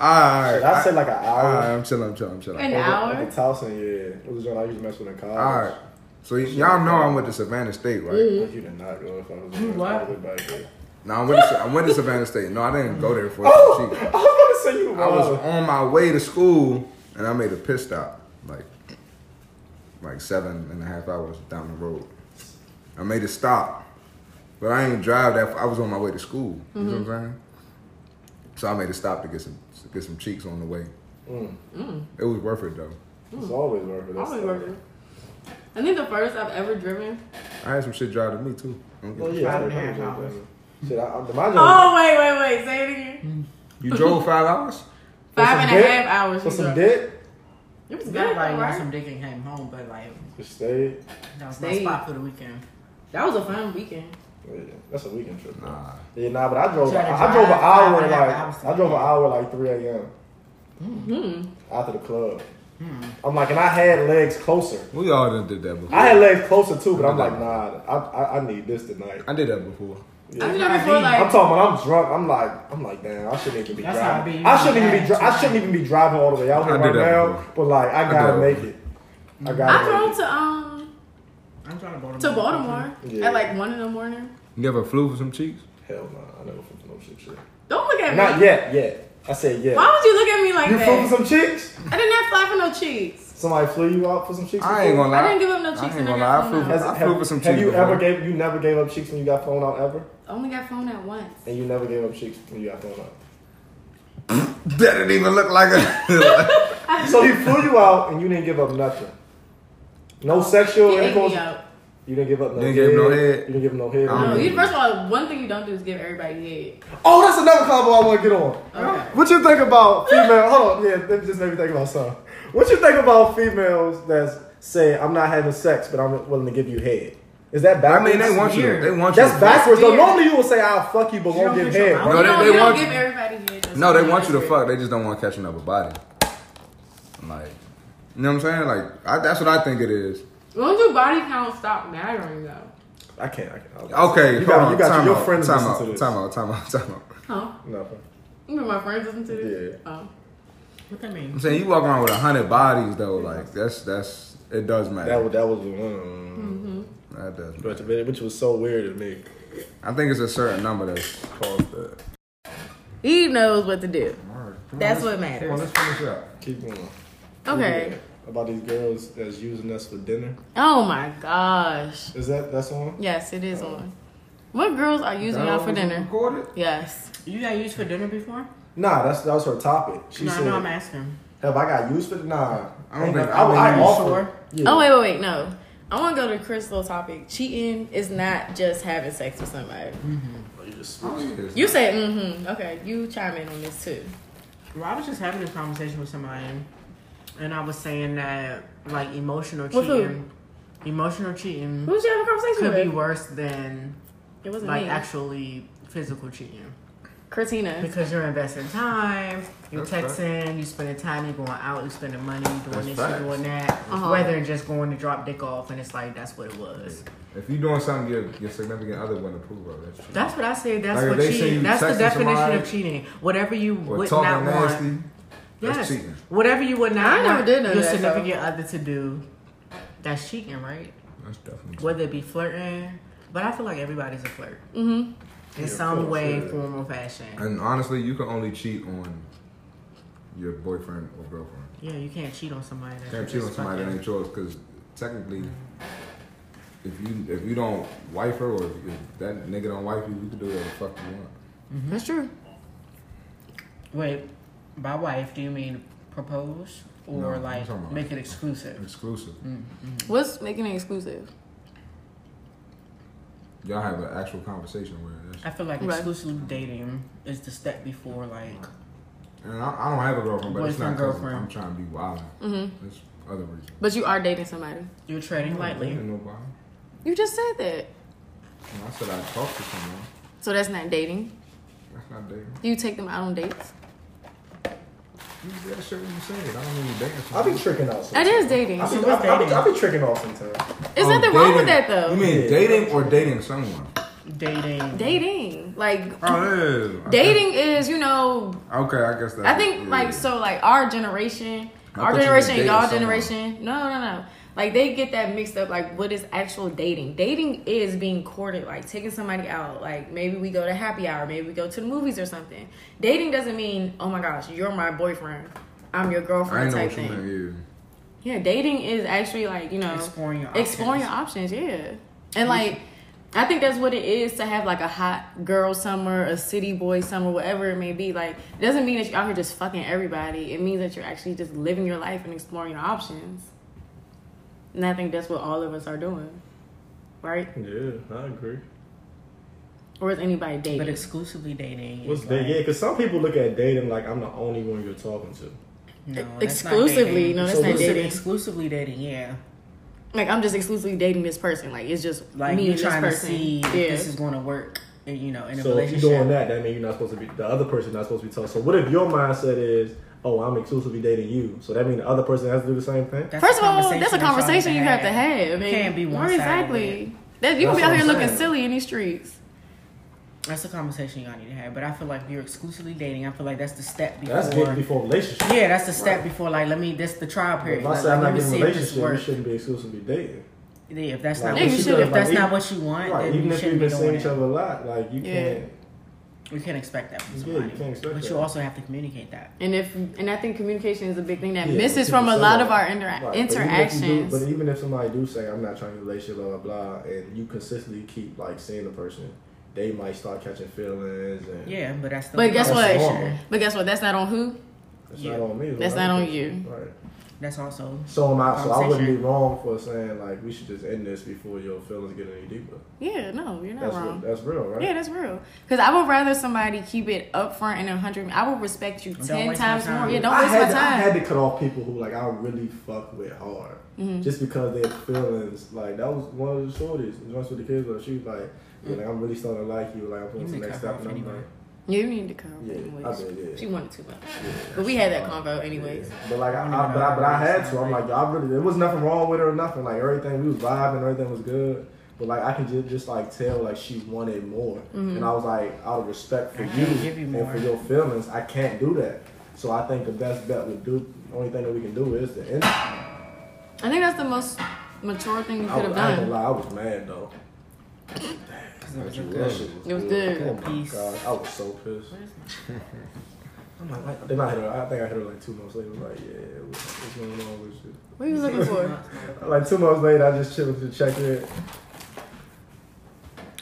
S2: Alright.
S1: I said oh. like an
S2: Alright,
S1: hour.
S2: I'm chilling, I'm chilling, I'm chilling.
S3: An
S1: Over-
S3: hour?
S1: over Towson, yeah. It was when I used to mess with in college.
S2: Alright. So y- y'all know I went to Savannah State, right?
S1: But you did not go if I was in
S4: what?
S1: college back then.
S2: No, I went to I went to Savannah State. No, I didn't go there for some
S1: Oh,
S2: cheating.
S1: I was gonna say you.
S2: I was
S1: wild.
S2: on my way to school and I made a pit stop, like like seven and a half hours down the road. I made a stop, but I didn't drive that. Far. I was on my way to school. You know
S1: Mm-hmm.
S2: what I'm saying? So I made a stop to get some to get some cheeks on the way. It was worth it though.
S1: Mm. It's always worth it. That's
S3: Always
S1: the-
S3: worth it. I think the first I've ever driven.
S2: I had some shit drive to me too.
S1: Well, Oh, yeah,
S4: Five
S1: I
S4: and a half
S1: remember
S4: hours.
S1: that. Shit, I, I, my job.
S3: Oh wait, wait, wait. Say it again.
S2: You drove five hours?
S3: Five
S1: Mm. some
S3: and a
S1: dick?
S3: half hours.
S1: For
S3: you
S1: some
S3: drove.
S1: dick,
S3: It was
S4: Got
S3: good,
S4: like
S3: though,
S4: got
S3: right?
S4: some dick and came home, but like
S1: just stay.
S4: that was
S3: Stayed.
S4: my spot for the weekend.
S3: That was a fun weekend.
S1: Yeah, that's a weekend trip.
S2: Nah.
S1: Yeah, nah, but I drove.
S4: Try
S1: I,
S4: to
S1: I drove an
S4: drive
S1: hour
S4: five and a half hours
S1: like
S4: to
S1: I drove an
S4: get there.
S1: hour like three a.m.
S3: Hmm.
S1: after the club.
S4: Hmm.
S1: I'm like, and I had legs closer.
S2: We all done did that before.
S1: I had legs closer too, but I'm
S2: Yeah.
S1: like, nah, I, I, I need this tonight.
S2: I did that before.
S3: I
S1: Yeah.
S3: did that before,
S1: I'm
S3: like,
S1: talking when I'm drunk. I'm like, I'm like, damn, I shouldn't even be
S4: That's how I
S1: driving.
S4: be.
S1: I, shouldn't even be. Dri- I shouldn't even be driving all the way out
S2: I
S1: here
S2: did
S1: right
S2: that
S1: now.
S2: before.
S1: But like, I
S2: did
S1: gotta
S2: that
S1: make
S2: before.
S1: it. I
S3: I
S1: gotta.
S3: drove
S1: make it.
S3: to um
S4: I'm trying to Baltimore.
S3: to Baltimore
S1: Yeah.
S3: at like one in the morning.
S2: You ever flew for some cheeks?
S1: Hell no, I never flew for no shit. shit.
S3: Don't look at
S1: Not
S3: me.
S1: yet, yet. I said yeah.
S3: Why would you look at me like
S1: You flew
S3: that?
S1: for some chicks?
S3: I did not fly for no cheeks.
S1: Somebody flew you out for some chicks?
S2: I ain't gonna lie.
S3: I didn't give up no cheeks
S2: I
S3: when
S2: ain't
S3: I
S2: gonna
S3: got
S2: lie. I flew,
S3: flown
S1: Has-
S2: I flew for some cheeks.
S1: Have you ever
S2: before.
S1: gave? You never gave up chicks when you got phone out ever,
S3: I only got phone out once.
S1: and you never gave up chicks when you got phone out.
S2: That didn't even look like a.
S1: So he flew you out, and you didn't give up nothing. No sexual
S3: He ate
S1: intercourse.
S3: me out.
S1: You didn't give up no.
S2: Didn't give him no head.
S1: You didn't give him no head.
S2: I
S3: No,
S2: don't
S3: you, first of all, one thing you don't do is give everybody
S1: Oh, that's another combo I want to get on.
S3: head. Okay.
S1: What you think about female? hold on, yeah, that just made me think about something. What you think about females that say I'm not having sex, but I'm willing to give you head? Is that
S2: I
S1: backwards?
S2: mean, they want you.
S4: weird.
S2: They want you.
S1: That's backwards. Though
S3: weird.
S1: normally you will say I'll fuck you, but won't
S4: don't
S1: give
S4: put
S1: head.
S4: your mouth
S2: No,
S3: you
S2: they-
S3: don't,
S2: they
S3: you don't
S2: want-
S3: give everybody head. That's
S2: No, they
S3: what
S2: want you to
S3: I'm
S2: fuck. They just don't want catching up a body. Like, you know what I'm saying? Like, I, that's what I think it is.
S3: Once your body count stop mattering though.
S1: I can't. I can't. I'll-
S2: Okay,
S1: You
S2: hold
S1: got-
S2: on.
S1: you got
S2: time
S1: your
S2: out,
S1: friends
S2: time
S1: listen
S2: out,
S1: to this.
S2: Time out. Time out. Time out.
S3: Huh?
S1: Nothing.
S3: Even my friends listen to this. Oh.
S4: What that mean?
S2: I'm saying you walk around with a hundred bodies though. Like, that's that's it does matter.
S1: That was that was mm,
S2: That does. Matter.
S1: but- but- which was so weird to me.
S2: I think it's a certain number that's caused that.
S3: He knows what to do. That's what
S2: Come on,
S3: matters.
S2: let's finish up.
S1: Keep going.
S3: Okay.
S1: Yeah. About these girls that's using us for dinner.
S3: Oh my gosh.
S1: Is that that's on?
S3: Yes, it is on. What girls are using y'all for dinner?
S2: Recorded?
S3: Yes.
S4: You got used for dinner before?
S1: Nah, that's that was her topic. She
S4: no,
S1: said,
S4: no, I'm asking.
S1: "Have I got used for the nah?"
S2: I don't
S1: Ain't
S2: think-
S1: nothing-
S2: I don't
S1: I, I,
S2: think you
S1: offer. Yeah.
S3: Oh wait, wait, wait, no. I want to go to Chris' little topic. Cheating is not just having sex with somebody.
S1: You just
S2: Oh, yes.
S3: You said, mm-hmm. Okay, you chime in on this too.
S4: Well, I was just having this conversation with somebody, and I was saying that like emotional
S3: With who?
S4: cheating, emotional cheating
S3: Who's you having a conversation
S4: could be
S3: with?
S4: worse than
S3: it wasn't
S4: like
S3: me.
S4: actually physical cheating
S3: Christina.
S4: because you're investing time, you're
S2: That's
S4: texting, you spending time, you going out, you spending money, you doing
S2: That's
S4: this,
S2: facts.
S4: you doing that,
S3: Uh-huh.
S4: rather than just going to drop dick off, and it's like that's what it was.
S2: If you're doing something your, your significant other wouldn't approve of, that's true.
S4: That's what I say. That's
S2: Like, if
S4: what
S2: they see you
S4: cheating. That's the
S2: texting
S4: definition
S2: somebody
S4: of cheating. Whatever you
S2: or
S4: would
S2: talking
S4: not want.
S2: nasty.
S4: Yes.
S2: That's cheating.
S4: Whatever you would not
S3: I never
S4: want
S3: did know
S4: your
S3: that,
S4: significant other to do, that's cheating, right?
S2: That's definitely cheating.
S4: Whether it be flirting, but I feel like everybody's a flirt
S3: Mm-hmm.
S4: in
S1: Yeah, of
S4: some
S1: course,
S4: way,
S1: yeah.
S4: form, or fashion.
S2: And honestly, you can only cheat on your boyfriend or girlfriend.
S4: Yeah, you can't cheat on somebody. That
S2: You can't
S4: you
S2: cheat on
S4: just
S2: somebody that
S4: fucking-
S2: ain't yours because technically, if you if you don't wife her or if, if that nigga don't wife you, you can do whatever the fuck you want.
S3: That's true.
S4: Wait, by wife, do you mean propose
S2: No,
S4: or
S2: I'm
S4: like
S2: talking about-
S4: make it exclusive?
S2: Exclusive.
S4: Mm.
S3: What's making it exclusive?
S2: Y'all have an actual conversation where that's,
S4: I feel like
S3: Right.
S4: exclusive dating is the step before like
S2: and I, I don't have a girlfriend, but it's not
S4: Boyfriend,
S2: because
S4: girlfriend.
S2: I'm trying to be wild.
S3: Mm-hmm.
S2: There's other reasons.
S3: But you are dating somebody.
S4: you're
S2: Oh,
S4: trading lightly.
S2: Ain't nobody.
S3: You just said that.
S2: And I said I talked to someone.
S3: So that's not dating.
S2: That's not dating.
S3: Do you take them out on dates?
S2: You did that shit when you said it. I don't even date.
S1: I be tricking out.
S3: That
S1: Sometimes.
S3: is dating.
S1: I
S3: There's
S1: be, I, I be, I be tricking off sometimes.
S3: nothing wrong with that though.
S2: You mean
S1: Yeah.
S2: dating or dating someone?
S4: Dating.
S3: dating, like
S2: Oh, yeah.
S3: dating, is you know.
S2: Okay, I guess that's.
S3: I think
S2: yeah.
S3: like so like our generation,
S2: I
S3: our
S2: thought you meant
S3: generation, and
S2: dating
S3: y'all
S2: someone.
S3: generation. No, no, no. Like they get that mixed up. Like what is actual dating? Dating is being courted, like taking somebody out. Like maybe we go to happy hour, maybe we go to the movies or something. Dating doesn't mean oh my gosh, you're my boyfriend, I'm your
S2: I
S3: girlfriend
S2: know
S3: type
S2: what you
S3: thing.
S2: meant.
S3: Yeah, dating is actually like you know
S4: Exploring your
S3: exploring
S4: options.
S3: your options. Yeah, and like I think that's what it is to have like a hot girl summer, a city boy summer, whatever it may be. Like, it doesn't mean that you're out here just fucking everybody. It means that you're actually just living your life and exploring your options. And I think that's what all of us are doing, right?
S6: Yeah, I agree.
S3: Or is anybody dating?
S4: But exclusively dating.
S1: What's
S4: is
S1: that?
S4: like,
S1: Yeah, because some people look at dating like I'm the only one you're talking to.
S4: no, that's not
S3: exclusively,
S4: dating.
S3: no, that's
S1: So
S3: not
S1: what's it
S3: dating.
S4: Exclusively dating, yeah.
S3: like, I'm just exclusively dating this person. Like, it's just
S4: Like
S3: me
S4: you
S3: and this
S4: trying to
S3: person.
S4: see
S3: yeah.
S4: if this is going to work, and, you know, in a
S1: So if you're
S4: relationship.
S1: doing that, that means you're not supposed to be the other person not supposed to be talking. So what if your mindset is, oh, I'm exclusively dating you? So that means the other person has to do the same thing.
S4: That's a
S3: First of all, that's a
S4: y'all
S3: conversation you have to have.
S4: You
S3: and-
S4: can't be one
S3: Right, Exactly. That, you
S1: That's
S3: can be out
S1: what
S3: here
S1: I'm
S3: looking
S1: saying.
S3: silly in these streets.
S4: That's a conversation y'all need to have. But I feel like you're exclusively dating. I feel like that's the step before.
S1: That's getting before a relationship.
S4: yeah, that's the step before. Like, let me. That's the trial period.
S1: If I
S4: Like,
S1: say I'm
S4: let
S1: not
S4: me
S1: getting
S4: see
S1: a
S4: if this
S1: relationship, you
S4: works.
S1: shouldn't be exclusively dating.
S4: Yeah, if that's
S1: Like,
S4: not
S3: Yeah,
S4: what
S3: you
S4: you,
S3: should-
S4: if that's
S1: like,
S4: not what you want,
S1: Right,
S4: then
S1: even
S4: you
S1: if you've
S4: shouldn't be
S1: been seeing
S4: doing
S1: each
S4: it.
S1: other a lot, like you
S3: Yeah.
S1: can't.
S4: You can't expect that from
S1: Yeah,
S4: somebody.
S1: you can't expect
S4: but
S1: that.
S4: you also have to communicate that.
S3: And if and I think communication is a big thing that
S1: Yeah,
S3: misses
S1: people
S3: from a
S1: say
S3: lot
S1: that.
S3: of our intera-
S1: Right, but even if you do-
S3: interactions.
S1: But even if somebody do say I'm not trying to relationship, blah blah blah, and you consistently keep like seeing the person, they might start catching feelings and
S4: Yeah, but that's still
S3: But guess
S1: That's
S3: what?
S1: normal.
S3: But guess what? That's not on who.
S1: that's
S4: Yeah.
S1: not on me.
S3: That's
S1: right?
S3: not on you.
S1: Right.
S4: That's also
S1: So am I. So I wouldn't be
S4: Conversation.
S1: wrong for saying like we should just end this before your feelings get any deeper.
S3: Yeah, no, you're not
S1: That's
S3: wrong.
S1: what, that's real, right?
S3: yeah, that's real. Because I would rather somebody keep it up front and a hundred. I would respect you
S4: Don't
S3: ten
S4: waste my
S3: times
S4: time.
S3: more. Yeah, don't
S1: I
S3: waste
S1: had,
S3: my
S1: to, I had
S3: time.
S1: to cut off people who like I really fuck with hard,
S3: Mm-hmm.
S1: just because their feelings. Like that was one of the shorties. It was with the kids, but she was like,
S3: Mm.
S1: yeah, like, "I'm really starting to like you. Like I'm going to
S4: You
S1: the
S4: can
S1: next
S4: cut her
S1: step."
S4: off
S1: And I'm
S4: anyway.
S1: like,
S3: You need to come.
S1: Yeah,
S3: anyways.
S1: I did, yeah.
S3: She wanted too much, but we had that convo anyways.
S1: Yeah. But like I, I, but I, but I had to. I'm like, I really, there was nothing wrong with her or nothing. Like everything, we was vibing, everything was good. But like I can just, just like tell like she wanted more,
S3: Mm-hmm.
S1: and I was like, out of respect for
S4: I
S1: you,
S4: can't give you
S1: and
S4: more.
S1: for your feelings, I can't do that. So I think the best bet would do. The only thing that we can do is to end. it. I,
S3: I think that's the most mature thing you could have
S1: was- I ain't gonna
S3: done.
S1: lie, I was mad though.
S4: because it was a
S1: That
S4: good.
S1: shit
S3: It was good.
S1: Oh my
S4: Peace.
S1: god, I was so pissed. I'm like, I- then I hit her. I think I hit her like two months later. I was like, yeah, what- what's going on with you?
S3: What are you looking for?
S1: Like two months later, I just chilled to check it.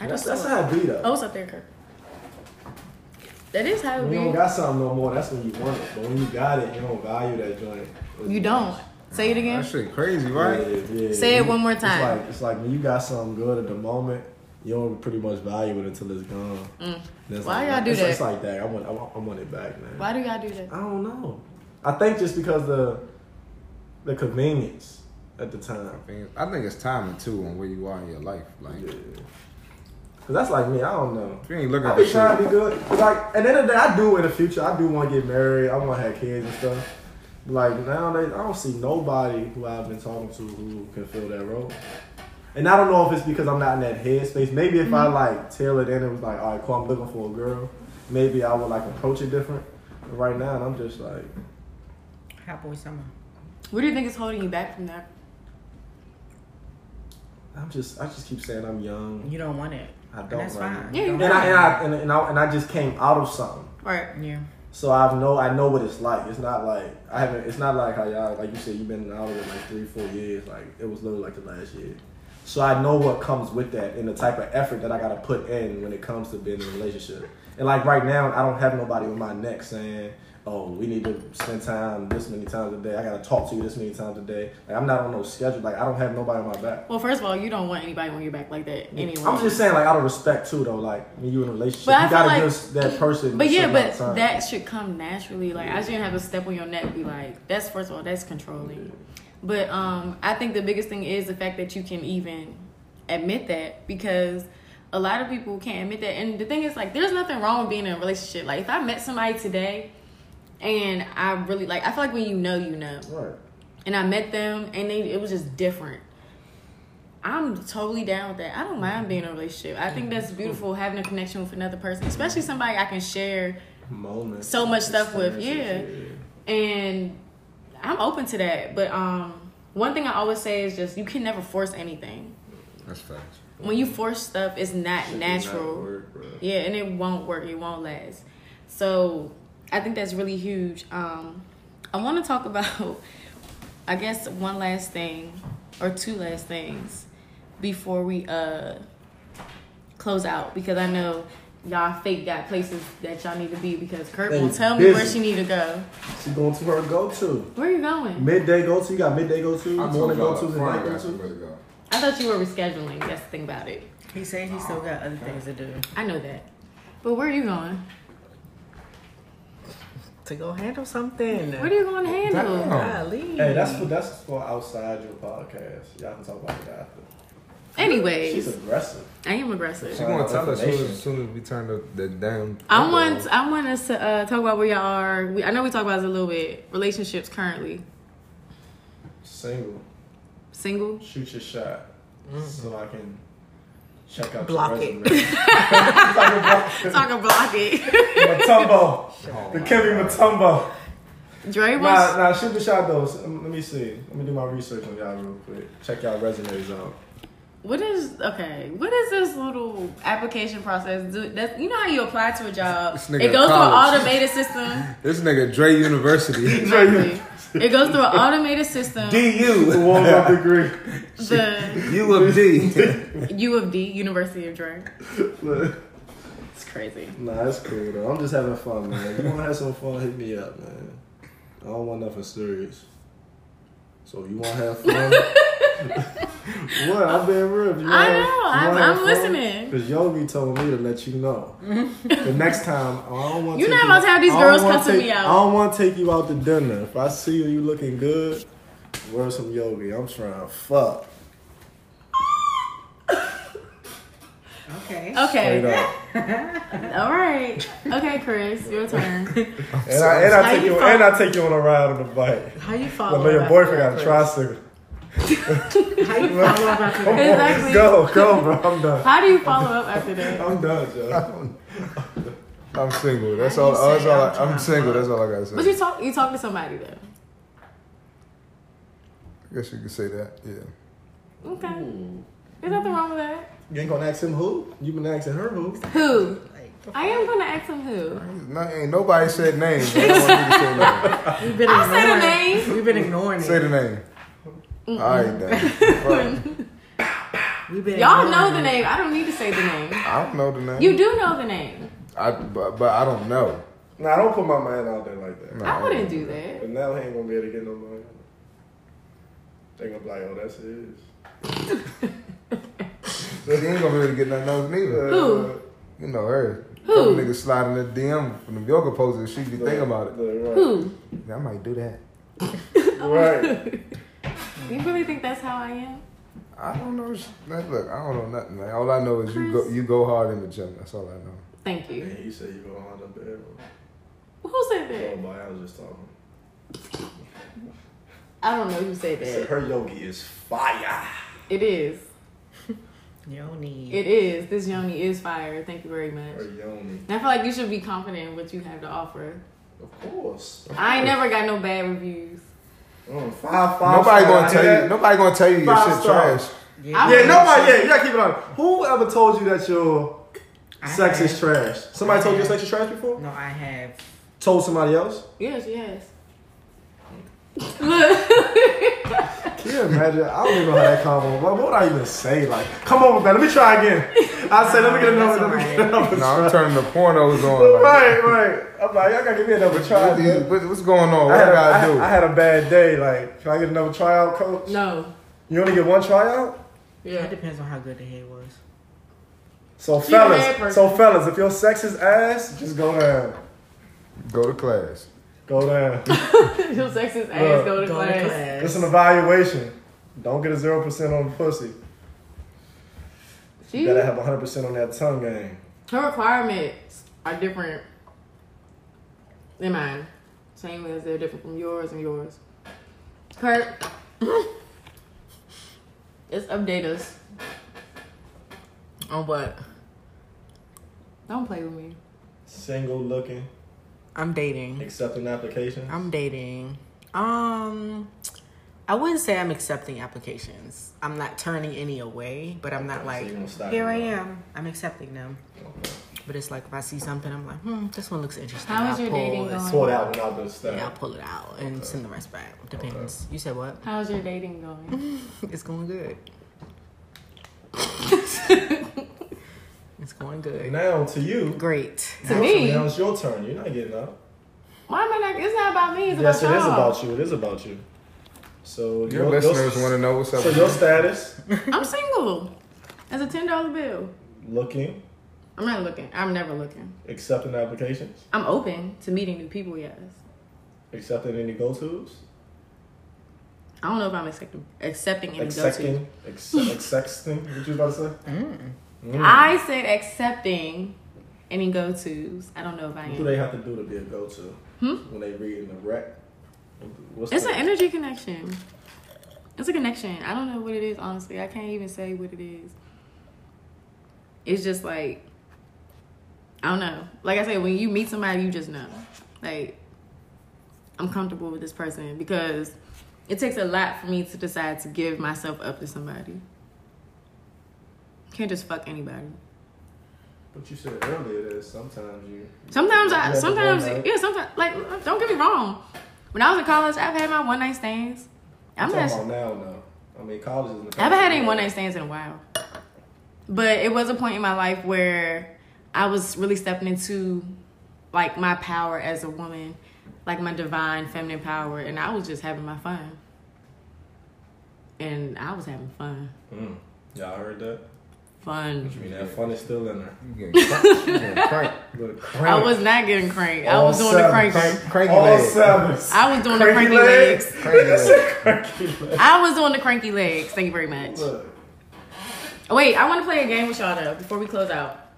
S3: I
S1: That's,
S3: just
S1: that's how it be though.
S3: oh, it's up there, Kirk. That is how it
S1: When you
S3: be.
S1: don't got something no more, that's when you want it. But when you got it, you don't value that joint.
S3: You don't say it
S2: That
S3: again.
S2: shit crazy,
S1: Yeah,
S2: right?
S1: yeah.
S3: Say it
S1: You-
S3: one more
S1: it's
S3: time.
S1: like- It's like, when you got something good at the moment, you don't pretty much value it until it's gone.
S3: Mm.
S1: That's
S3: Why
S1: like,
S3: y'all do
S1: it's,
S3: that?
S1: It's like that. I want, I want, I want it back, man.
S3: Why do y'all do that?
S1: I don't know. I think just because the the convenience at the time.
S2: I think- I think it's timing too on where you are in your life. Like,
S1: Yeah. Cause that's like me. I don't know.
S2: if you ain't looking
S1: I
S2: at
S1: be
S2: the
S1: trying to
S2: shit,
S1: be good. 'Cause, Like, at the end of the day, I do in the future. I do want to get married. I want to have kids and stuff. Like nowadays, I don't see nobody who I've been talking to who can fill that role. And I don't know if it's because I'm not in that headspace. Maybe if
S4: Mm-hmm.
S1: I like tailor it in, it was like, all right, cool, I'm looking for a girl. Maybe I would like approach it different. But right now, I'm just like,
S4: Hot boy summer.
S3: What do you think is holding you back from that?
S1: I'm just, I just keep saying I'm young.
S4: You don't want it.
S1: I
S4: And
S1: don't
S4: that's
S1: like
S3: it.
S4: fine.
S3: Yeah, you
S4: Don't
S1: And I, and
S4: want
S1: I, and, and I, and I just came out of something.
S3: Right.
S4: it. yeah.
S1: So I know I know what it's like. It's not like I haven't. It's not like how y'all like you said you've been out of it like three, four years. Like it was literally like the last year. So I know what comes with that and the type of effort that I gotta put in when it comes to being in a relationship. And like right now, I don't have nobody on my neck saying, "Oh, we need to spend time this many times a day. I gotta talk to you this many times a day." Like I'm not on no schedule. Like I don't have nobody on my back.
S3: Well, first of all, you don't want anybody on your back like that anyway.
S1: I'm just saying, like out of respect too, though. Like when you in a relationship,
S3: But I
S1: you
S3: feel
S1: gotta
S3: like-
S1: give that person.
S3: but
S1: a certain
S3: yeah,
S1: amount
S3: but
S1: of time.
S3: that should come naturally. Like I shouldn't have to step on your neck. and Be like, that's first of all, that's controlling. But um, I think the biggest thing is the fact that you can even admit that because a lot of people can't admit that. And the thing is, like, there's nothing wrong with being in a relationship. Like, if I met somebody today, and I really like, I feel like when you know, you know.
S1: right.
S3: and I met them and they it was just different. I'm totally down with that. I don't mind being in a relationship. I think that's beautiful having a connection with another person, especially somebody I can share
S1: Moments.
S3: so much stuff with. Yeah.
S1: Experiences, yeah.
S3: And I'm open to that. But um one thing I always say is just you can never force anything.
S2: that's facts.
S3: When you force stuff, it's not
S1: Shit do
S3: natural.
S1: not work, bro.
S3: Yeah, and it won't work. It won't last. So I think that's really huge. Um, I want to talk about, I guess, one last thing or two last things before we uh close out because I know y'all fake got places that y'all need to be because Kurt
S1: They
S3: won't tell me where she
S1: busy.
S3: need to go.
S1: She going to her go to.
S3: Where you going?
S1: Midday go to. You got midday go to. Morning go to. Night go to.
S2: go.
S3: I thought you were rescheduling. That's the thing about it.
S4: He said he still got other things to do.
S3: I know that. But where are you going?
S4: To go handle something.
S3: What are you going to handle?
S4: Golly.
S1: Hey, that's for that's for outside your podcast. Y'all can talk about it after. She's
S3: Anyways,
S1: aggressive.
S3: I am aggressive.
S2: She
S1: Uh,
S2: gonna tell us soon
S1: Information.
S2: as soon as we turn the, the damn.
S3: I want I want us to uh, talk about where y'all are. We, I know we talked about this a little bit. Relationships currently,
S1: Single.
S3: single.
S1: Shoot your shot. So I can check out
S4: Block
S1: your
S4: it.
S1: resume. Fucking block it.
S3: Talk and block it.
S1: Matumbo.
S2: Oh
S1: The
S2: my
S1: Kimmy
S2: God.
S1: Matumbo.
S3: Dre
S1: Nah,
S3: wants.
S1: nah, shoot the shot though. So, um, Let me see. Let me do my research on y'all real quick. Check y'all resumes out.
S3: What is okay? What is this little application process? Do that's, you know how you apply to a job?
S2: This nigga
S3: It goes through an
S2: college.
S3: automated system.
S2: This nigga Dre University.
S3: Exactly. It goes through an automated system.
S2: DU.
S1: Warm up degree.
S3: The
S2: U of D.
S3: U of D, University of Dre.
S1: Look.
S3: It's crazy.
S1: Nah, that's cool though. I'm just having fun, man. If you wanna have some fun, hit me up, man. I don't want nothing serious. So if you wanna have fun? what? I'm being real. If
S3: I know.
S1: you wanna- you wanna
S3: I'm-
S1: have
S3: I'm
S1: fun,
S3: listening.
S1: Cause Yogi told me to let you know. the next time, I don't want.
S3: You're not about to have these girls come to me out.
S1: I don't want to take you out to dinner. If I see you, you looking good. Wear some Yogi. I'm trying to fuck.
S4: Okay.
S1: Straight
S3: Okay.
S1: up.
S3: All right. Okay, Chris, your turn.
S1: And I, and I
S3: How
S1: take
S3: you Oh,
S1: you.
S3: fuck?
S1: And I take you on a ride on the bike.
S3: How you
S1: I
S3: follow?
S1: know your
S3: up
S1: boyfriend
S3: after that,
S1: got a tricycle.
S4: How you follow up after
S1: Come
S4: that?
S1: on,
S3: Exactly.
S1: Go, go, bro. I'm done.
S3: Chris? How do you follow up after that?
S1: I'm done, Joe.
S2: I'm single. That's all. That's all. I, I'm single. That's all I gotta
S3: But
S2: say.
S3: you talk. You talk to somebody though.
S2: I guess you could say that. Yeah.
S3: Okay.
S1: Hmm.
S3: There's nothing wrong with that.
S1: You ain't gonna ask him who? You been asking her who?
S3: Who? I am gonna ask him who.
S2: No, ain't nobody said names. but I want
S4: We've been
S3: I'll say the
S4: ignoring
S3: name.
S4: it. We've been ignoring
S2: you to say
S4: it.
S2: the name. All right, then. Fuck.
S4: We've been
S3: Y'all
S4: ignoring
S3: know the
S4: it.
S3: name. I don't need to say the name.
S2: I don't know the name.
S3: You do know the name.
S2: I, but, but I don't know.
S1: Nah, don't put my man out there like that.
S2: No,
S3: I
S2: don't
S3: wouldn't
S2: know.
S3: do that.
S1: But now he ain't gonna be able to get no money. They gonna be like, oh, that's his.
S2: She ain't gonna be able to get nothing else
S1: Uh,
S2: neither.
S3: Who?
S2: You know her.
S3: Who?
S2: Some nigga sliding the DM from the yoga poses. She be thinking about it.
S1: Look,
S3: Who?
S2: I might do that.
S1: Right. right.
S3: You really think that's how I am?
S2: I don't know. sh- man, Look, I don't know nothing. Man. All I know is you go you go hard in the gym. That's all I know.
S3: Thank you.
S1: And he said you gonna wind up there.
S3: Who said
S1: Oh,
S3: that?
S1: boy, I was just talking.
S3: I don't know who said
S1: He said
S3: that.
S1: her yogi is fire.
S3: It is.
S4: Yoni.
S3: It is. This yoni is fire. Thank you very much.
S1: Her yoni.
S3: And I feel like you should be confident in what you have to offer.
S1: Of course.
S3: I ain't never got no bad reviews.
S1: Mm, five, five.
S2: nobody
S1: star,
S2: gonna tell
S1: yeah.
S2: you. Nobody gonna tell you your
S1: Five
S2: shit
S1: star.
S2: trash.
S3: I
S1: Yeah,
S3: would-
S1: nobody. Yeah, you gotta keep it on. Whoever told you that your
S4: I
S1: sex
S4: have.
S1: is trash? Somebody told you your
S4: have.
S1: sex is trash before?
S4: No, I have.
S1: Told somebody else?
S3: Yes, yes. Look,
S1: Can you imagine? I don't even know how that combo. What, what would I even say? Like, come over, man. Let me try again. I say, let me get another. Let me get another.
S2: No,
S1: try.
S2: I'm turning the pornos on. Like,
S1: Right, right. I'm like, y'all gotta give me another try.
S2: what do you-
S1: dude.
S2: what- what's going on?
S1: I
S2: What
S1: had, a,
S2: I
S1: I,
S2: gotta
S1: had-
S2: do?
S1: I had a bad day. Like, can I get another tryout, coach?
S3: no.
S1: You only get one tryout.
S4: It
S3: Yeah.
S4: depends on how good the head was.
S1: So
S3: She a bad
S1: fellas, so fellas, if your sex is ass, just go down,
S2: Go to class.
S1: go down.
S3: Your sexist ass
S1: Look,
S3: go to
S4: Go to
S3: class.
S4: class.
S1: It's an evaluation. Don't get a zero percent on the pussy.
S3: She,
S1: You gotta have hundred percent on that tongue game.
S3: her requirements are different than mine. Same as they're different from yours and yours. Kurt, just update us
S4: Oh,
S3: on what? Don't play with me.
S1: Single looking,
S4: I'm dating.
S1: accepting application.
S4: I'm dating. Um, I wouldn't say I'm accepting applications. I'm not turning any away, but I'm not
S1: So
S4: like
S1: you gonna stop
S4: here I
S1: it.
S4: am. I'm accepting them. But it's like if I see something, I'm like, hmm, this one looks interesting.
S3: How is
S4: I'll
S3: your
S4: pull
S3: dating
S4: it.
S3: going?
S1: Pull that one out the step.
S4: Yeah, I'll pull it out and send the rest back. Depends. You said what?
S3: How's your dating going?
S4: It's going good. It's going good.
S1: Now to you.
S4: Great.
S3: To
S1: Now-
S3: me?
S1: Now it's your turn. You're not getting up.
S3: Why am I not? It's not about me. It's
S1: Yes, it
S3: about
S1: is
S3: y'all.
S1: about you. It is about you. So
S2: Your listeners want to know what's up.
S1: So
S2: with
S1: your
S2: you.
S1: status,
S3: I'm single. As a ten dollar bill.
S1: looking,
S3: I'm not looking. I'm never looking.
S1: accepting applications,
S3: I'm open to meeting new people. Yes.
S1: accepting any go tos,
S3: I don't know if I'm accepting accepting any go to.
S1: accepting, accepting. What you about to say?
S3: Mm.
S1: Mm.
S3: I said accepting any go tos. I don't know if I
S1: What do
S3: am.
S1: they have to do to be a go to? When they read in the rec, what's
S3: Hmm? It's
S1: the-
S3: an energy connection. It's a connection. I don't know what it is, honestly. I can't even say what it is. It's just like, I don't know. Like I said, when you meet somebody, you just know. Like, I'm comfortable with this person because it takes a lot for me to decide to give myself up to somebody. Can't just fuck anybody.
S1: But you said earlier that sometimes you.
S3: Sometimes
S1: You
S3: I,
S1: had the
S3: sometimes,
S1: one night.
S3: yeah, sometimes, like, don't get me wrong. When I was in college, I've had my one night stands.
S1: I'm
S3: I'm not.
S1: talking about now, now. I mean, college is. In the
S3: I haven't had any one night stands in a while. But it was a point in my life where I was really stepping into like my power as a woman, like my divine feminine power, and I was just having my fun. And I was having fun.
S1: Mm. Y'all heard that?
S3: Fun.
S1: I mean, that fun is still in there.
S2: You getting crank- you getting crank.
S1: Little
S3: I
S1: crank.
S3: was not getting crank. I
S1: All
S3: was doing the
S1: seven.
S3: cranky.
S2: Cranky
S1: All
S2: leg.
S1: sevens.
S3: I was doing the
S1: Cranky
S3: cranky
S1: legs.
S3: legs.
S2: Cranky leg.
S3: I was doing the cranky legs. Thank you very much.
S1: Look,
S3: Wait, I want to play a game with y'all though before we close out.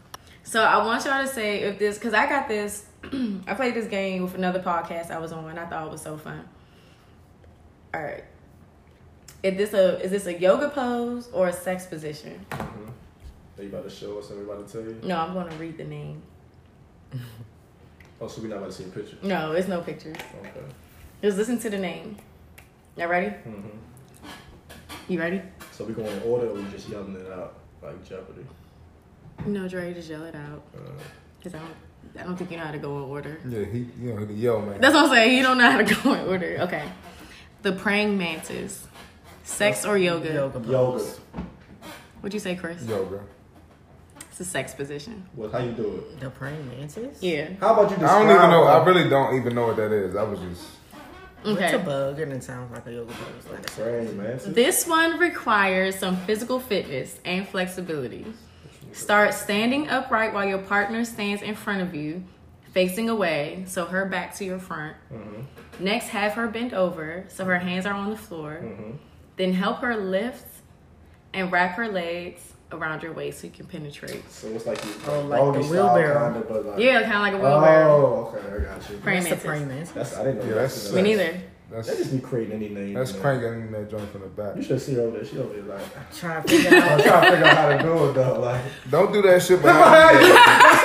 S3: So I want y'all to say if this because I got this. I played this game with another podcast I was on and I thought it was so fun. All right, is this a is this a yoga pose or a sex position?
S1: Mm-hmm. They about to show us. Everybody tell you.
S3: No, I'm going to read the name.
S1: Oh, so we not about to see a picture.
S3: No, it's no pictures.
S1: Okay.
S3: Just listen to the name. Y'all ready?
S1: Mhm.
S3: You ready?
S1: So we going in order, or we just yelling it out like Jeopardy?
S3: No, Dre, just yell it out
S1: Uh,
S3: because I don't I don't think you know how to go in order.
S2: Yeah, he, you know, yo, man.
S3: That's what I'm saying. You don't know how to go in order. Okay. The praying mantis. Sex or yoga?
S1: Uh,
S4: Yoga.
S1: yoga.
S4: pose.
S3: What'd you say, Chris?
S2: yo, bro.
S3: It's a sex position.
S1: What? How you do it?
S4: The praying mantis.
S3: Yeah.
S1: How about you?
S2: I
S1: Describe
S2: don't even know.
S1: it?
S2: I really don't even know what that is. I was just.
S4: It's a
S3: Okay.
S4: bug and it sounds like a yoga pose. Like that.
S1: Brain, man.
S3: This one requires some physical fitness and flexibility. Start standing upright while your partner stands in front of you, facing away, so her back to your front. Next, have her bent over, so her hands are on the floor. Then help her lift and wrap her legs around your waist so you can penetrate.
S1: So it's like you.
S4: Oh, like
S1: doggy
S4: the
S1: style
S4: wheelbarrow.
S1: Kinda, but like,
S3: Yeah, kind of like a wheelbarrow.
S1: Oh, okay, I got you.
S3: Praying
S4: That's
S3: mantis.
S4: the praying mantis.
S1: That's I didn't know.
S2: Yeah,
S1: that.
S2: that's-
S3: Me neither.
S1: They
S2: That's
S1: just be creating any name.
S2: that's
S1: man.
S2: cranking that joint from the back.
S1: You should see her over there. She over there like.
S4: Try to figure out.
S1: I'm trying to figure out how to do it though. Like,
S2: Don't do that shit behind me.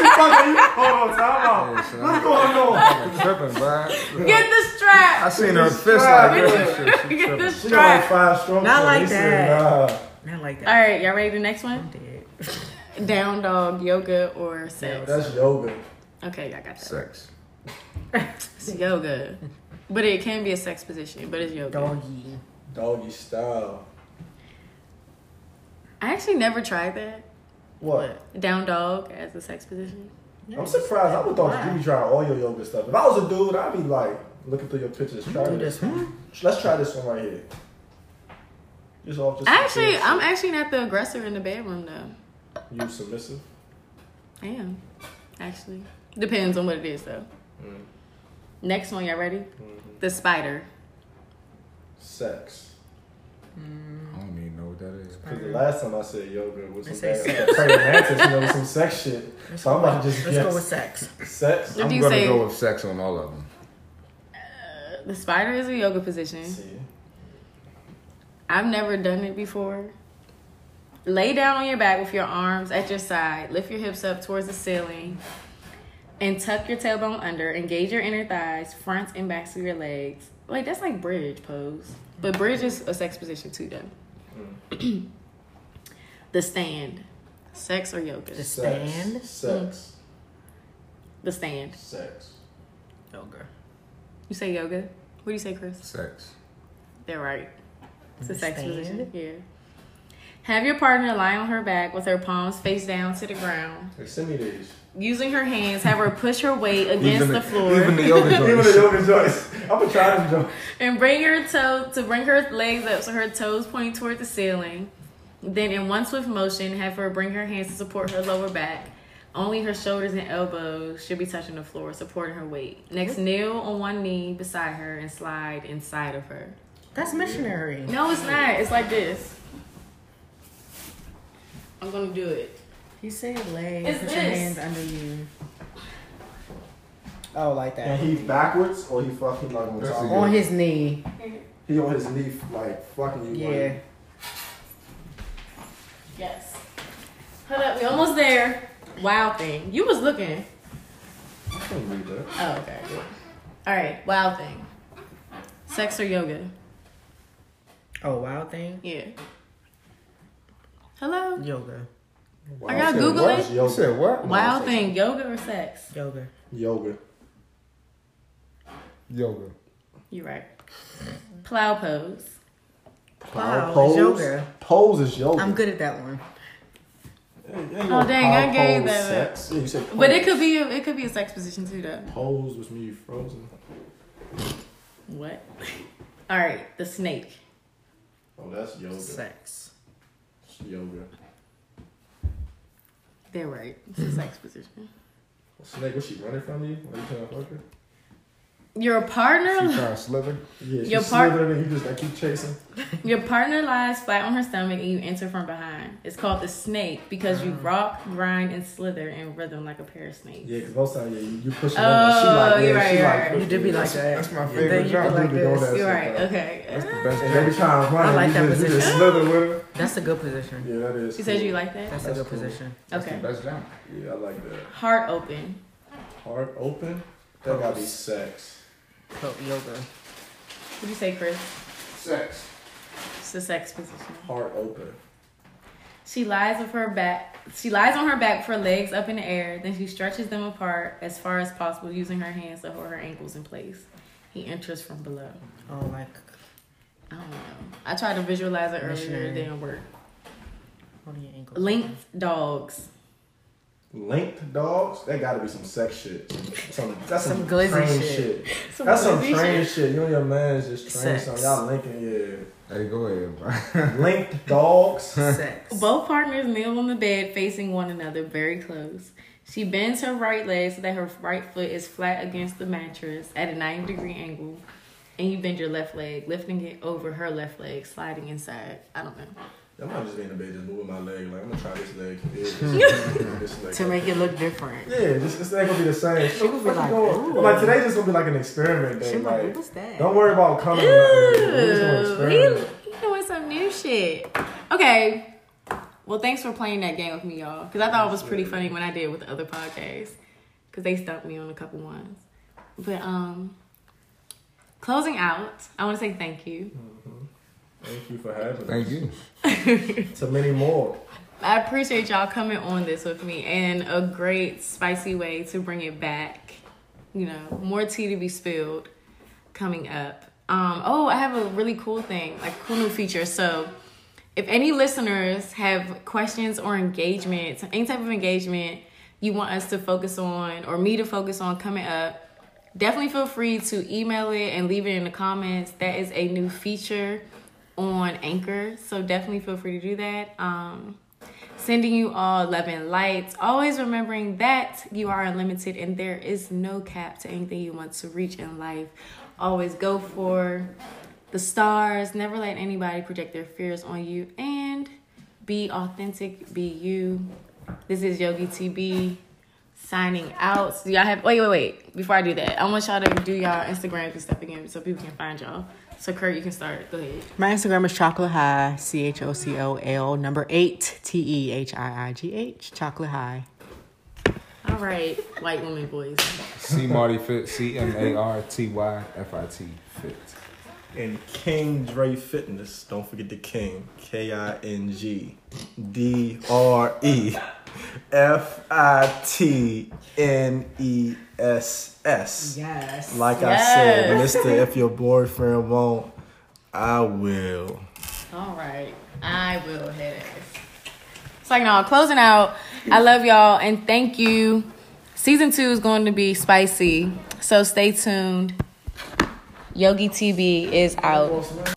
S1: hold on, time out.
S2: Yeah, son.
S1: What's going on?
S2: I'm tripping, bro.
S3: Get the
S2: I
S3: strap.
S2: seen her fist like
S1: Get
S2: this. Shit, she
S3: Get the
S2: tripping.
S1: She got like
S3: strap.
S1: five strokes.
S4: Not
S1: in.
S4: like
S1: He said,
S4: that.
S1: nah.
S4: Not like
S3: All
S4: that.
S3: right, y'all ready for the next one?
S4: Dead.
S3: Down dog, yoga, or sex?
S1: That's yoga.
S3: Okay, I got that.
S2: Sex.
S3: It's yoga, but it can be a sex position. But it's yoga.
S4: Doggy.
S1: Doggy style.
S3: I actually never tried that
S1: What?
S3: down dog as a sex position.
S1: I'm surprised. I would thought you be trying all your yoga stuff. If I was a dude, I'd be like looking through your pictures. Try
S4: Do
S1: this.
S4: this one.
S1: Let's try this one right here. Just off. Just
S3: Actually, I'm actually not the aggressor in the bedroom though.
S1: you submissive.
S3: I am actually depends on what it is though. Next one, y'all ready? The spider.
S1: Sex.
S2: I don't even know what that is.
S1: Because the last time I said yoga was
S4: I
S1: some
S4: say
S1: bad,
S4: sex.
S1: praying mantis, you know, was some sex shit. So I'm about to just
S4: Let's
S1: guess.
S4: go with sex.
S1: sex.
S3: What
S2: I'm
S3: do you
S2: gonna
S3: say?
S2: go with sex on all of them.
S3: The spider is a yoga position.
S1: See,
S3: I've never done it before. Lay down on your back with your arms at your side. Lift your hips up towards the ceiling and tuck your tailbone under. Engage your inner thighs, fronts and backs of your legs. Wait, that's like bridge pose. But bridge is a sex position too, though. the stand. Sex or yoga?
S4: Just-
S1: sex,
S4: Stand.
S1: sex,
S3: The stand.
S1: sex.
S4: Yoga.
S3: You say yoga? What do you say, Chris?
S2: Sex.
S3: They're right. It's a sex
S4: Stand.
S3: position. Yeah. Have your partner lie on her back with her palms face down to the ground.
S7: Like, send me these.
S3: Using her hands, have her push her weight against the floor.
S2: Even the yoga
S7: Even
S2: joints.
S7: the yoga joints. I'm gonna try them joints.
S3: and bring her toe to bring her legs up so her toes point toward the ceiling. Then, in one swift motion, have her bring her hands to support her lower back. Only her shoulders and elbows should be touching the floor, supporting her weight. Next, kneel on one knee beside her and slide inside of her.
S4: That's missionary.
S3: No, it's not. It's like this. I'm gonna do it.
S4: You say legs.
S3: It's
S4: put your
S3: this.
S4: hands under you. Oh, like
S7: And
S4: that.
S7: he backwards or he fucking like on
S2: That's
S7: top.
S2: a-
S4: On his knee.
S7: He on his knee like fucking you.
S4: Yeah.
S7: Like,
S3: Yes. Hold up, we almost there. Wild thing. You was looking.
S7: I can't read that.
S3: Oh, okay. good. All right, wild thing. Sex or yoga?
S4: Oh, wild thing.
S3: Yeah. Hello?
S4: Yoga.
S7: Wow,
S3: I gotta
S7: said
S3: Google
S7: what?
S3: it.
S2: You
S7: Yoga.
S2: said what?
S3: Wild thing, yoga or sex?
S4: Yoga.
S7: Yoga.
S2: Yoga.
S3: You're right. Plow pose.
S4: Wow,
S7: pose.
S4: it's yoga.
S7: Pose is yoga.
S4: I'm good at that one.
S7: Oh
S3: dang, I gave that up.
S7: Sex. Yeah, you said
S3: But it could be a, it could be a sex position too though.
S7: pose was me frozen.
S3: What? All right, the snake.
S7: Oh, that's yoga.
S4: Sex.
S7: It's Yoga.
S3: They're right. It's a sex position.
S7: Snake, was she running from you? Are you trying to fuck her?
S3: Your
S2: She
S3: partner
S2: trying to slither.
S7: Yeah,
S3: Your
S7: she's
S3: part-
S7: slithering and you just like keep chasing.
S3: your partner lies flat on her stomach and you enter from behind. It's called the snake because you rock, grind, and slither in rhythm like a pair of snakes.
S7: Yeah, because most times yeah, you, you push her.
S3: Oh,
S7: and she like, yeah,
S3: you're right,
S7: she
S3: you're
S7: like,
S3: right.
S7: pushing
S4: You did be
S7: you.
S4: like that.
S2: That's my
S4: And
S2: favorite
S4: then you
S2: job.
S4: be like
S7: You be doing
S4: this.
S7: that.
S3: You're right, okay.
S2: The best
S7: And every time running,
S4: I like
S7: you
S4: that
S7: just, you just
S4: position.
S7: slither with her.
S4: That's a good position.
S7: Yeah, that is.
S3: She said
S7: cool.
S3: you like that?
S4: That's,
S7: That's
S4: a good
S7: cool.
S4: position.
S3: Okay.
S2: Best job.
S7: Yeah, I like that.
S3: Heart open.
S7: Heart open. That gotta be
S4: Pose.
S7: sex.
S4: So yoga.
S3: What'd you say, Chris?
S2: Sex.
S3: It's the sex position.
S7: Heart open.
S3: She lies with her back. She lies on her back with her legs up in the air. Then she stretches them apart as far as possible, using her hands to hold her ankles in place. He enters from below.
S4: Oh, like
S3: I don't know. I tried to visualize it earlier. It
S4: Missionary.
S3: didn't work.
S4: holding your ankles.
S3: Linked dogs.
S7: Linked dogs. That gotta be some sex shit. Some, that's some,
S4: Some glizzy
S7: train
S4: shit.
S7: shit. That's some
S3: crazy
S7: train shit. You and your man's just train
S4: Sex.
S7: something. Y'all linking,
S2: Hey, go ahead, bro.
S7: yeah. Linked dogs.
S4: Sex.
S3: Both partners kneel on the bed facing one another, very close. She bends her right leg so that her right foot is flat against the mattress at a 90 degree angle. And you bend your left leg, lifting it over her left leg, sliding inside. I don't know.
S7: I might just be in the bed, just moving my leg. Like I'm gonna try this leg. Yeah, this, this leg.
S4: to make it look different.
S7: Yeah, just, it's not gonna be the same.
S4: She was
S7: What you
S4: like,
S7: doing?
S4: ooh.
S7: like today just gonna be like an experiment day.
S4: She like,
S7: Like,
S4: what was that?
S7: don't worry about coming. or nothing. We're just gonna
S3: Ew, he,
S7: experiment.
S3: he doing some new shit. Okay. Well, thanks for playing that game with me, y'all. Because I thought it was pretty funny when I did with the other podcasts. Because they stumped me on a couple ones. But, um, closing out, I want to say thank you.
S7: Thank you for having me.
S2: Thank you.
S7: To many more.
S3: I appreciate y'all coming on this with me and a great spicy way to bring it back. You know, more tea to be spilled coming up. Um, oh, I have a really cool thing, like cool new feature. So, if any listeners have questions or engagements, any type of engagement you want us to focus on or me to focus on coming up, definitely feel free to email it and leave it in the comments. That is a new feature on Anchor, so definitely feel free to do that. Um, sending you all love and lights. Always remembering that you are unlimited and there is no cap to anything you want to reach in life. Always go for the stars. Never let anybody project their fears on you. And be authentic, be you. This is Yogi TB signing out. So y'all have wait, wait, wait. Before I do that, I want y'all to do y'all Instagrams and stuff again so people can find y'all. So Kurt, you can start. Go ahead.
S4: My Instagram is chocolate high, C H O C O L number eight, T E H I I G H, chocolate high.
S3: All right, white woman voice.
S2: C Marty Fit. C M A R T Y F I T Fit.
S1: And King Dre Fitness. Don't forget the King. K I N G D R E F I T N E S S.
S4: Yes.
S1: Like I said, Mr. If your boyfriend won't, I will.
S3: All right. I will head ass. It's like, no, closing out. I love y'all and thank you. Season two is going to be spicy, so stay tuned. Yogi TV is out.